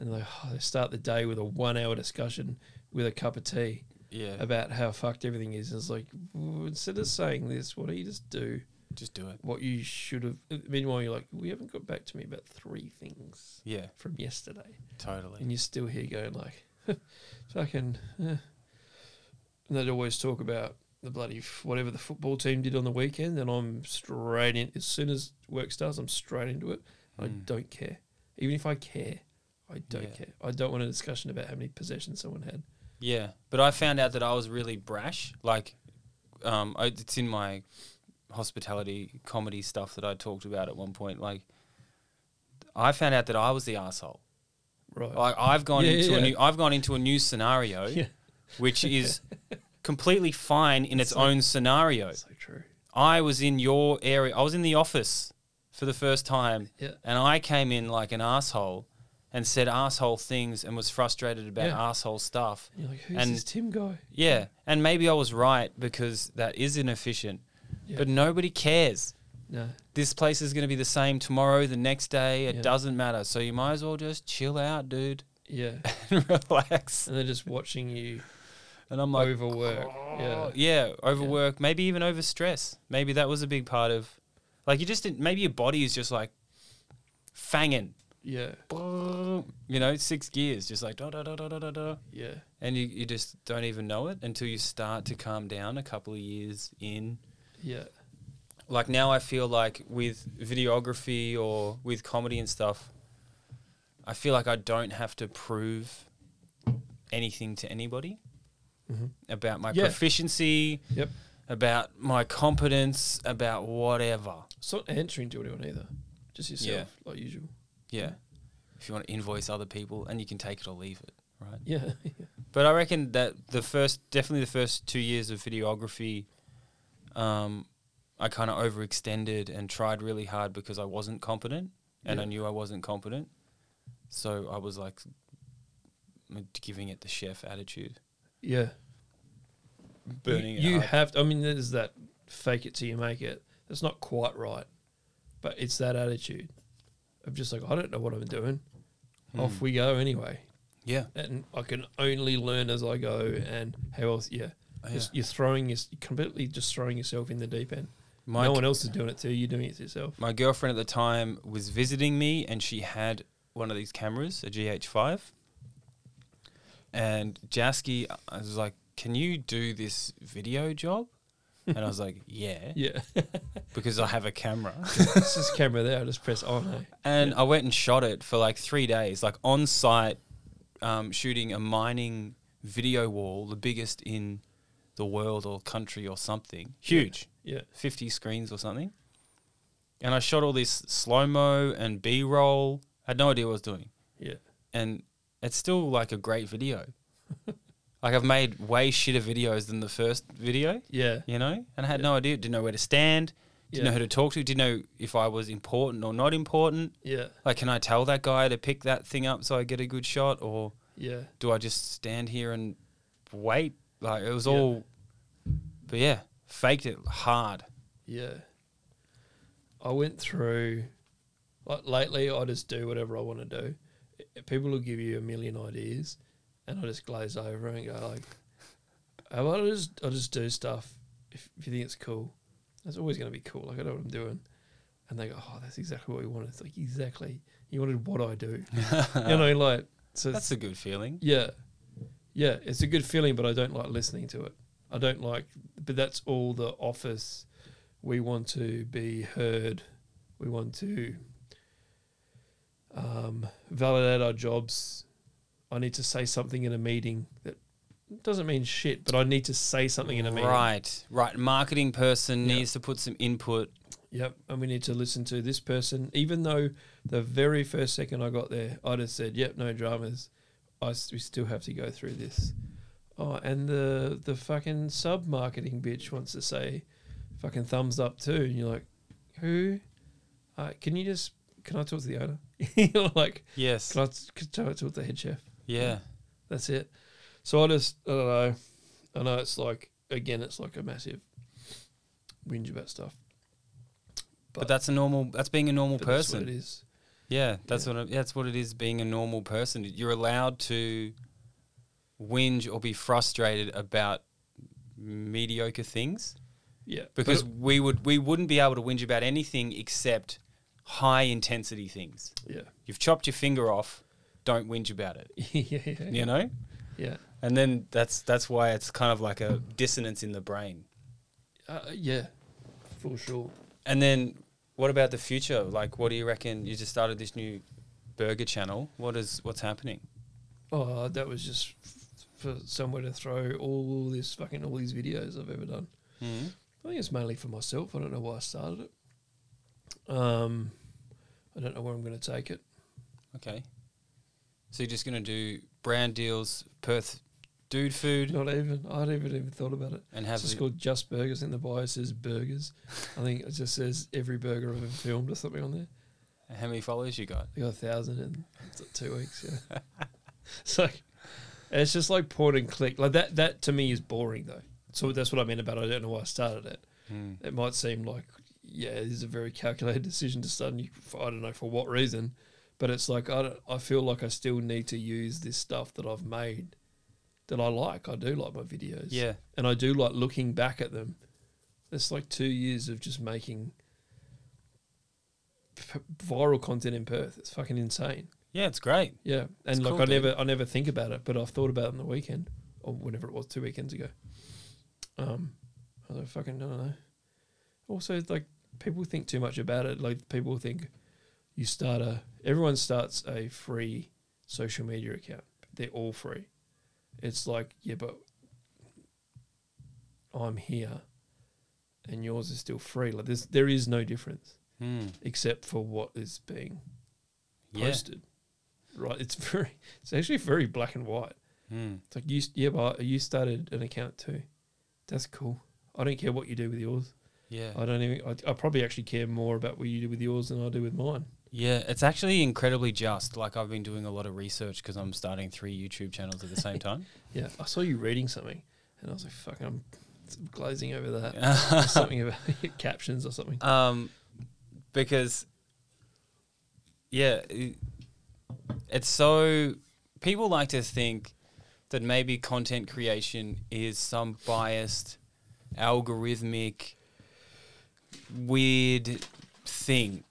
[SPEAKER 2] And they, they start the day with a one hour discussion with a cup of tea.
[SPEAKER 1] Yeah.
[SPEAKER 2] about how fucked everything is. And it's like, "Well, instead of saying this, why don't you just do
[SPEAKER 1] Just do it.
[SPEAKER 2] what you should have? uh, Meanwhile, you're like, we haven't got back to me about three things
[SPEAKER 1] Yeah,
[SPEAKER 2] from yesterday.
[SPEAKER 1] totally.
[SPEAKER 2] And you're still here going like, fucking. eh. And they'd always talk about the bloody f- whatever the football team did on the weekend, and I'm straight in. As soon as work starts, I'm straight into it. I
[SPEAKER 1] Mm.
[SPEAKER 2] don't care. Even if I care, I don't
[SPEAKER 1] Yeah.
[SPEAKER 2] care. I don't want a discussion about how many possessions someone had.
[SPEAKER 1] Yeah, but I found out that I was really brash. Like, um, I, it's in my hospitality comedy stuff that I talked about at one point. Like, I found out that I was the asshole.
[SPEAKER 2] Right.
[SPEAKER 1] Like, I've gone
[SPEAKER 2] Yeah, yeah,
[SPEAKER 1] into a
[SPEAKER 2] yeah.
[SPEAKER 1] new, I've gone into a new scenario,
[SPEAKER 2] Yeah.
[SPEAKER 1] which is completely fine in its
[SPEAKER 2] So-
[SPEAKER 1] own scenario.
[SPEAKER 2] so true.
[SPEAKER 1] I was in your area. I was in the office for the first time,
[SPEAKER 2] Yeah.
[SPEAKER 1] and I came in like an asshole and said asshole things and was frustrated about
[SPEAKER 2] Yeah.
[SPEAKER 1] asshole stuff.
[SPEAKER 2] And you're like, who's
[SPEAKER 1] And-
[SPEAKER 2] this Tim guy?
[SPEAKER 1] Yeah,
[SPEAKER 2] Hmm.
[SPEAKER 1] and maybe I was right because that is inefficient,
[SPEAKER 2] Yeah.
[SPEAKER 1] but nobody cares.
[SPEAKER 2] No.
[SPEAKER 1] This place is going to be the same tomorrow, the next day. It
[SPEAKER 2] Yeah.
[SPEAKER 1] doesn't matter. So you might as well just chill out, dude,
[SPEAKER 2] Yeah.
[SPEAKER 1] and relax.
[SPEAKER 2] And they're just watching you
[SPEAKER 1] And I'm like,
[SPEAKER 2] overwork. Yeah.
[SPEAKER 1] oh, yeah, overwork, maybe even overstress. Maybe that was a big part of, like, you just didn't, maybe your body is just like fanging,
[SPEAKER 2] Yeah.
[SPEAKER 1] you know, six gears, just like da da da da da da da.
[SPEAKER 2] Yeah.
[SPEAKER 1] And you, you just don't even know it until you start to calm down a couple of years in.
[SPEAKER 2] Yeah.
[SPEAKER 1] like now I feel like with videography or with comedy and stuff, I feel like I don't have to prove anything to anybody
[SPEAKER 2] Mhm.
[SPEAKER 1] about my
[SPEAKER 2] Yeah.
[SPEAKER 1] proficiency,
[SPEAKER 2] Yep.
[SPEAKER 1] about my competence, about whatever.
[SPEAKER 2] It's not answering to anyone either. Just yourself, like usual.
[SPEAKER 1] Yeah. If you want to invoice other people and you can take it or leave it, right?
[SPEAKER 2] Yeah.
[SPEAKER 1] But I reckon that the first, definitely the first two years of videography, um, I kind of overextended and tried really hard because I wasn't competent and I
[SPEAKER 2] Yeah.
[SPEAKER 1] knew I wasn't competent. So I was like m- giving it the chef attitude,
[SPEAKER 2] yeah.
[SPEAKER 1] burning
[SPEAKER 2] you, you
[SPEAKER 1] it. hard.
[SPEAKER 2] have to, I mean, there's that fake it till you make it. That's not quite right. But it's that attitude of just like, I don't know what I'm doing.
[SPEAKER 1] Hmm.
[SPEAKER 2] Off we go anyway.
[SPEAKER 1] yeah.
[SPEAKER 2] And I can only learn as I go. And how else? Yeah.
[SPEAKER 1] Oh,
[SPEAKER 2] Just-
[SPEAKER 1] yeah.
[SPEAKER 2] You're throwing, your, completely just throwing yourself in the deep end.
[SPEAKER 1] My,
[SPEAKER 2] no
[SPEAKER 1] g-
[SPEAKER 2] one else is doing it to you. You're doing it to yourself.
[SPEAKER 1] my girlfriend at the time was visiting me and she had one of these cameras, a GH5. And Jasky, I was like, can you do this video job? And I was like, yeah.
[SPEAKER 2] Yeah.
[SPEAKER 1] because I have a camera.
[SPEAKER 2] it's this camera there. I just press on. eh?
[SPEAKER 1] and I went and shot it for like three days, like on site, um, shooting a mining video wall, the biggest in the world or country or something. Huge,
[SPEAKER 2] Yeah.
[SPEAKER 1] 50 screens or something. And I shot all this slow mo and B roll. I had no idea what I was doing.
[SPEAKER 2] Yeah.
[SPEAKER 1] And it's still like a great video. like I've made way shitter videos than the first video
[SPEAKER 2] Yeah.
[SPEAKER 1] you know, and I had no idea, didn't know where to stand, didn't know
[SPEAKER 2] Yeah.
[SPEAKER 1] who to talk to, didn't know if I was important or not important.
[SPEAKER 2] Yeah.
[SPEAKER 1] Like, can I tell that guy to pick that thing up so I get a good shot, or
[SPEAKER 2] Yeah.
[SPEAKER 1] do I just stand here and wait? Like, it was
[SPEAKER 2] Yeah.
[SPEAKER 1] all, but yeah, faked it hard.
[SPEAKER 2] Yeah. I went through, like lately, I just do whatever I want to do. I- People will give you a million ideas, and I just glaze over and go like, I will just I just do stuff if, if you think it's cool. It's always going to be cool. Like I know what I'm doing, and they go, oh, that's exactly what you wanted. It's like exactly you wanted what I do. you know, like so.
[SPEAKER 1] That's
[SPEAKER 2] It's,
[SPEAKER 1] a good feeling.
[SPEAKER 2] yeah, yeah. It's a good feeling, but I don't like listening to it. I don't like, but that's all the office. We want to be heard. We want to um, validate our jobs. I need to say something in a meeting that doesn't mean shit, but I need to say something in a meeting.
[SPEAKER 1] Right, right. Marketing person
[SPEAKER 2] Yeah.
[SPEAKER 1] needs to put some input.
[SPEAKER 2] Yep. And we need to listen to this person, even though the very first second I got there, I just said, "Yep, no dramas." I s- we still have to go through this. Oh, and the the fucking sub marketing bitch wants to say, "Fucking thumbs up too," and you're like, "Who? Uh, can you just can I talk to the owner? you're like,
[SPEAKER 1] Yes.
[SPEAKER 2] can I, t- can I talk to the head chef?
[SPEAKER 1] Yeah.
[SPEAKER 2] That's it. So I just I don't know. I know it's like again, it's like a massive whinge about stuff.
[SPEAKER 1] But,
[SPEAKER 2] But-
[SPEAKER 1] that's a normal. That's being a normal
[SPEAKER 2] But that's what
[SPEAKER 1] person.
[SPEAKER 2] it is.
[SPEAKER 1] Yeah, that's
[SPEAKER 2] Yeah.
[SPEAKER 1] what it, that's what it is being a normal person. You're allowed to whinge or be frustrated about mediocre things
[SPEAKER 2] Yeah.
[SPEAKER 1] because we would we wouldn't be able to whinge about anything except high intensity things.
[SPEAKER 2] yeah.
[SPEAKER 1] You've chopped your finger off, don't whinge about it.
[SPEAKER 2] yeah. Yeah.
[SPEAKER 1] You know?
[SPEAKER 2] Yeah.
[SPEAKER 1] And then that's that's why it's kind of like a dissonance in the brain.
[SPEAKER 2] Uh, yeah. For sure.
[SPEAKER 1] And then what about the future? Like what do you reckon you just started this new burger channel? What is what's happening?
[SPEAKER 2] Oh, that was just f- for somewhere to throw all this fucking all these videos I've ever done.
[SPEAKER 1] Mm.
[SPEAKER 2] I think it's mainly for myself. I don't know why I started it. Um, I don't know where I'm going to take it.
[SPEAKER 1] Okay. So you're just gonna do brand deals, Perth dude food
[SPEAKER 2] Not even. I haven't even, even thought about it.
[SPEAKER 1] and
[SPEAKER 2] It's
[SPEAKER 1] have
[SPEAKER 2] just
[SPEAKER 1] the-
[SPEAKER 2] called Just Burgers. In the bio it says burgers. I think it just says every burger I've ever filmed or something on there.
[SPEAKER 1] how many followers you got?
[SPEAKER 2] I got a thousand in it's like two weeks. Yeah. it's like it's just like point and click. Like that. That to me is boring though. So that's what I meant about. I don't know why I started it. it might seem like yeah, it is a very calculated decision to start. And you, I don't know for what reason, but it's like I don't, I feel like I still need to use this stuff that I've made that I like. I do like my videos,
[SPEAKER 1] Yeah.
[SPEAKER 2] and I do like looking back at them. It's like two years of just making p- viral content in Perth. It's fucking insane.
[SPEAKER 1] Yeah, it's great.
[SPEAKER 2] Yeah, and
[SPEAKER 1] It's
[SPEAKER 2] like
[SPEAKER 1] cool,
[SPEAKER 2] I
[SPEAKER 1] dude.
[SPEAKER 2] never, I never think about it, but I've thought about it on the weekend or whenever it was, two weekends ago. Um, I was like, fucking, I don't know. Also, like people think too much about it. Like people think you start a, everyone starts a free social media account. They're all free. It's like, yeah, but I'm here, and yours is still free. Like there's, there is no difference
[SPEAKER 1] Mm.
[SPEAKER 2] except for what is being
[SPEAKER 1] Yeah.
[SPEAKER 2] posted. Right, it's very, it's actually very black and white.
[SPEAKER 1] Mm.
[SPEAKER 2] It's like you, s- yeah, but you started an account too. That's cool. I don't care what you do with yours.
[SPEAKER 1] Yeah.
[SPEAKER 2] I don't even. I, I probably actually care more about what you do with yours than I do with mine.
[SPEAKER 1] Yeah, it's actually incredibly just. Like I've been doing a lot of research because I'm starting three YouTube channels at the same time.
[SPEAKER 2] Yeah, I saw you reading something, and I was like, "Fuck, I'm glazing over that." There's
[SPEAKER 1] um,
[SPEAKER 2] something about captions or something.
[SPEAKER 1] because yeah, i- it's so people like to think that maybe content creation is some biased, algorithmic, weird thing.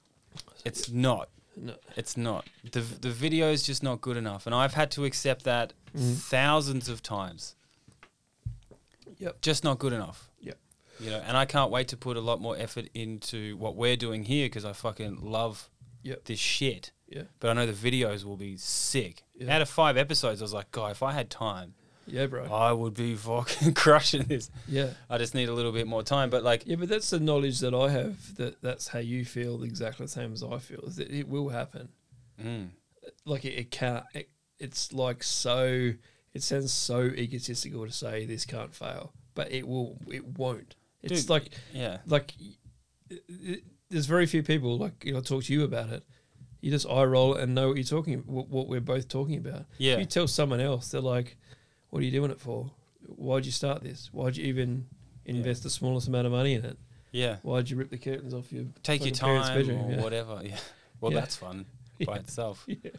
[SPEAKER 1] It's not.
[SPEAKER 2] No,
[SPEAKER 1] It's not. The the video's just not good enough. And I've had to accept that
[SPEAKER 2] Mm.
[SPEAKER 1] thousands of times.
[SPEAKER 2] Yep.
[SPEAKER 1] Just not good enough.
[SPEAKER 2] Yep.
[SPEAKER 1] You know, and I can't wait to put a lot more effort into what we're doing here because I fucking love
[SPEAKER 2] Yep.
[SPEAKER 1] this shit.
[SPEAKER 2] yeah,
[SPEAKER 1] But I know the videos will be sick.
[SPEAKER 2] Yeah.
[SPEAKER 1] Out of five episodes, I was like, God, if I had time,
[SPEAKER 2] yeah, bro.
[SPEAKER 1] I would be fucking crushing this.
[SPEAKER 2] Yeah,
[SPEAKER 1] I just need a little bit more time. But like,
[SPEAKER 2] yeah, but that's the knowledge that I have. That that's how you feel exactly the same as I feel. Is that it will happen.
[SPEAKER 1] mm,
[SPEAKER 2] like it, it can't it, it's like so it sounds so egotistical to say this can't fail but it will it won't it's
[SPEAKER 1] Dude,
[SPEAKER 2] like
[SPEAKER 1] yeah,
[SPEAKER 2] like it, it, there's very few people like you know, I talk to you about it you just eye roll and know what you're talking what, what we're both talking about
[SPEAKER 1] Yeah.
[SPEAKER 2] you tell someone else they're like what are you doing it for why'd you start this why'd you even invest the smallest amount of money in it
[SPEAKER 1] yeah.
[SPEAKER 2] why'd you rip the curtains off your
[SPEAKER 1] take your
[SPEAKER 2] fucking parents'
[SPEAKER 1] time or
[SPEAKER 2] Yeah.
[SPEAKER 1] whatever. Yeah. Well,
[SPEAKER 2] Yeah.
[SPEAKER 1] that's fun
[SPEAKER 2] Yeah.
[SPEAKER 1] by itself.
[SPEAKER 2] Yeah.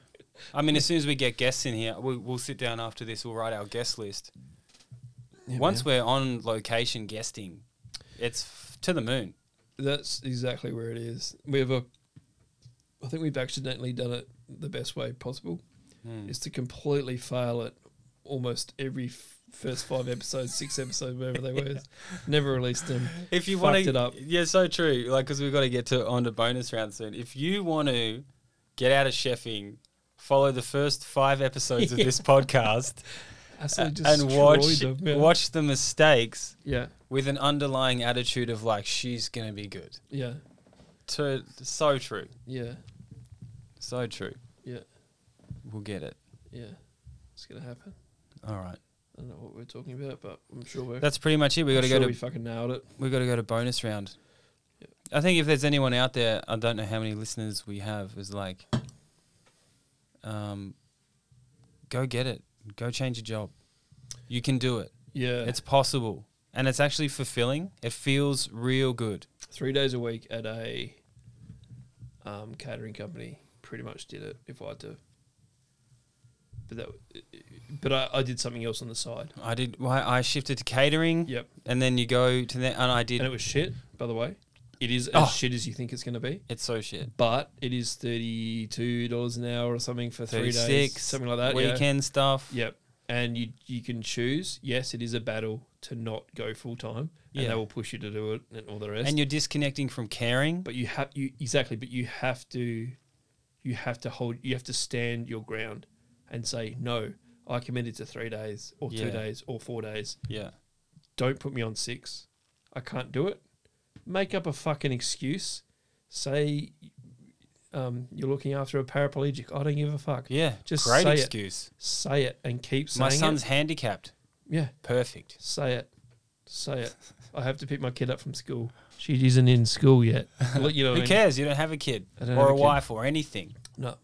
[SPEAKER 1] I mean, as soon as we get guests in here, we, we'll sit down after this. We'll write our guest list.
[SPEAKER 2] Yeah,
[SPEAKER 1] Once
[SPEAKER 2] man.
[SPEAKER 1] we're on location guesting, it's f- to the moon.
[SPEAKER 2] That's exactly where it is. We have a, I think we've accidentally done it the best way possible,
[SPEAKER 1] Hmm.
[SPEAKER 2] is to completely fail it almost every f- first five episodes, six episodes, wherever they were. Never released them.
[SPEAKER 1] If you
[SPEAKER 2] Fucked
[SPEAKER 1] want
[SPEAKER 2] it
[SPEAKER 1] to,
[SPEAKER 2] up.
[SPEAKER 1] yeah, so true. Like, because we've got to get to on to bonus round soon. If you want to get out of chefing, follow the first five episodes of this podcast
[SPEAKER 2] Absolutely
[SPEAKER 1] and watch
[SPEAKER 2] destroyed them, yeah.
[SPEAKER 1] watch the mistakes
[SPEAKER 2] Yeah,
[SPEAKER 1] with an underlying attitude of like she's gonna be good.
[SPEAKER 2] yeah,
[SPEAKER 1] To, so true.
[SPEAKER 2] yeah,
[SPEAKER 1] So true.
[SPEAKER 2] yeah,
[SPEAKER 1] We'll get it.
[SPEAKER 2] yeah. It's gonna happen.
[SPEAKER 1] All right.
[SPEAKER 2] I don't know what we're talking about, but I'm sure we're.
[SPEAKER 1] That's pretty much it. We
[SPEAKER 2] I'm
[SPEAKER 1] got to
[SPEAKER 2] sure
[SPEAKER 1] go
[SPEAKER 2] We
[SPEAKER 1] to
[SPEAKER 2] fucking nailed it.
[SPEAKER 1] we got to go to bonus round. I think if there's anyone out there, I don't know how many listeners we have. Is like, um, go get it. Go change your job. You can do it.
[SPEAKER 2] Yeah,
[SPEAKER 1] It's possible, and it's actually fulfilling. It feels real good.
[SPEAKER 2] three days a week at a um, catering company. Pretty much did it. If I had to but that, but I, I did something else on the side.
[SPEAKER 1] I did. Well, I shifted to catering.
[SPEAKER 2] Yep,
[SPEAKER 1] And then you go to the and I did.
[SPEAKER 2] and it was shit. By the way, it is as
[SPEAKER 1] Oh.
[SPEAKER 2] shit as you think it's going to be.
[SPEAKER 1] it's so shit.
[SPEAKER 2] But it is thirty-two dollars an hour or something for three days,
[SPEAKER 1] 36,
[SPEAKER 2] something like that. yeah.
[SPEAKER 1] Weekend stuff.
[SPEAKER 2] Yep. And you you can choose. Yes, it is a battle to not go full time, and
[SPEAKER 1] Yeah.
[SPEAKER 2] they will push you to do it and all the rest.
[SPEAKER 1] And you're disconnecting from caring.
[SPEAKER 2] but you have you exactly. But you have to, you have to hold. You have to stand your ground and say no. I committed to three days or two
[SPEAKER 1] Yeah.
[SPEAKER 2] days or four days.
[SPEAKER 1] yeah.
[SPEAKER 2] Don't put me on six. I can't do it. Make up a fucking excuse. Say um, you're looking after a paraplegic. I don't give a fuck.
[SPEAKER 1] Yeah.
[SPEAKER 2] Just
[SPEAKER 1] great
[SPEAKER 2] say it.
[SPEAKER 1] excuse.
[SPEAKER 2] Say it and keep saying
[SPEAKER 1] My
[SPEAKER 2] it.
[SPEAKER 1] son's handicapped.
[SPEAKER 2] Yeah.
[SPEAKER 1] Perfect.
[SPEAKER 2] Say it. Say it. I have to pick my kid up from school. She isn't in school yet. Look, you know what
[SPEAKER 1] Who
[SPEAKER 2] I mean?
[SPEAKER 1] cares? You don't have a kid
[SPEAKER 2] I don't
[SPEAKER 1] or
[SPEAKER 2] have
[SPEAKER 1] a,
[SPEAKER 2] a kid.
[SPEAKER 1] wife or anything.
[SPEAKER 2] No.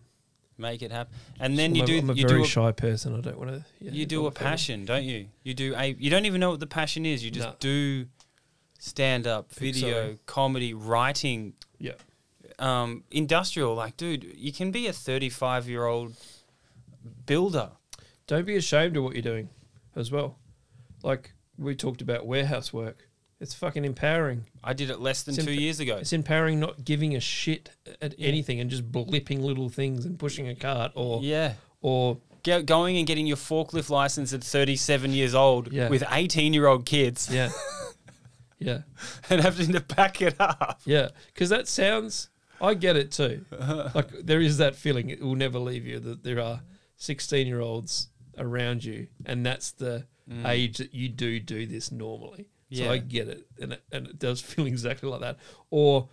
[SPEAKER 1] Make it happen. And then
[SPEAKER 2] I'm
[SPEAKER 1] you
[SPEAKER 2] a-
[SPEAKER 1] do.
[SPEAKER 2] I'm a
[SPEAKER 1] you
[SPEAKER 2] very
[SPEAKER 1] do a,
[SPEAKER 2] shy person. I don't want to. Yeah,
[SPEAKER 1] you
[SPEAKER 2] it's
[SPEAKER 1] do
[SPEAKER 2] not
[SPEAKER 1] a
[SPEAKER 2] my favorite.
[SPEAKER 1] passion, don't you? You do a. You don't even know what the passion is. You just
[SPEAKER 2] No.
[SPEAKER 1] do stand up,
[SPEAKER 2] Think so.
[SPEAKER 1] video, comedy, writing,
[SPEAKER 2] Yeah.
[SPEAKER 1] um, industrial. Like, dude, you can be a 35 year old builder.
[SPEAKER 2] Don't be ashamed of what you're doing, as well. Like we talked about warehouse work. It's fucking empowering.
[SPEAKER 1] I did it less than
[SPEAKER 2] It's
[SPEAKER 1] two
[SPEAKER 2] imp-
[SPEAKER 1] years ago.
[SPEAKER 2] It's empowering not giving a shit at
[SPEAKER 1] Yeah.
[SPEAKER 2] anything and just blipping little things and pushing a cart or
[SPEAKER 1] Yeah.
[SPEAKER 2] or
[SPEAKER 1] Go, going and getting your forklift license at 37 years old
[SPEAKER 2] Yeah.
[SPEAKER 1] with 18 year old kids
[SPEAKER 2] yeah, yeah.
[SPEAKER 1] and having to back it up.
[SPEAKER 2] Yeah, because that sounds. I get it too. like there is that feeling; it will never leave you that there are sixteen-year-olds around you, and that's the age that you do do this normally. So
[SPEAKER 1] Mm. Yeah.
[SPEAKER 2] I get it, and it, and it does feel exactly like that. Or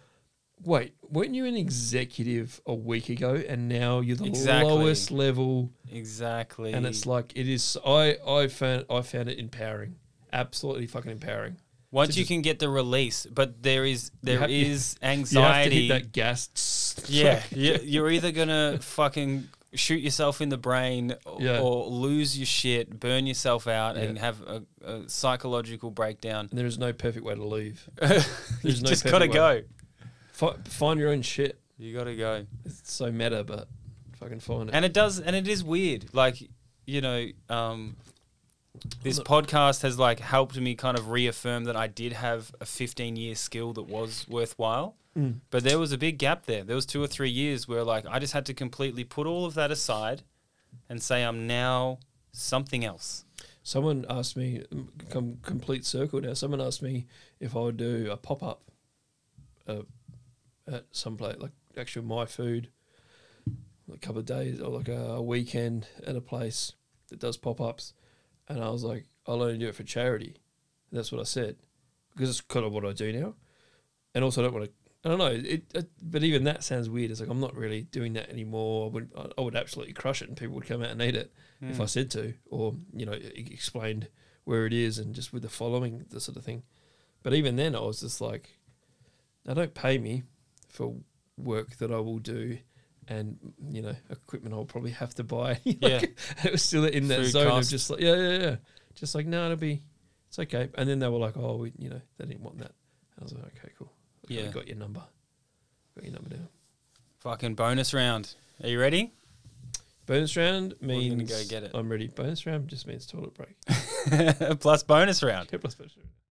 [SPEAKER 2] wait, weren't you an executive a week ago, and now you're the
[SPEAKER 1] Exactly.
[SPEAKER 2] lowest level?
[SPEAKER 1] Exactly.
[SPEAKER 2] And it's like it is. I I found I found it empowering, absolutely fucking empowering.
[SPEAKER 1] Once
[SPEAKER 2] to
[SPEAKER 1] you
[SPEAKER 2] just-
[SPEAKER 1] can get the release, but there is there is
[SPEAKER 2] have- you-
[SPEAKER 1] anxiety.
[SPEAKER 2] You have to hit that gas.
[SPEAKER 1] Yeah, you- you're either gonna fucking shoot yourself in the brain or,
[SPEAKER 2] Yeah.
[SPEAKER 1] or lose your shit, burn yourself out, and
[SPEAKER 2] Yeah.
[SPEAKER 1] have a, a psychological breakdown.
[SPEAKER 2] And there is no perfect way to leave.
[SPEAKER 1] you
[SPEAKER 2] no
[SPEAKER 1] just
[SPEAKER 2] perfect
[SPEAKER 1] gotta
[SPEAKER 2] way.
[SPEAKER 1] go.
[SPEAKER 2] Fi- find your own shit.
[SPEAKER 1] You gotta go.
[SPEAKER 2] It's so meta, but fucking find it.
[SPEAKER 1] And it does, and it is weird. Like you know, um, this podcast has like helped me kind of reaffirm that I did have a 15 year skill that was worthwhile. But there was a big gap there. There was two or three years where like I just had to completely put all of that aside and say I'm now something else.
[SPEAKER 2] someone asked me, um, come complete circle now. Someone asked me if I would do a pop up, uh, at some place like actually my food, a couple of days or like a, weekend at a place that does pop ups, and I was like, I'll only do it for charity. that's what I said because it's kind of what I do now, and also I don't want to. I don't know, it, it, but even that sounds weird. It's like I'm not really doing that anymore. I would, I I would absolutely crush it, and people would come out and eat it if I said to, or you know, e- explained where it is and just with the following, the sort of thing. But even then, I was just like, they don't pay me for work that I will do, and you know, equipment I'll probably have to buy.
[SPEAKER 1] Yeah.
[SPEAKER 2] it was still in that
[SPEAKER 1] Food
[SPEAKER 2] zone
[SPEAKER 1] cost.
[SPEAKER 2] of just like, yeah, yeah, yeah, just like, no, it'll be, it's okay. And then they were like, oh, we, you know, they didn't want that. I was like, okay, cool. I
[SPEAKER 1] Yeah.
[SPEAKER 2] got your number. Got your number down.
[SPEAKER 1] Fucking bonus round. Are you ready?
[SPEAKER 2] Bonus round
[SPEAKER 1] gonna
[SPEAKER 2] means
[SPEAKER 1] go get it.
[SPEAKER 2] I'm ready. Bonus round just means toilet break.
[SPEAKER 1] Plus bonus round.
[SPEAKER 2] Plus bonus round.